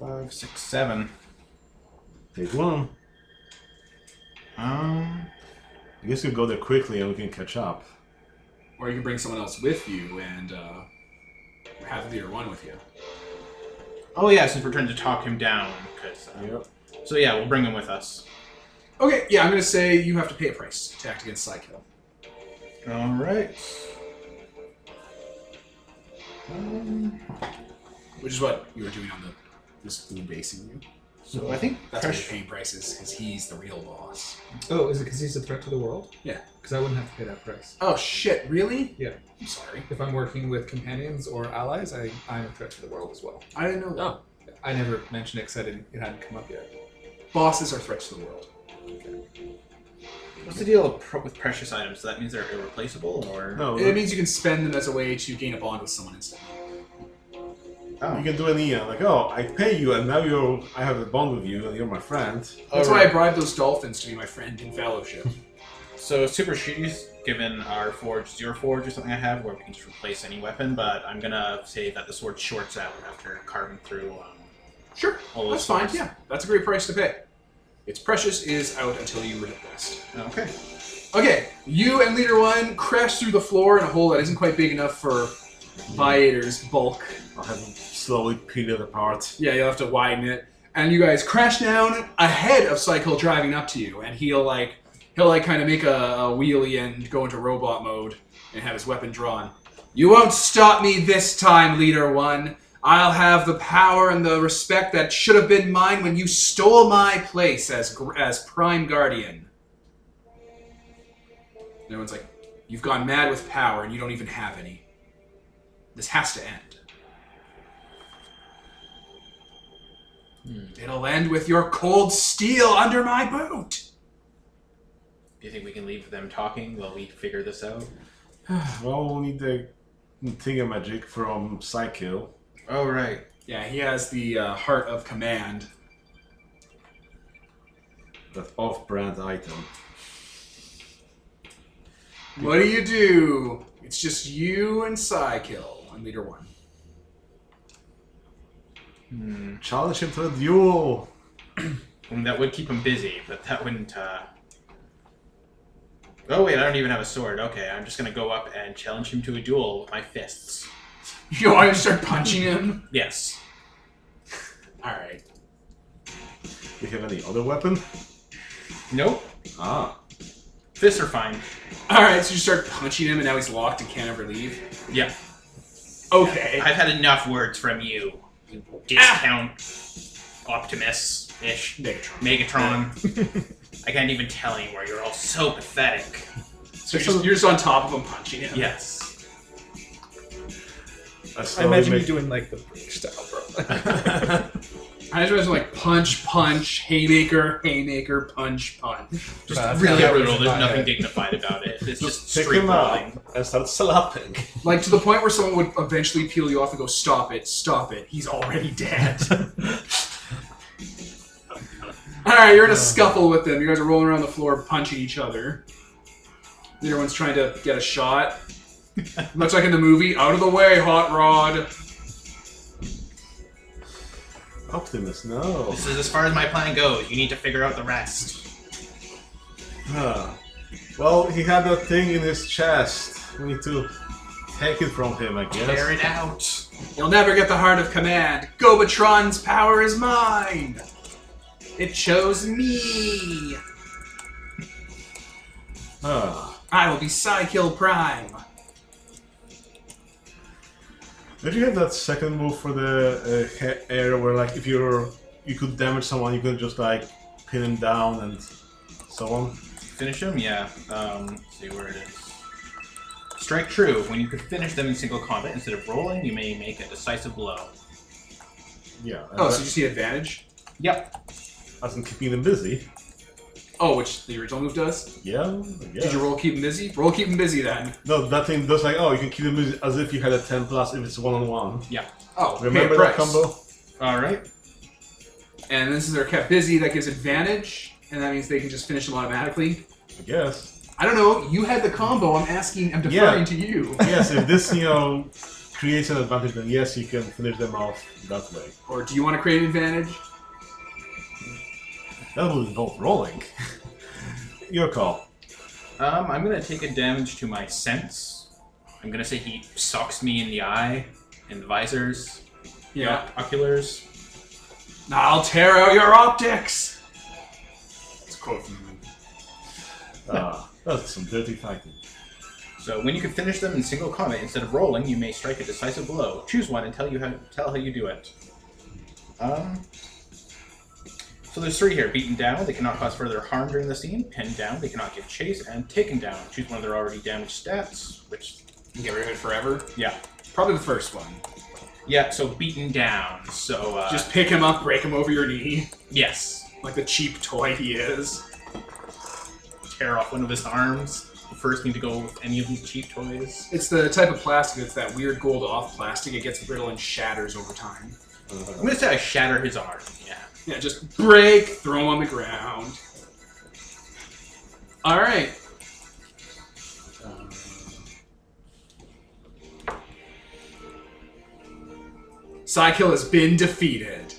[SPEAKER 4] Five, six, seven.
[SPEAKER 5] Take one.
[SPEAKER 4] Um,
[SPEAKER 5] I guess you go there quickly and we can catch up.
[SPEAKER 1] Or you can bring someone else with you and uh, have leader one with you.
[SPEAKER 4] oh yeah, since we're trying to talk him down, 'cause, uh,
[SPEAKER 5] Yep.
[SPEAKER 4] so yeah, we'll bring him with us.
[SPEAKER 1] Okay, yeah, I'm gonna say you have to pay a price to act against Psykill.
[SPEAKER 4] All right. Um,
[SPEAKER 1] Which is what you were doing on the. This food basing you.
[SPEAKER 4] so I think
[SPEAKER 1] That's why you're
[SPEAKER 4] precious.
[SPEAKER 1] paying prices, because he's the real boss.
[SPEAKER 2] Oh, is it because he's a threat to the world?
[SPEAKER 1] Yeah.
[SPEAKER 2] Because I wouldn't have to pay that price.
[SPEAKER 1] Oh shit, really?
[SPEAKER 2] Yeah.
[SPEAKER 1] I'm sorry.
[SPEAKER 2] If I'm working with companions or allies, I, I'm a threat to the world as well.
[SPEAKER 1] I didn't know that.
[SPEAKER 3] Oh.
[SPEAKER 2] I never mentioned it because I didn't, it hadn't come up yet.
[SPEAKER 1] Bosses are threats to the world.
[SPEAKER 4] What's the deal of pro- with precious items? So that means they're irreplaceable, or
[SPEAKER 5] No,
[SPEAKER 1] It means you can spend them as a way to gain a bond with someone instantly.
[SPEAKER 5] you can do an Ian like, oh, I pay you, and now you're, I have a bond with you, and you're my friend.
[SPEAKER 1] That's
[SPEAKER 4] All
[SPEAKER 1] why I
[SPEAKER 4] right.
[SPEAKER 1] bribed those dolphins to be my friend in fellowship.
[SPEAKER 4] So super shoes, given our forge zero forge or something I have, where we can just replace any weapon. But I'm gonna say that the sword shorts out after carving through. Um,
[SPEAKER 1] sure,
[SPEAKER 4] all
[SPEAKER 1] that's
[SPEAKER 4] those
[SPEAKER 1] fine.
[SPEAKER 4] swords.
[SPEAKER 1] Yeah, that's a great price to pay. Its precious is out until you rest.
[SPEAKER 4] Oh, Okay.
[SPEAKER 1] Okay, you and leader one crash through the floor in a hole that isn't quite big enough for Viator's bulk.
[SPEAKER 5] I'll have him slowly peel it apart.
[SPEAKER 1] Yeah, you'll have to widen it. And you guys crash down ahead of Cycle driving up to you, and he'll like he'll like kind of make a, a wheelie and go into robot mode and have his weapon drawn. You won't stop me this time, Leader One. I'll have the power and the respect that should have been mine when you stole my place as gr- as Prime Guardian. And everyone's like, "You've gone mad with power, and you don't even have any. This has to end." It'll end with your cold steel under my boot.
[SPEAKER 4] Do you think we can leave them talking while we figure this out?
[SPEAKER 5] Well, we'll need the Tinga Magic from Psykill.
[SPEAKER 4] Oh right.
[SPEAKER 1] Yeah, he has the uh, heart of command.
[SPEAKER 5] That off-brand item.
[SPEAKER 1] What do you do? It's just you and Psykill on leader one.
[SPEAKER 4] Hmm.
[SPEAKER 5] Challenge him to a duel.
[SPEAKER 4] I mean, that would keep him busy, but that wouldn't. Uh... Oh wait, I don't even have a sword. Okay, I'm just gonna go up and challenge him to a duel with my fists.
[SPEAKER 1] You want to start punching him?
[SPEAKER 4] Yes.
[SPEAKER 1] All right.
[SPEAKER 5] Do you have any other weapon?
[SPEAKER 4] Nope.
[SPEAKER 5] Ah.
[SPEAKER 4] Fists are fine.
[SPEAKER 1] All right. So you start punching him, and now he's locked and can't ever leave.
[SPEAKER 4] Yeah.
[SPEAKER 1] Okay.
[SPEAKER 4] I've had enough words from you. you Discount Optimus ish.
[SPEAKER 1] Megatron.
[SPEAKER 4] Megatron. I can't even tell anymore. You're all so pathetic.
[SPEAKER 1] So you're just, you're just on top of him punching him.
[SPEAKER 4] Yes.
[SPEAKER 5] I,
[SPEAKER 2] I
[SPEAKER 5] slowly
[SPEAKER 2] imagine you
[SPEAKER 5] make-
[SPEAKER 2] doing like the British style, bro.
[SPEAKER 1] I just imagine like punch, punch, haymaker, haymaker, punch, punch.
[SPEAKER 2] Just
[SPEAKER 4] Really brutal. There's nothing dignified about it. It's just
[SPEAKER 5] Just pick
[SPEAKER 4] straight
[SPEAKER 5] him
[SPEAKER 4] brawling.
[SPEAKER 5] up and start slapping.
[SPEAKER 1] Like to the point where someone would eventually peel you off and go, "Stop it, stop it! He's already dead." All right, you're in a scuffle with them. You guys are rolling around the floor, punching each other. The other one's trying to get a shot. Much like in the movie, out of the way, hot rod.
[SPEAKER 5] Optimus, no.
[SPEAKER 4] This is as far as my plan goes. You need to figure out the rest.
[SPEAKER 5] Huh. Ah. Well, he had that thing in his chest. We need to take it from him, I guess.
[SPEAKER 4] Tear it out.
[SPEAKER 1] You'll never get the heart of command. Gobatron's power is mine. It chose me.
[SPEAKER 5] Huh.
[SPEAKER 1] I will be Psykill Prime.
[SPEAKER 5] Did you have that second move for the uh, he- air where, like, if you're you could damage someone, you could just like pin him down and so on?
[SPEAKER 4] Finish him? Yeah. Um, let's see where it is. Strike true. When you can finish them in single combat instead of rolling, you may make a decisive blow.
[SPEAKER 5] Yeah.
[SPEAKER 1] Oh,
[SPEAKER 5] as,
[SPEAKER 1] so you see advantage?
[SPEAKER 4] Yep.
[SPEAKER 5] as in keeping them busy.
[SPEAKER 1] Oh, which the original move does?
[SPEAKER 5] Yeah. I
[SPEAKER 1] Did
[SPEAKER 5] guess.
[SPEAKER 1] you roll keep him busy? Roll keep him busy then.
[SPEAKER 5] No, that thing does like, oh, you can keep them busy as if you had a 10 plus if it's one on one.
[SPEAKER 1] Oh, pay a
[SPEAKER 5] Remember
[SPEAKER 1] price.
[SPEAKER 5] that combo?
[SPEAKER 4] All right.
[SPEAKER 1] And this is they're kept busy. That gives advantage, and that means they can just finish them automatically.
[SPEAKER 5] I guess.
[SPEAKER 1] I don't know. You had the combo. I'm asking. I'm deferring
[SPEAKER 5] Yeah.
[SPEAKER 1] to you.
[SPEAKER 5] yes, if this you know creates an advantage, then yes, you can finish them off that way.
[SPEAKER 1] Or do you want to create an advantage?
[SPEAKER 5] That will involve rolling. Your call.
[SPEAKER 4] Um, I'm gonna take a damage to my sense. I'm gonna say he socks me in the eye, in the visors,
[SPEAKER 1] Yeah.
[SPEAKER 4] oculars.
[SPEAKER 1] I'll tear out your optics. It's a quote from him.
[SPEAKER 5] Ah, that's some dirty fighting.
[SPEAKER 4] So when you can finish them in single combat instead of rolling, you may strike a decisive blow. Choose one and tell you how tell how you do it. Um. So there's three here: beaten down, they cannot cause further harm during the scene; pinned down, they cannot give chase; and taken down. Choose one of their already damaged stats. Which,
[SPEAKER 1] Get rid of it forever.
[SPEAKER 4] yeah,
[SPEAKER 1] Probably the first one.
[SPEAKER 4] yeah. So beaten down. So uh,
[SPEAKER 1] Just pick him up, break him over your knee,
[SPEAKER 4] yes,
[SPEAKER 1] like the cheap toy he is.
[SPEAKER 4] tear off one of his arms. The first need to go with any of these cheap toys.
[SPEAKER 1] It's the type of plastic that's that weird gold off plastic. It gets brittle and shatters over time.
[SPEAKER 4] I'm gonna say I shatter his arm. Yeah.
[SPEAKER 1] Yeah, just break, throw him on the ground. All right. Um, Psykill has been defeated.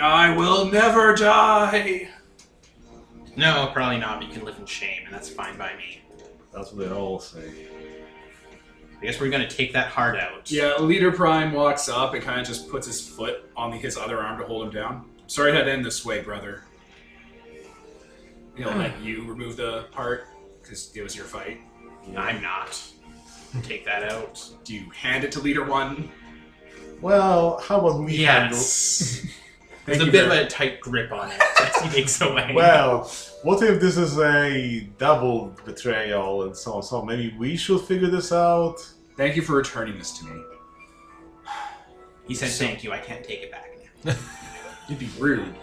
[SPEAKER 1] I will never die.
[SPEAKER 4] No, probably not. But you can live in shame, and that's fine by me.
[SPEAKER 5] That's what they all say.
[SPEAKER 4] I guess we're gonna take that heart out.
[SPEAKER 1] Yeah, Leader Prime walks up and kind of just puts his foot on his other arm to hold him down. Sorry it had to end this way, brother. He'll let you remove the part because it was your fight.
[SPEAKER 4] I'm not. Take that out.
[SPEAKER 1] Do you hand it to Leader One?
[SPEAKER 5] Well, how about we
[SPEAKER 4] Yes.
[SPEAKER 1] Thank
[SPEAKER 4] There's a
[SPEAKER 1] you
[SPEAKER 4] bit of
[SPEAKER 1] very-
[SPEAKER 4] a tight grip on it as he makes away.
[SPEAKER 5] handle? Well, what if this is a double betrayal and so on? So maybe we should figure this out.
[SPEAKER 1] Thank you for returning this to me.
[SPEAKER 4] he said, "Thank you. I can't take it back now."
[SPEAKER 1] You'd be rude.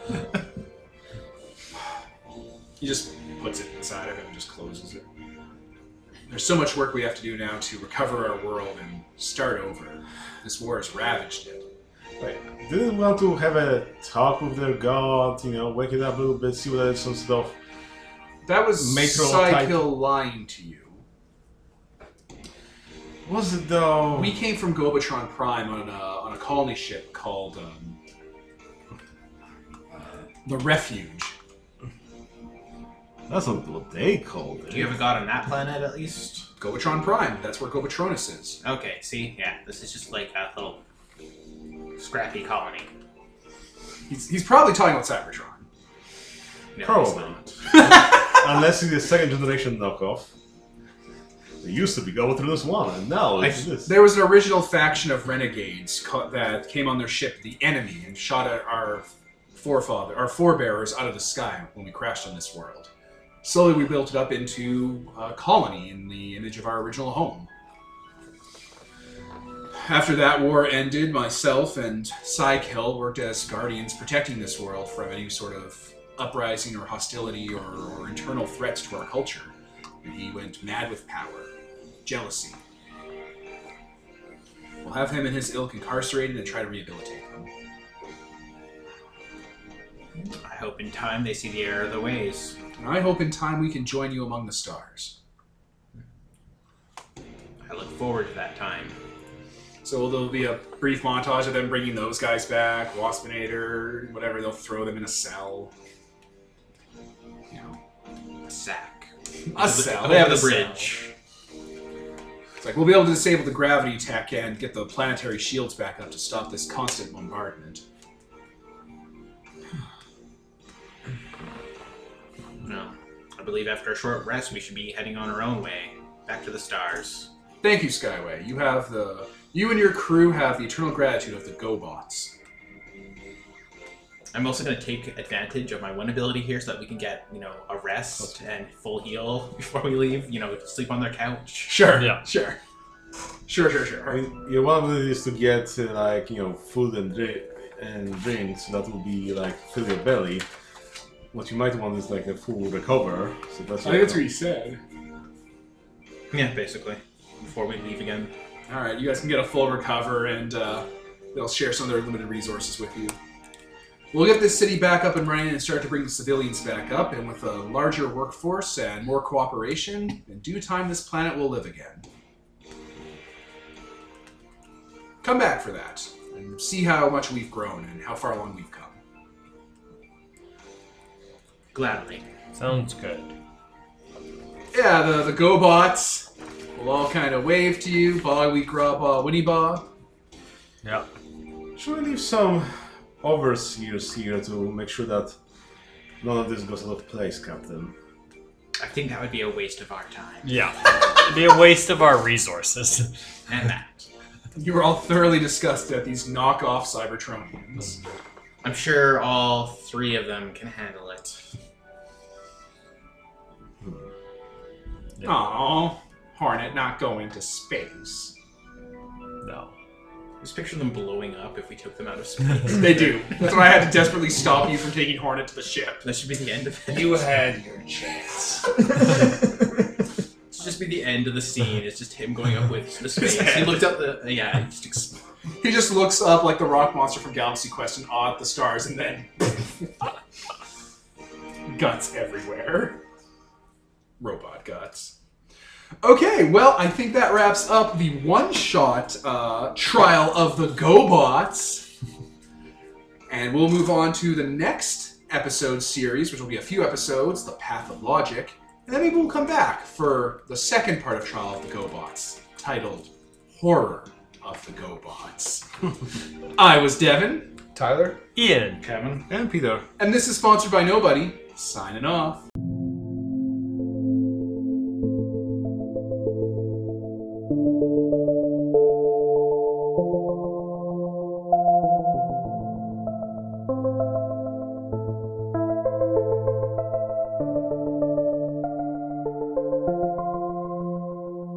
[SPEAKER 1] he just puts it inside of him and just closes it. There's so much work we have to do now to recover our world and start over. This war has ravaged it.
[SPEAKER 5] Like, didn't want to have a talk with their god, you know, wake it up a little bit, see whether it's some stuff.
[SPEAKER 1] That was
[SPEAKER 5] Macro
[SPEAKER 1] Psykill
[SPEAKER 5] type.
[SPEAKER 1] lying to you.
[SPEAKER 5] Was it though?
[SPEAKER 1] We came from Gobatron Prime on a, on on a colony ship called um, uh, the Refuge.
[SPEAKER 5] That's not what they called it.
[SPEAKER 4] Do you have a god on that planet at least?
[SPEAKER 1] Gobatron Prime. That's where Gobatronus is.
[SPEAKER 4] Okay, see? Yeah, this is just like a little scrappy colony.
[SPEAKER 1] He's, he's probably talking about Cybertron.
[SPEAKER 4] No, it's
[SPEAKER 5] Probably.
[SPEAKER 4] not.
[SPEAKER 5] Unless it's a second generation knockoff. It used to be Go through this one, and now it's
[SPEAKER 4] I-
[SPEAKER 5] this.
[SPEAKER 1] There was an original faction of renegades ca- that came on their ship, the enemy, and shot at our forefather, our forebearers, out of the sky when we crashed on this world. Slowly, we built it up into a colony in the image of our original home. After that war ended, myself and Psykill worked as guardians protecting this world from any sort of uprising or hostility or, or internal threats to our culture. And he went mad with power, jealousy, We'll have him and his ilk incarcerated and try to rehabilitate them.
[SPEAKER 4] I hope in time they see the error of the ways.
[SPEAKER 1] And I hope in time we can join you among the stars.
[SPEAKER 4] I look forward to that time.
[SPEAKER 1] So there'll be a brief montage of them bringing those guys back, Waspinator, whatever. They'll throw them in a cell. You know,
[SPEAKER 4] A sack.
[SPEAKER 1] a
[SPEAKER 4] Over the-
[SPEAKER 1] cell.
[SPEAKER 4] over
[SPEAKER 1] They have
[SPEAKER 4] the
[SPEAKER 1] a cell.
[SPEAKER 4] bridge.
[SPEAKER 1] It's like we'll be able to disable the gravity tech and get the planetary shields back up to stop this constant bombardment.
[SPEAKER 4] No. I believe after a short rest, we should be heading on our own way, back to the stars.
[SPEAKER 1] Thank you, Skyway. You have the you and your crew have the eternal gratitude of the GoBots.
[SPEAKER 4] I'm also going to take advantage of my one ability here so that we can get, you know, a rest and full heal before we leave. You know, sleep on their couch.
[SPEAKER 1] Sure.
[SPEAKER 3] Yeah.
[SPEAKER 1] Sure. Sure. Sure. Sure.
[SPEAKER 5] I mean, yeah, one of it is to get uh, like you know food and drink and drinks that will be like fill your belly. What you might want is like a full recover. So that's like,
[SPEAKER 1] he said.
[SPEAKER 4] Yeah, basically. Before we leave again.
[SPEAKER 1] All right, you guys can get a full recover, and uh, they'll share some of their limited resources with you. We'll get this city back up and running and start to bring the civilians back up, and with a larger workforce and more cooperation, in due time, this planet will live again. Come back for that, and see how much we've grown and how far along we've come.
[SPEAKER 4] Gladly.
[SPEAKER 3] Sounds good.
[SPEAKER 1] Yeah, the, the GoBots will all kind of wave to you. Ba, we grub, ba, winnie, ba.
[SPEAKER 3] Yeah.
[SPEAKER 5] Should we leave some overseers here to make sure that none of this goes out of place, Captain?
[SPEAKER 4] I think that would be a waste of our time.
[SPEAKER 3] Yeah. It'd be a waste of our resources.
[SPEAKER 4] And that.
[SPEAKER 1] You were all thoroughly disgusted at these knockoff Cybertronians.
[SPEAKER 4] I'm sure all three of them can handle it.
[SPEAKER 3] Yeah.
[SPEAKER 1] Aww, Hornet not going to space.
[SPEAKER 3] No.
[SPEAKER 4] Just picture them blowing up if we took them out of space.
[SPEAKER 1] They do. That's why I had to desperately stop you from taking Hornet to the ship.
[SPEAKER 4] that should be the end of it.
[SPEAKER 2] You had your chance.
[SPEAKER 4] This should just be the end of the scene. It's just him going up with the space. He looked up the yeah. it Just ex-
[SPEAKER 1] He just looks up like the rock monster from Galaxy Quest and aw at the stars and then. guts everywhere. Robot guts. Okay, well, I think that wraps up the one shot uh, trial of the GoBots. And we'll move on to the next episode series, which will be a few episodes The Path of Logic. And then maybe we'll come back for the second part of Trial of the GoBots, titled Horror of the GoBots. I was Devin,
[SPEAKER 2] Tyler?
[SPEAKER 3] Ian.
[SPEAKER 4] Kevin.
[SPEAKER 5] And Peter.
[SPEAKER 1] and this is sponsored by Nobody, signing off.